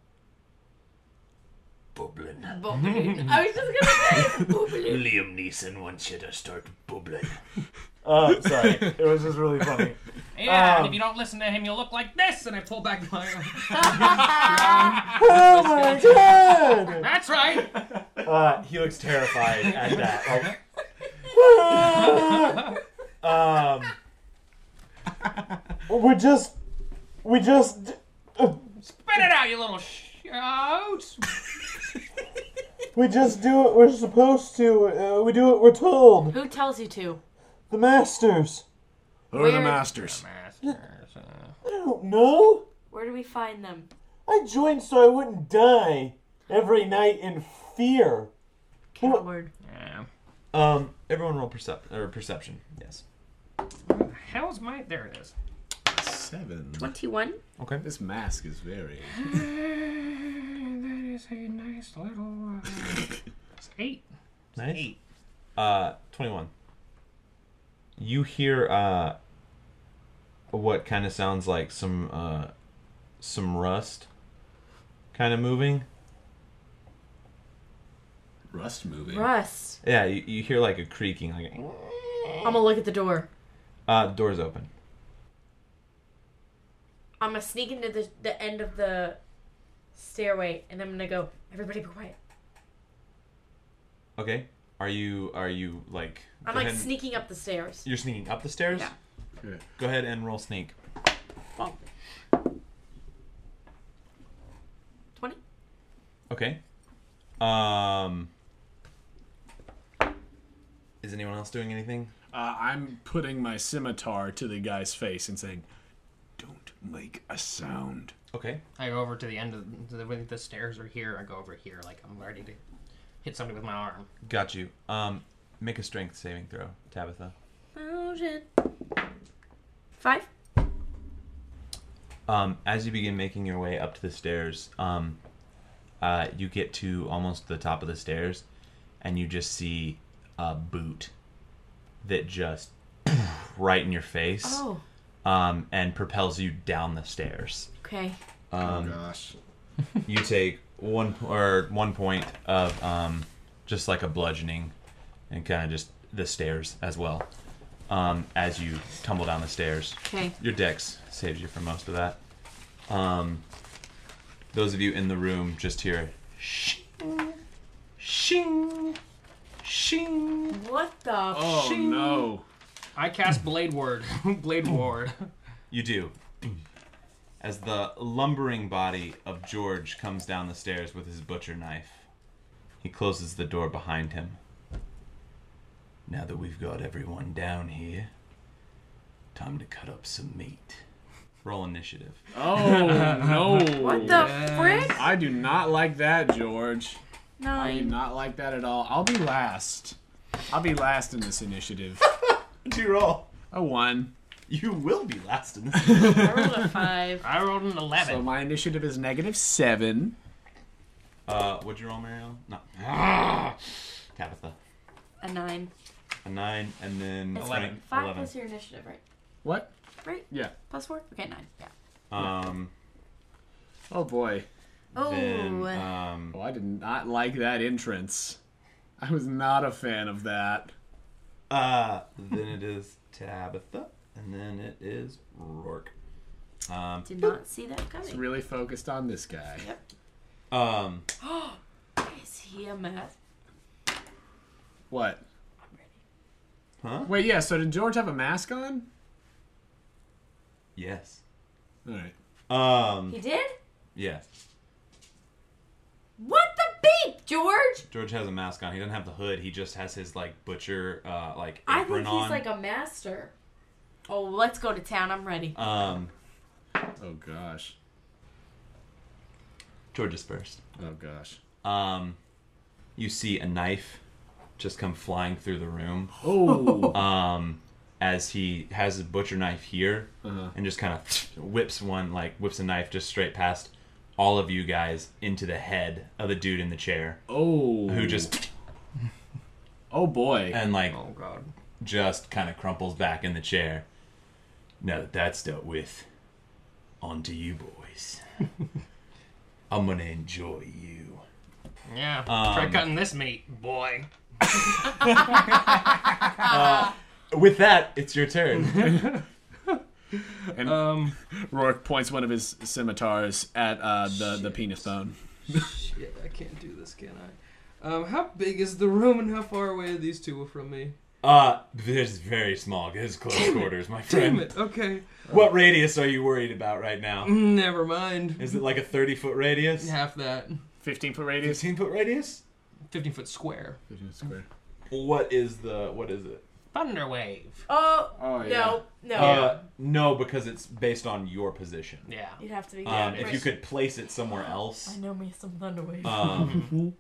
T: Bubbling.
A: Uh,
B: Bubbling. I was just gonna say bubbling.
T: Liam Neeson wants you to start bubbling.
A: Oh, sorry. it was just really funny.
C: Yeah, and if you don't listen to him, you'll look like this. And I pull back my.
A: [laughs] Oh my god!
C: [laughs] That's right.
A: Uh, he looks terrified at that. Like, um, [laughs] we just, we just,
C: Spit it out, you little shoot.
A: we just do what we're supposed to. Uh, we do what we're told.
B: Who tells you to?
A: The masters.
D: Who are the
B: Where-
D: masters?
A: I don't know.
B: Where do we find them?
A: I joined so I wouldn't die every night in fear.
B: Coward.
C: Yeah.
A: Um, everyone roll percep- or perception. Yes.
C: Hell's my. There it is.
H: Seven.
B: Twenty-one.
A: Okay.
H: This mask is very.
C: That is a nice little. [laughs] Uh, it's eight.
A: Nice. Uh, 21. You hear uh, what kind of sounds like some uh, some rust kind of moving.
H: Rust movie.
B: Rust.
A: Yeah, you, you hear like a creaking. Like
B: I'm gonna look at the door.
A: uh, doors open.
B: I'm gonna sneak into the the end of the stairway, and I'm gonna go. Everybody, be quiet.
A: Okay. Are you are you like?
B: I'm
A: go
B: like
A: ahead and-
B: sneaking up the stairs.
A: You're sneaking up the stairs.
B: Yeah.
A: Okay. Go ahead and roll sneak.
B: Twenty.
A: Okay. Um. Is anyone else doing anything?
D: Uh, I'm putting my scimitar to the guy's face and saying, "Don't make a sound."
A: Okay.
C: I go over to the end of the, the, way the stairs are here. I go over here like I'm ready to hit somebody with my arm.
A: Got you. Um, make a strength saving throw, Tabitha.
B: Oh shit. Five.
A: Um, as you begin making your way up to the stairs, um, uh, you get to almost the top of the stairs, and you just see a boot that just [clears throat] right in your face,
B: Oh.
A: um, and propels you down the stairs. Um,
B: Okay.
H: oh gosh.
A: [laughs] You take one p- or one point of um, just like a bludgeoning, and kind of just the stairs as well. Um, as you tumble down the stairs.
B: Okay.
A: Your dex saves you from most of that. Um, those of you in the room just hear shing, shing, shing.
B: What the?
D: Oh
A: Shing.
D: no!
C: I cast Blade Ward. [laughs] Blade Ward.
A: You do. As the lumbering body of George comes down the stairs with his butcher knife, he closes the door behind him. Now that we've got everyone down here, Time to cut up some meat. Roll initiative.
D: Oh
H: [laughs]
D: no!
F: What the frick?
D: I do not like that, George. I do
H: [laughs]
F: Nine.
D: not like that at all. I'll be last. I'll be last in this initiative.
A: Do you roll?
D: A one.
A: You will be last in this.
B: I rolled a five.
C: I rolled an eleven.
D: So my initiative is negative seven.
A: [laughs] uh, what'd you roll, Mario? No. [sighs] Ah! Tabitha.
B: A nine.
A: A nine, and then
B: It's
A: Frank.
B: Five plus your initiative, right?
D: What?
B: Right?
D: Yeah.
B: Plus four? Okay, nine. Yeah.
A: Um,
D: Oh boy.
B: Oh,
A: then, um,
D: Oh, I did not like that entrance. I was not a fan of that.
A: uh, then it is Tabitha, and then it is Rourke. Um,
B: did not see that
D: It's
B: coming.
D: really focused on this guy.
A: um,
B: Is he a mess?
D: What?
A: Huh?
D: Wait, yeah. So did George have a mask on?
A: yes.
D: All right.
A: Um,
B: He did?
A: yes.
B: What the beep, George?
A: George has a mask on. He doesn't have the hood. He just has his like butcher uh like
B: I
A: apron
B: think
A: on.
B: he's like a master. Oh, let's go to town. I'm ready.
A: um
D: Oh gosh.
A: George is first.
D: Oh gosh.
A: Um you see a knife just come flying through the room.
D: Oh.
A: [laughs] Um as he has his butcher knife here
D: Uh-huh.
A: and just kind of whips one like whips a knife just straight past all of you guys into the head of the dude in the chair
D: oh.
A: who just
D: Oh boy.
A: and like
C: Oh god.
A: just kind of crumples back in the chair. Now that that's dealt with, on to you boys. I'm gonna enjoy you.
C: Yeah.
U: Um,
C: Try cutting this meat, boy.
A: With that, it's your turn.
C: Um.
D: Rourke points one of his scimitars at uh, the the penis bone.
U: Shit, I can't do this, can I? Um, how big is the room and how far away are these two from me?
A: uh, this is very small. This is close quarters, my
U: Damn
A: friend.
U: it, okay. Mm,
A: What radius are you worried about right
C: Mm-hmm.
A: now?
U: Never mind.
A: Is it like a 30 foot radius?
U: Half that.
D: Fifteen foot radius.
A: 15 foot radius?
U: 15 foot square.
D: Square.
A: What is the what is it?
C: Thunderwave.
F: Oh,
D: Oh yeah.
F: no, no.
A: Uh, no, because it's based on your position.
C: Yeah.
F: You'd have to be
A: Um,
F: down
A: if you could place it somewhere else,
F: I know me some Thunderwave.
A: Um,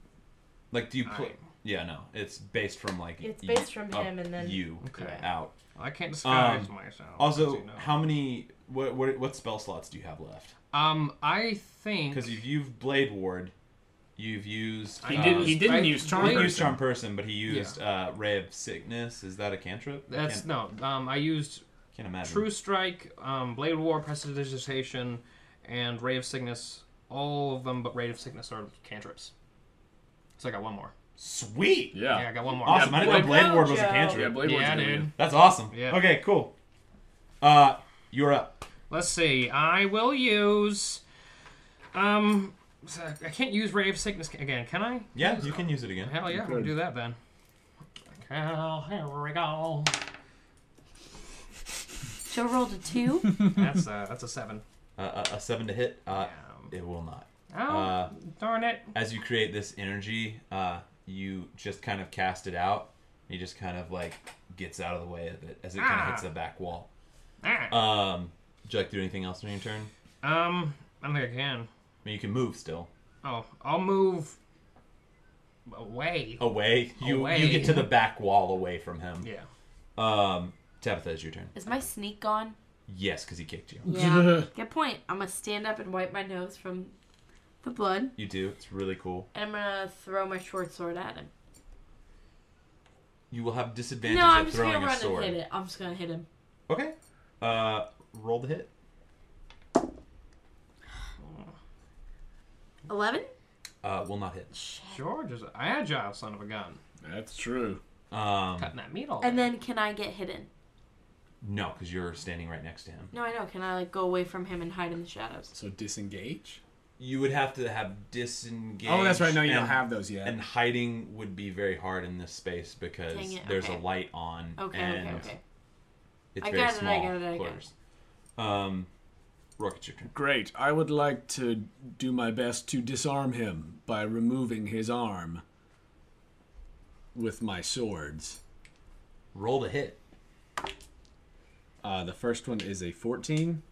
A: like, do you put?
C: Alright.
A: Yeah, no. It's based from like.
F: It's
A: y-
F: based from
A: up
F: him and then-
A: you
C: Okay.
A: out.
C: I can't disguise
A: Um,
C: myself. as
A: Also,
C: you know.
A: how many? What what what spell slots do you have left?
C: Um, I think
A: Because you've used Blade Ward, you've used.
C: He
A: uh,
C: didn't-
D: He
C: he
D: didn't
C: didn't
D: use
A: he
D: charm.
A: didn't use charm person, but he used uh, Ray of Sickness. Is that a cantrip? I
C: that's
A: can't,
C: no. Um, I used
A: can't imagine.
C: True Strike, um, Blade War, Prestidigitation, and Ray of Sickness. All of them, but Ray of Sickness are cantrips. So I got one more.
A: Sweet.
C: Yeah,
D: Yeah.
C: I got one more.
A: Awesome. I didn't know
F: Blade-
A: Blade Ward was a
F: Mojo.
A: cantrip.
D: Yeah, Blade
C: Yeah,
D: Ward's gonna
C: dude.
A: That's awesome.
C: Yeah.
A: Okay, cool. Uh, you're up.
C: Let's see. I will use. Um, so I can't use Ray of Sickness again, can I?
A: Yeah, you can use it again.
C: Hell yeah, we'll do that then. Hell, here we go.
B: Joe rolled a two.
C: [laughs] That's a, that's a seven.
A: Uh, a, a seven to hit. Uh,
C: Um,
A: it will not.
C: oh,
A: Uh,
C: darn it.
A: as you create this energy, uh, you just kind of cast it out. He just kind of like gets out of the way of it as it kind of
C: Ah.
A: hits the back wall.
C: Ah.
A: Um, would you like to do anything else on your turn?
C: Um, I don't think I can.
A: I mean, you can move still.
C: Oh, I'll move away.
A: Away, you
C: Away.
A: you get to the back wall away from him.
C: Yeah.
A: Um, Tabitha, it's your turn.
B: Is my sneak gone?
A: Yes, because he kicked you.
B: Yeah. Good point. I'm gonna stand up and wipe my nose from the blood,
A: You do. It's really cool.
B: and I'm gonna throw my short sword at him.
A: You will have disadvantage
B: no, I'm
A: at
B: just
A: throwing
B: gonna
A: a
B: run and
A: sword.
B: hit it. I'm just gonna hit him.
A: Okay. Uh, roll the hit.
B: Eleven.
A: Uh, will not hit.
C: George is an agile son of a gun.
D: That's true.
A: Um,
C: Cutting that meat all
B: And
C: day.
B: then can I get hidden?
A: no, because you're standing right next to him.
B: No, I know. Can I like go away from him and hide in the shadows?
D: So disengage.
A: You would have to have disengage.
D: Oh, that's right. No, you don't
A: and-
D: have those yet.
A: And hiding would be very hard in this space because
B: Dang it,
A: there's
B: okay.
A: a light on.
B: Okay,
A: and
B: okay, okay.
A: It's
B: I
A: very
B: got it, I
A: small
B: got it, I got
A: quarters. Um, Rourke, it's your turn.
D: Great. I would like to do my best to disarm him by removing his arm with my swords.
A: Roll the hit.
H: Uh, the first one is a 14.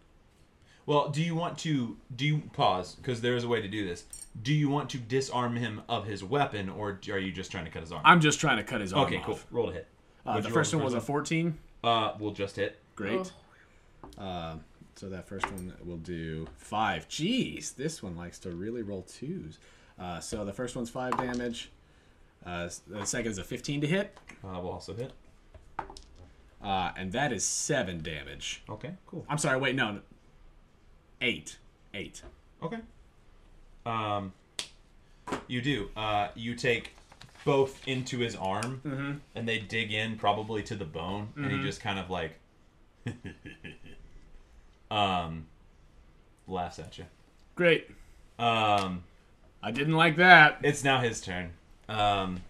A: Well, do you want to do you pause because there is a way to do this? Do you want to disarm him of his weapon, or are you just trying to cut his arm?
H: I'm just trying to cut his arm
A: okay,
H: off.
A: cool. Roll a hit.
H: Uh,
A: What'd
H: the
A: you roll
H: first one was a 14.
A: Uh, we'll just hit.
H: Great.
A: Oh.
H: Uh, so that first one will do five. Jeez, this one likes to really roll twos. Uh, so the first one's five damage. Uh, s- the second is a 15 to hit,
A: Uh, we'll also hit.
H: uh, and that is seven damage.
A: Okay, cool.
H: I'm sorry, wait, no. no. Eight. Eight.
A: Okay. Um, you do. Uh, you take both into his arm, and they dig in probably to the bone, and he just kind of like, [laughs] um, laughs at you.
D: Great.
A: Um,
D: I didn't like that.
A: it's now his turn. Um,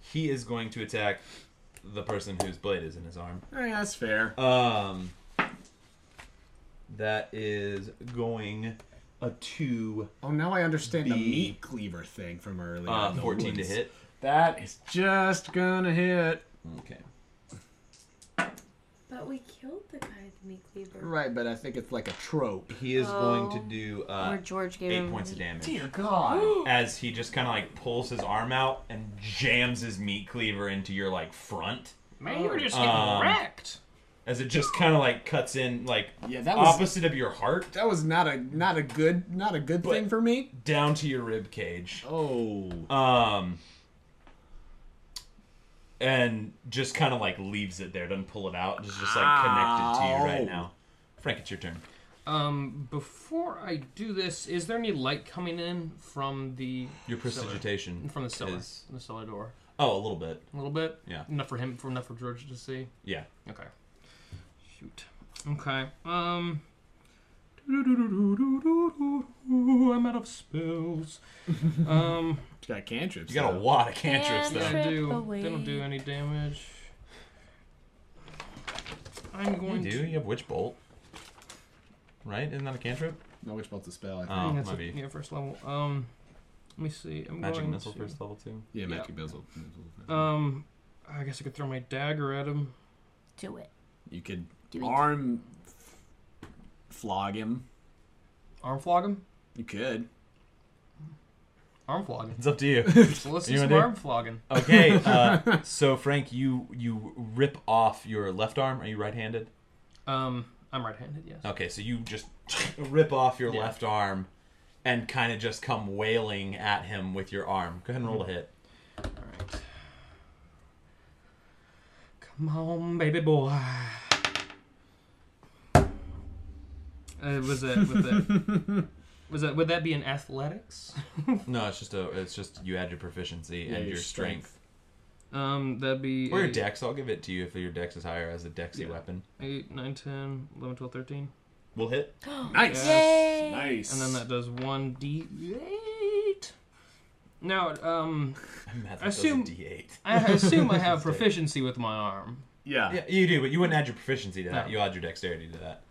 A: he is going to attack the person whose blade is in his arm.
D: Eh, that's fair.
A: Um, that is going a two,
H: Oh, now I understand the
A: Be-
H: meat cleaver thing from earlier.
A: uh,
H: in the
A: fourteen to
H: woods.
A: hit.
D: That is just gonna hit.
A: Okay.
F: But we killed the guy with the meat cleaver.
H: Right, but I think it's like a trope.
A: He is
B: Oh.
A: going to do uh,
B: Or George gave
A: eight
B: him
A: points of damage
H: God.
A: as he just kind of like pulls his arm out and jams his meat cleaver into your like front
C: Man, you were just getting
A: Um,
C: wrecked.
A: as it just kind of like cuts in like
H: Yeah, that was
A: opposite of your heart
H: that was not a not a good not a good
A: But-
H: thing for me.
A: down to your rib cage.
H: Oh,
A: Um. And just kind of like leaves it there, doesn't pull it out. It's just like connected to you right
H: Ow.
A: now. Frank, it's your turn.
C: Um, before I do this, is there any light coming in from the
A: Your
C: cellar?
A: prestidigitation
C: from the cellar,
A: is-
C: the cellar door?
A: Oh, a little bit.
C: A little bit.
A: Yeah.
C: Enough for him, for enough for George to see.
A: Yeah.
C: Okay. Shoot. Okay. Um. I'm out of spells. um,
H: she got cantrips.
A: You got a
H: though.
A: lot of cantrips
C: they
A: though.
C: don't do
V: away.
C: they don't do any damage. I'm
A: You
C: going
A: do.
C: to.
A: You have witch bolt, right? Isn't that a cantrip?
H: No, which bolt's a spell? I think.
C: I
A: Oh,
C: think that's
A: might
C: a-
A: be.
C: yeah, first level. Um, let me see. I'm
A: Magic
C: going
A: missile
C: to-
A: first level two.
H: yeah,
C: yeah.
H: magic bills.
C: Um, I guess I could throw my dagger at him.
B: Do it.
H: you could
B: do it.
H: arm flog him.
C: Arm flog him.
H: You could.
C: Arm
A: [laughs]
C: flog him.
A: It's up to you.
C: So let's
A: You
C: do
A: wanna
C: some
A: do-
C: arm flogging.
A: Okay, [laughs] uh, so Frank, you you rip off your left arm. Are you right-handed?
C: Um, I'm right-handed. Yes.
A: Okay, so you just [laughs] rip off your
C: Yeah.
A: left arm and kind of just come wailing at him with your arm. Go ahead and roll a hit.
C: All right. Come on, baby boy. Uh, was that with that? was that? Would that be an athletics?
A: No, it's just a it's just you add your proficiency and your, strength.
C: Um, that'd be
A: or your
C: a-
A: dex. I'll give it to you if your dex is higher as a dexy
C: Yeah.
A: weapon.
C: Eight, nine, ten, eleven, twelve, thirteen.
A: We'll hit.
H: Nice.
C: Yes.
H: Nice.
C: And then that does one d eight. Now, um,
A: [laughs] Math
C: I assume-
A: does a d8.
C: I assume I have proficiency with my arm.
D: Yeah.
A: Yeah, you do, but you wouldn't add your proficiency to that.
C: No.
A: You add your dexterity to that.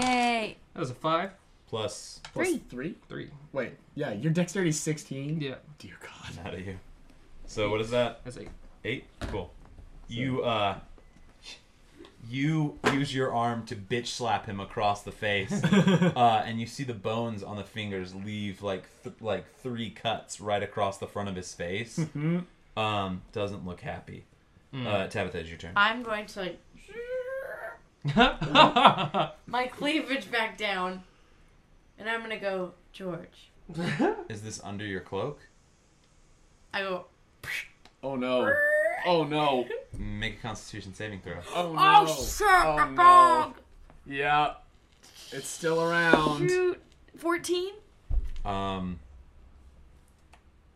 B: Yay.
C: That was a five,
A: Plus,
H: Plus
B: Three.
H: three.
C: three.
H: Wait. Yeah, your dexterity's sixteen.
C: Yeah,
H: Dear God.
A: out of you. So what is that?
C: that's eight.
A: Eight. Cool. You uh, you use your arm to bitch slap him across the face, uh, and you see the bones on the fingers leave like th- like three cuts right across the front of his face. um, doesn't look happy. Uh, Tabitha, it's your turn.
B: I'm going to like my cleavage back down, and I'm gonna go George.
A: Is this under your cloak?
B: I go.
H: Oh no. Oh no.
A: Make a Constitution saving throw.
H: Oh
B: [laughs] Oh,
H: no.
B: shit!
H: Oh,
B: my
H: no.
B: dog.
H: Yeah. It's still around.
B: Shoot. Fourteen.
A: Um,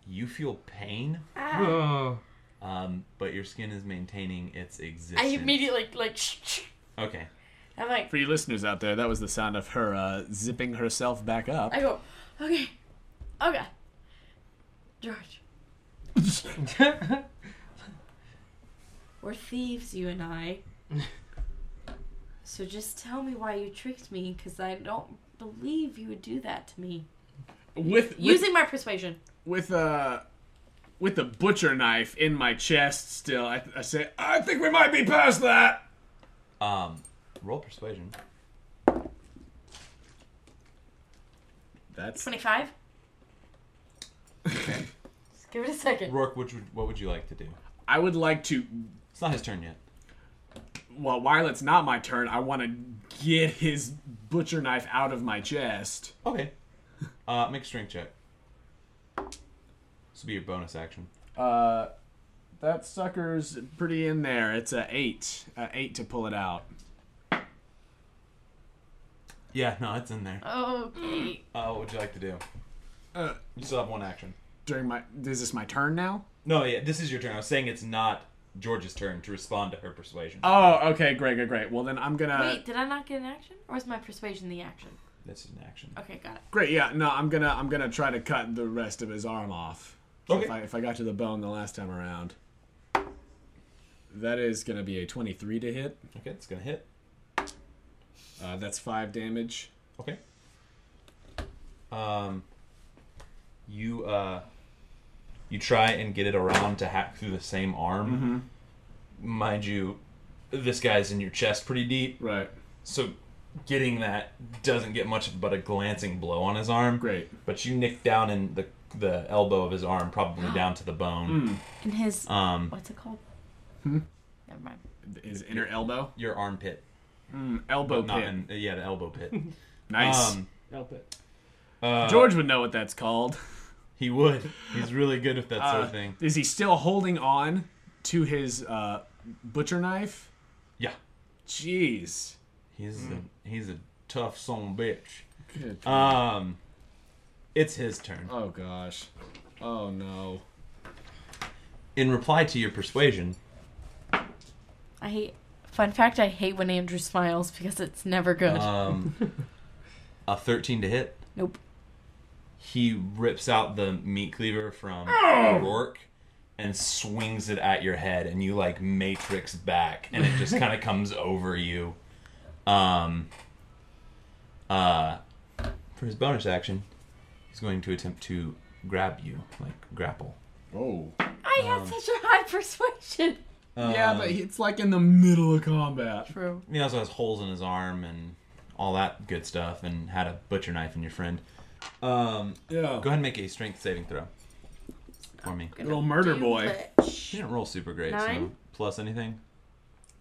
A: you feel pain,
C: [laughs] Oh,
A: um, but your skin is maintaining its existence.
B: I immediately like. Shh, shh.
A: Okay.
B: I'm like.
H: For you listeners out there, that was the sound of her uh, zipping herself back up.
B: I go. Okay. Okay. George, we're thieves, you and
F: [laughs]
B: I. so just tell me why you tricked me, because I don't believe you would do that to me.
D: With with,
B: Using my persuasion.
D: with uh with the butcher knife in my chest still, I, I say I think we might be past that.
A: Um, roll persuasion.
D: That's
B: 25?
A: Okay.
B: Just give it a second.
A: Rourke, which would, what would you like to do?
H: I would like to.
A: It's not his turn yet.
H: Well, while it's not my turn, I want to get his butcher knife out of my chest. [laughs]
A: Okay. Uh, make a strength check. This will be your bonus action.
H: Uh, that sucker's pretty in there. It's a eight, a eight to pull it out.
A: Yeah, no, it's in there.
B: Okay.
A: Uh, what would you like to do?
H: Uh,
A: You still have one action.
H: during my, is this my turn now?
A: No, yeah, this is your turn. I was saying it's not George's turn to respond to her persuasion.
H: Oh, okay, great, great, great. Well, then I'm gonna.
B: Wait, did I not get an action? Or was my persuasion the action?
A: This is an action.
B: Okay, got it.
H: Great, yeah, no, I'm gonna, I'm gonna try to cut the rest of his arm off. So
A: Okay.
H: If I, if I got to the bone the last time around, that is gonna be a twenty-three to hit.
A: Okay, it's gonna hit.
H: Uh, that's five damage.
A: Okay. Um, you uh, you try and get it around to hack through the same arm.
H: Mm-hmm.
A: Mind you, this guy's in your chest pretty deep,
H: Right.
A: so getting that doesn't get much but a glancing blow on his arm.
H: Great.
A: But you nick down in the the elbow of his arm, probably down to the
H: Hmm.
A: bone.
B: And his,
A: Um,
B: what's it called? Hmm? Never mind.
H: His inner elbow.
A: your armpit,
H: Elbow
A: not
H: pin.
A: in, uh, yeah, the elbow pit.
H: [laughs] Nice.
A: Um,
F: Help it.
A: uh,
H: George would know what that's called.
A: he would. He's really good with that sort
H: Uh,
A: of thing.
H: Is he still holding on to his uh, butcher knife?
A: Yeah.
H: Jeez.
A: He's
H: hmm.
A: a he's a tough son of a bitch.
H: Good.
Q: Uh,
A: Um, it's his turn.
H: oh gosh. Oh no.
A: In reply to your persuasion,
B: I hate, fun fact, I hate when Andrew smiles because it's never good.
A: um, a thirteen to hit.
B: nope.
A: He rips out the meat cleaver from Rourke and swings it at your head, and you like matrix back, and it just kind of comes over you. Um, uh, for his bonus action, he's going to attempt to grab you, like grapple.
D: oh.
B: I had such a high persuasion.
H: yeah, but it's like in the middle of combat.
B: True.
A: He also has holes in his arm and all that good stuff, and had a butcher knife in your friend. Um,
H: Yeah.
A: go ahead and make a strength saving throw for me.
H: Little murder boy.
A: You didn't roll super great, so
B: Nine.
A: plus anything.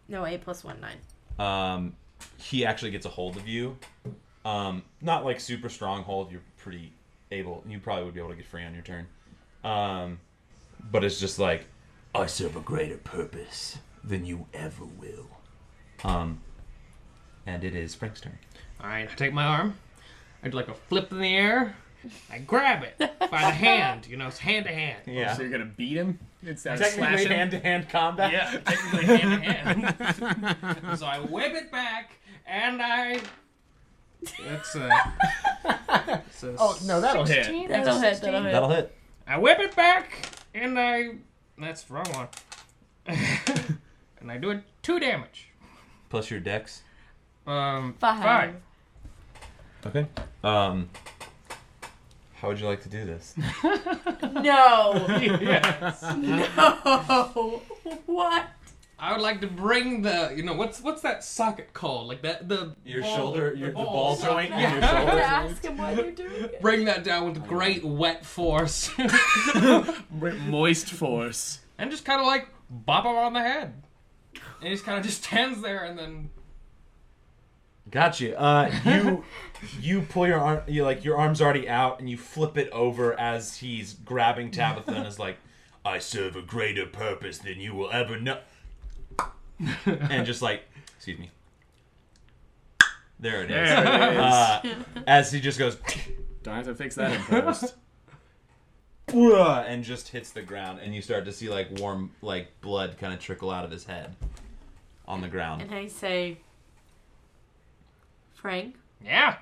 B: No, A plus one, nine.
A: Um, he actually gets a hold of you. Um, not like super strong hold. You're pretty able. You probably would be able to get free on your turn. Um, but it's just like
W: I serve a greater purpose than you ever will.
A: um, and it is Frank's turn.
C: All right, I take my arm. I do like a flip in the air. I grab it by the hand. You know, it's hand to hand.
A: Yeah.
H: So you're gonna beat him instead of
A: Technically,
H: slashing.
A: hand to hand combat.
C: Yeah, technically hand to
H: [laughs]
C: hand. so I whip it back, and I. That's uh. it's a
H: Oh no, that'll hit.
B: 16? That'll hit, that'll hit.
A: That'll hit.
C: I whip it back, and I. That's the wrong one. [laughs] and I do it two damage.
A: Plus your dex.
C: Um,
B: Five.
C: five.
A: Okay. Um, how would you like to do this?
F: [laughs]
B: No.
C: [laughs] Yeah.
B: no. What?
F: I would like to bring the, you know, what's what's that socket called? Like that the
A: Your
F: ball-
A: shoulder, your the ball,
B: [laughs]
F: socket.
A: joint,
F: Yeah.
A: in your
B: I have to
A: shoulder.
B: ask him why you're doing it.
F: Bring that down with great
A: [laughs]
F: wet force,
H: Moist force.
F: and just kind of like bop him on the head, and he just kind of just stands there, and then
A: Got you. Uh,
H: [laughs]
A: you you pull your arm. You like your arm's already out, and you flip it over as he's grabbing Tabitha and is like,
W: I serve a greater purpose than you will ever
H: [laughs]
W: know.
A: and just like, excuse me. There it is.
H: There it is.
A: Uh, as he just goes
H: Don't have to
Q: [laughs]
H: fix that in post.
A: and just hits the ground, and you start to see like warm like blood kind of trickle out of his head on the ground.
B: And I say, Frank,
C: Yeah.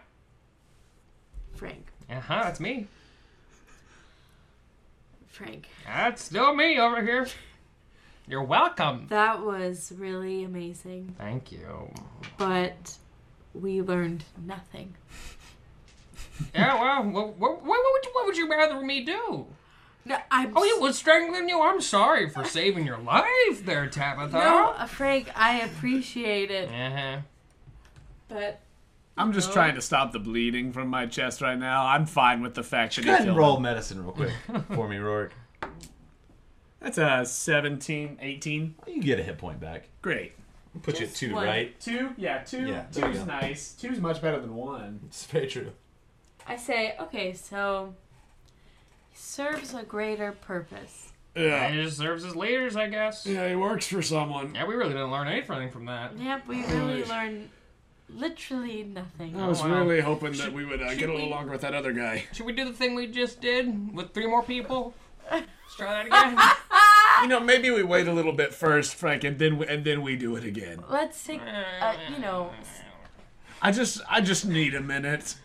B: Frank,
C: Uh
F: Uh-huh,
C: huh. That's me.
B: Frank.
C: That's still me over here. You're welcome.
B: That was really amazing,
C: Thank you.
B: but we learned nothing.
C: Yeah. Well, what, what, what, would you, what would you rather me do?
F: No, I'm.
C: Oh, it was strangling you. I'm sorry for saving your life there, Tabitha.
F: No, uh, Frank, I appreciate it,
C: Uh-huh.
F: but
D: I'm just
F: No.
D: trying to stop the bleeding from my chest right now. I'm fine with the fact that
Q: Go ahead and
D: he killed
Q: roll
D: him.
Q: medicine real quick for me, Rourke.
D: That's a 17, 18.
Q: You get a hit point back.
D: Great.
Q: Put you at
F: Just
Q: two,
F: one.
Q: right?
D: Two, yeah, two.
Q: Yeah, there we
D: two's
Q: go.
D: nice. Two's much better than one.
Q: It's very true.
F: I say, okay, so he serves a greater purpose.
C: And it just serves as leaders, I guess.
D: yeah, he works for someone.
C: Yeah, we really didn't learn anything from that.
F: Yep, we really learn literally nothing.
D: I was
C: wow.
D: really hoping that we would uh, get a little
C: Oh, we-
D: longer with that other guy.
C: Should we do the thing we just did with three more
F: [laughs]
C: people? Let's try that again. Ah!
D: You know, maybe we wait a little bit first, Frank, and then we, and then we do it again.
F: Let's take, uh,
C: [laughs]
F: you know, s-
D: I just I just need a minute.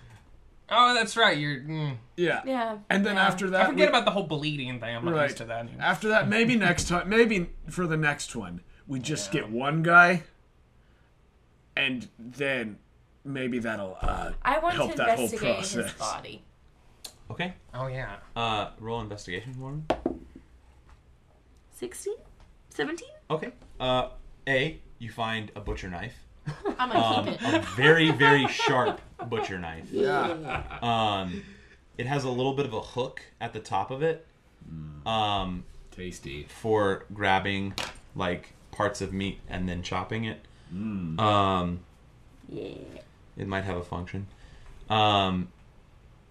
C: oh, that's right. You're. Mm.
D: Yeah.
F: yeah.
D: And then
F: yeah.
D: after that,
C: I forget
D: we-
C: about the whole bleeding thing. I'm not
D: Right.
C: used to that. anymore.
D: After that, maybe next time, maybe for the next one, we just get one guy, and then maybe that'll uh,
F: I want
D: help
F: to
D: that whole
F: investigate his
D: process.
F: body.
A: Okay.
C: Oh
D: [laughs]
C: yeah.
A: Uh, roll investigation for me.
F: 16? 17?
A: Okay. Uh, A, you find a butcher
F: [laughs]
A: knife.
F: I'm gonna
A: Um,
F: keep it.
A: a very,
F: [laughs]
A: very sharp butcher knife.
D: Yeah.
A: Um, it has a little bit of a hook at the top of it. Um,
H: Tasty.
A: for grabbing like parts of meat and then chopping it. Um, yeah. It might have a function. Um,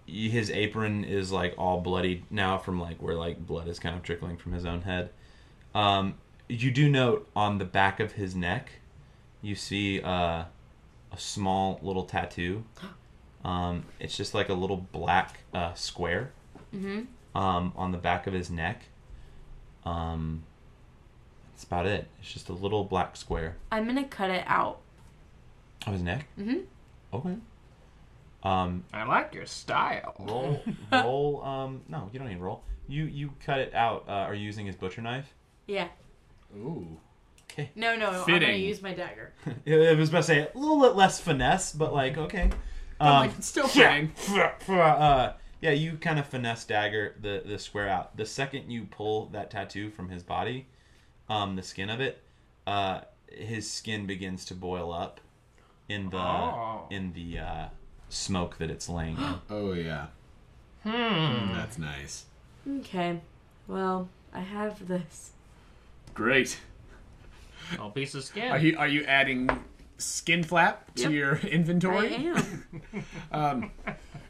A: y- his apron is like all bloodied now from like where like blood is kind of trickling from his own head. Um, you do note on the back of his neck, you see uh, a small little tattoo. Um, it's just like a little black uh, square um, on the back of his neck. Um, that's about it. It's just a little black square
F: I'm gonna cut it out.
A: on his neck. Mm-hmm. Okay. Um,
C: I like your style.
A: roll, roll. Um, no, you don't need to roll. You you cut it out. Uh, are you using his butcher knife? [laughs]
F: Yeah.
H: Ooh.
F: No, no, I'm gonna
D: Fitting.
F: use my dagger.
A: It, it was about to say a little bit less finesse, but like okay. Um,
D: like, it's
A: [laughs]
D: still fitting.
A: uh, yeah, you kind of finesse dagger the the square out. The second you pull that tattoo from his body, um, the skin of it, uh, his skin begins to boil up in the
C: Oh.
A: in the uh, smoke that it's laying
F: [gasps]
A: in.
H: Oh yeah. Hmm. That's nice.
F: Okay. Well, I have this.
D: Great.
C: All Oh, piece of skin.
D: Are you are you adding skin flap to
F: Yep.
D: your [laughs] inventory?
F: I am.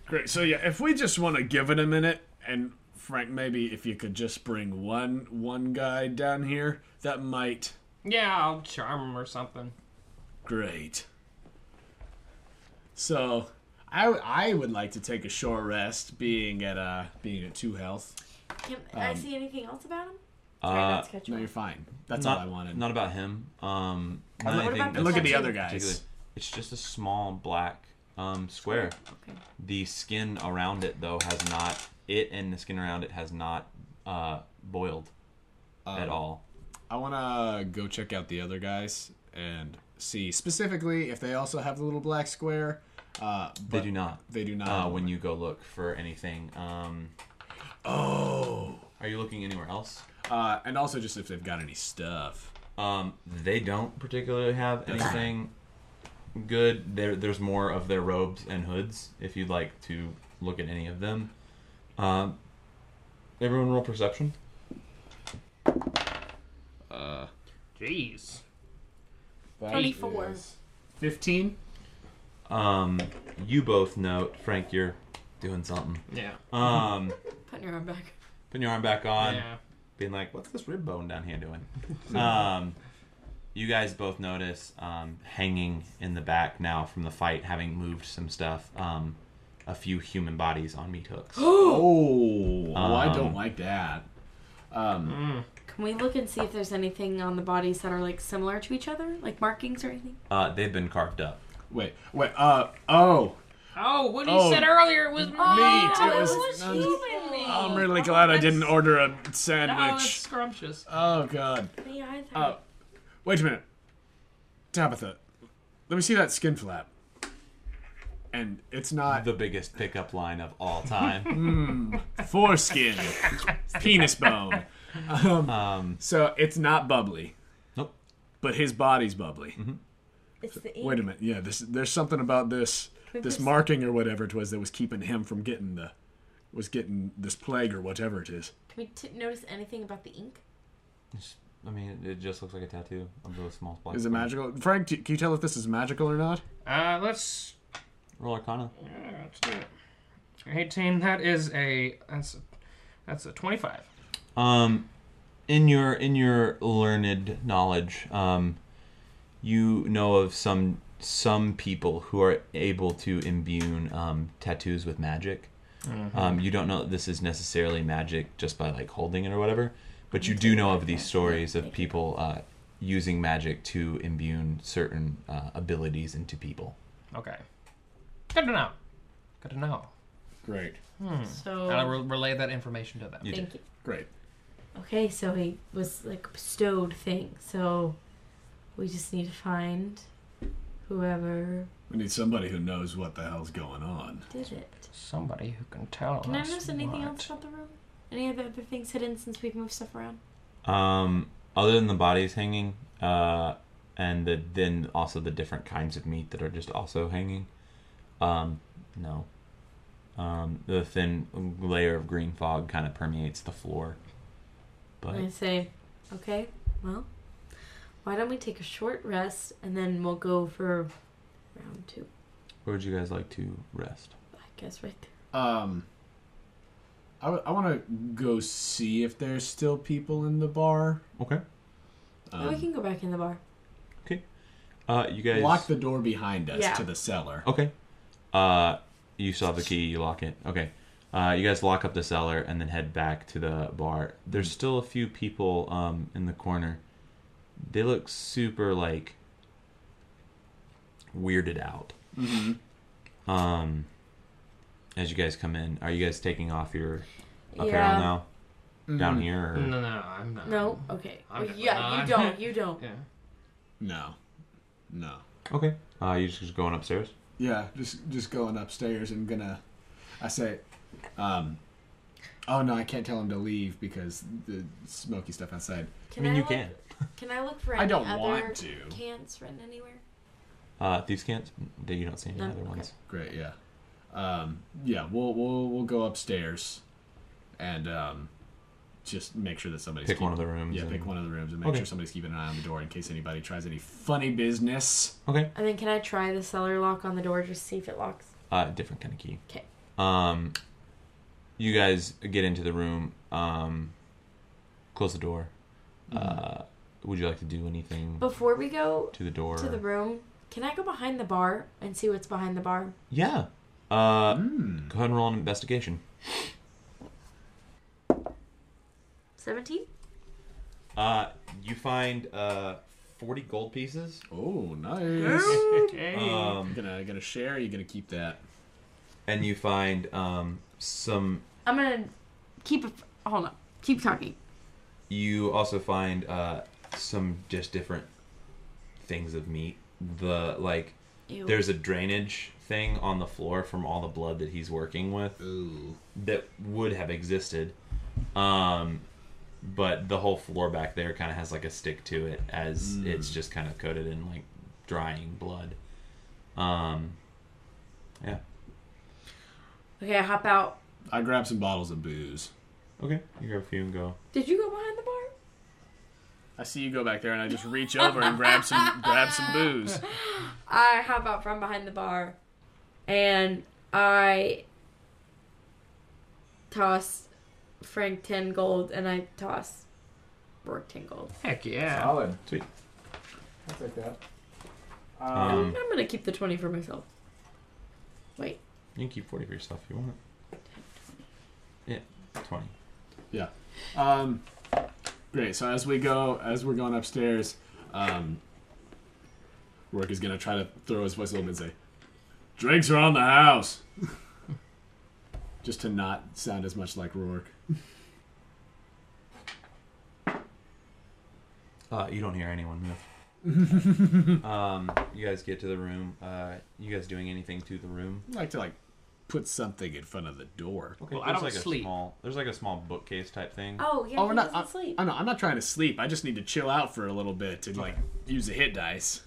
D: Great. So yeah, if we just want to give it a minute, and Frank, maybe if you could just bring one one guy down here, that might.
C: yeah, I'll charm him or something.
D: Great. So, I, I would like to take a short rest, being at uh being at two health.
F: Can I
D: Um,
F: see anything else about him? Sorry,
A: Uh,
F: not to catch
D: No,
F: you
D: you're
F: off.
D: fine. That's
A: not,
D: all I wanted.
A: Not about him. Um, not
D: look-
A: anything
F: about the
A: that's
D: Look at the other
A: particularly-
D: guys.
A: It's just a small black um, square.
F: Okay.
A: The skin around it though has not. It and the skin around it has not uh, boiled
H: Oh.
A: at all.
H: I wanna go check out the other guys and see specifically if they also have the little black square. Uh,
A: They
H: but
A: do not.
H: They do not.
A: Uh, when you go look for anything, um,
H: oh.
A: are you looking anywhere else?
H: Uh, and also just if they've got any stuff.
A: Um, they don't particularly have anything good. There, there's more of their robes and hoods. If you'd like to look at any of them, um, everyone roll perception.
C: Jeez.
H: That
F: 24.
H: is-
D: Fifteen.
A: Um, you both note, Frank, you're doing something.
C: Yeah.
A: Um,
F: Putting your arm back.
A: putting your arm back on,
C: yeah.
A: being like, "What's this rib bone down here doing?" um, you guys both notice um, hanging in the back now from the fight, having moved some stuff. Um, a few human bodies on meat hooks.
H: Oh, oh, I
A: Um,
H: don't like that.
F: Can we look and see if there's anything on the bodies that are like similar to each other, like markings or anything?
A: Uh, they've been carved up.
H: Wait, wait. Uh, oh,
C: Oh, what he
D: Oh.
C: said earlier was
X: Oh.
F: Oh,
D: Meat.
C: meat.
D: it was. I'm really glad I didn't order a
C: Oh, that's
D: sandwich.
C: scrumptious.
D: Oh god.
F: Me either.
D: Oh, wait a minute, Tabitha. Let me see that skin flap. and it's not
A: The biggest pickup line of all time.
D: foreskin, penis bone. Um, so it's not bubbly.
A: Nope.
D: But his body's bubbly.
H: Mm-hmm.
B: It's the ink.
D: Wait a minute. Yeah, this, there's something about this this marking or whatever it was that was keeping him from getting the was getting this plague or whatever it is.
B: Can we t- notice anything about the ink?
A: Just- I mean, it just looks like a tattoo of those small black.
D: Is it
A: squares.
D: magical? Frank, do- can you tell if this is magical or not?
X: Uh, let's
A: Roll Arcana.
X: Yeah, let's do it. 18. That is a that's a, that's a 25.
A: Um, in your in your learned knowledge, um, you know of some some people who are able to imbue um, tattoos with magic. Um, you don't know that this is necessarily magic just by like holding it or whatever, but you do know of these stories of people uh, using magic to imbue certain uh, abilities into people.
X: Okay. Good to know. Good to know.
H: Great.
B: So
X: And
C: Oh.
X: I will relay that information to them.
A: You
B: thank you.
H: Great.
B: Okay, so he was like bestowed thing. So we just need to find whoever
H: We need somebody who knows what the hell's going on.
B: did it.
X: Somebody who can
C: Oh,
X: tell
B: Can I
X: us.
B: notice anything
X: what.
B: else about the room? Any other other things hidden since we've moved stuff around?
A: Um, other than the bodies hanging, uh, and the, then also the different kinds of meat that are just also hanging. Um, no. Um, the thin layer of green fog kind of permeates the floor. But
B: I say, okay, well, why don't we take a short rest and then we'll go for round two?
A: where would you guys like to rest?
B: I guess right there.
H: Um, I, want to go see if there's still people in the bar.
A: Okay.
B: Oh, we can go back in the bar.
A: Uh, you guys
H: Lock the door behind us
B: Yeah.
H: to the cellar.
A: Okay. Uh, you saw the key. You lock it. Okay. Uh, you guys lock up the cellar and then head back to the bar.
H: Hmm.
A: There's still a few people um in the corner. They look super like weirded out. Mm-hmm. Um, as you guys come in, are you guys taking off your apparel
B: Yeah.
A: now?
H: Mm-hmm.
A: Down here? Or...
X: No, no, I'm
C: um,
X: not.
B: No? Okay.
X: I'm
B: Well,
X: good.
B: yeah, you
X: Uh,
B: don't. You don't.
X: Yeah.
H: No. No.
A: Okay. Uh, you just going upstairs.
H: Yeah, just just going upstairs and gonna. I say, um, oh no, I can't tell him to leave because the smoky stuff outside.
B: Can
A: I mean, you
B: look,
A: can.
B: Can I look for
H: I
B: any
H: don't
B: other
H: want to.
B: cans written anywhere?
A: Uh, thieves can't. You don't see any
B: No,
A: other
B: okay.
A: ones.
H: Great, yeah, um, yeah. We'll we'll we'll go upstairs, and um, just make sure that somebody's
A: Pick one of
H: keep-
A: the rooms.
H: Yeah,
A: and-
H: pick one of the rooms and make
A: Okay.
H: sure somebody's keeping an eye on the door in case anybody tries any funny business.
A: Okay.
B: And then can I try the cellar lock on the door just see if it locks?
A: Uh, different kind of key.
B: 'Kay.
A: Um, you guys get into the room. Um, close the door.
B: Mm-hmm.
A: Uh, would you like to do anything
B: Before we go
A: to the door?
B: Oh, to the room, can I go behind the bar and see what's behind the bar?
A: Yeah. Uh, Go ahead and roll an investigation.
B: 17?
A: Uh, you find uh, forty gold pieces.
H: Oh, nice.
A: Um,
C: Oh.
H: I'm gonna gonna share. Or you gonna keep that?
A: and you find um some.
B: I'm going to keep it. Hold on. Keep talking.
A: You also find uh some just different things of meat. The like
B: Ew.
A: There's a drainage thing on the floor from all the blood that he's working with that would have existed. Um, but the whole floor back there kind of has like a stick to it as it's just kind of coated in like drying blood. Um, yeah.
B: Okay, I hop out.
H: I grab some bottles of booze.
A: Okay. You grab a few and go.
B: Did you go behind the bar?
D: I see you go back there, and I just reach over and grab some grab some booze.
B: I hop out from behind the bar and I toss Frank 10 gold and I toss Rourke 10 gold.
X: Heck yeah.
H: Solid.
A: Sweet.
H: I'll take that.
A: Um,
B: I'm going to keep the 20 for myself. Wait.
A: you can keep 40 for yourself if you want. Yeah. 20.
H: Yeah. Um, great. So as we go, as we're going upstairs, um, Rourke is gonna try to throw his voice a little bit and say, "Drinks are on the house," [laughs] just to not sound as much like Rourke.
A: Uh, you don't hear anyone move.
B: [laughs]
Y: um, you guys get to the room. Uh, you guys doing anything to the room?
H: I'd like to like put something in front of the door.
Y: Okay,
C: Well, I
Y: there's
C: don't
Y: like
C: sleep.
Y: A small, there's like a small bookcase type thing.
B: Oh, yeah,
H: Oh,
B: he
H: we're not.
B: doesn't
H: I,
B: sleep.
H: I know. I'm not trying to sleep. I just need to chill out for a little bit and like use the hit dice.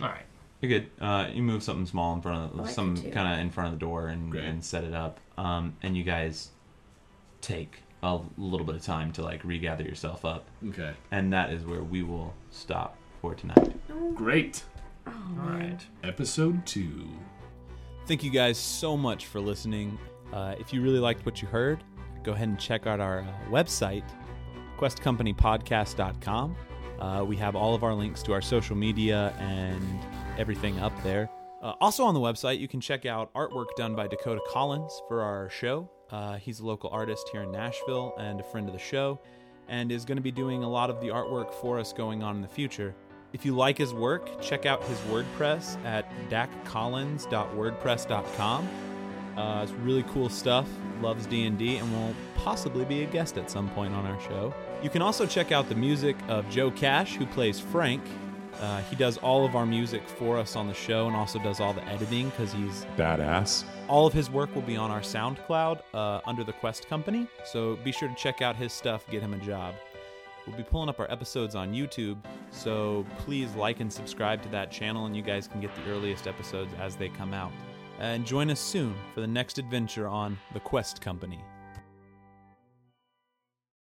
C: All right.
Y: You're good. Uh, you move something small in front of
B: Oh, I like it
Y: some
B: too.
Y: kind of in front of the door and,
H: Great.
Y: and set it up. Um, and you guys take a little bit of time to like regather yourself up,
H: Okay.
Y: and that is where we will stop for tonight.
H: Great.
C: All right.
H: Episode two.
A: Thank you guys so much for listening. Uh, if you really liked what you heard, go ahead and check out our uh, website, questcompanypodcast.com. Uh, we have all of our links to our social media and everything up there. Uh, also on the website, you can check out artwork done by Dakota Collins for our show. Uh, he's a local artist here in Nashville and a friend of the show, and is going to be doing a lot of the artwork for us going on in the future. If you like his work, check out his WordPress at dakcollins.wordpress.com. Uh, it's really cool stuff. Loves D and D, and will possibly be a guest at some point on our show. You can also check out the music of Joe Cash, who plays Frank. Uh, he does all of our music for us on the show, and also does all the editing because he's
D: Badass.
A: all of his work will be on our SoundCloud uh, under the Quest Company. So be sure to check out his stuff, get him a job. We'll be pulling up our episodes on YouTube, so please like and subscribe to that channel, and you guys can get the earliest episodes as they come out. And join us soon for the next adventure on The Quest Company.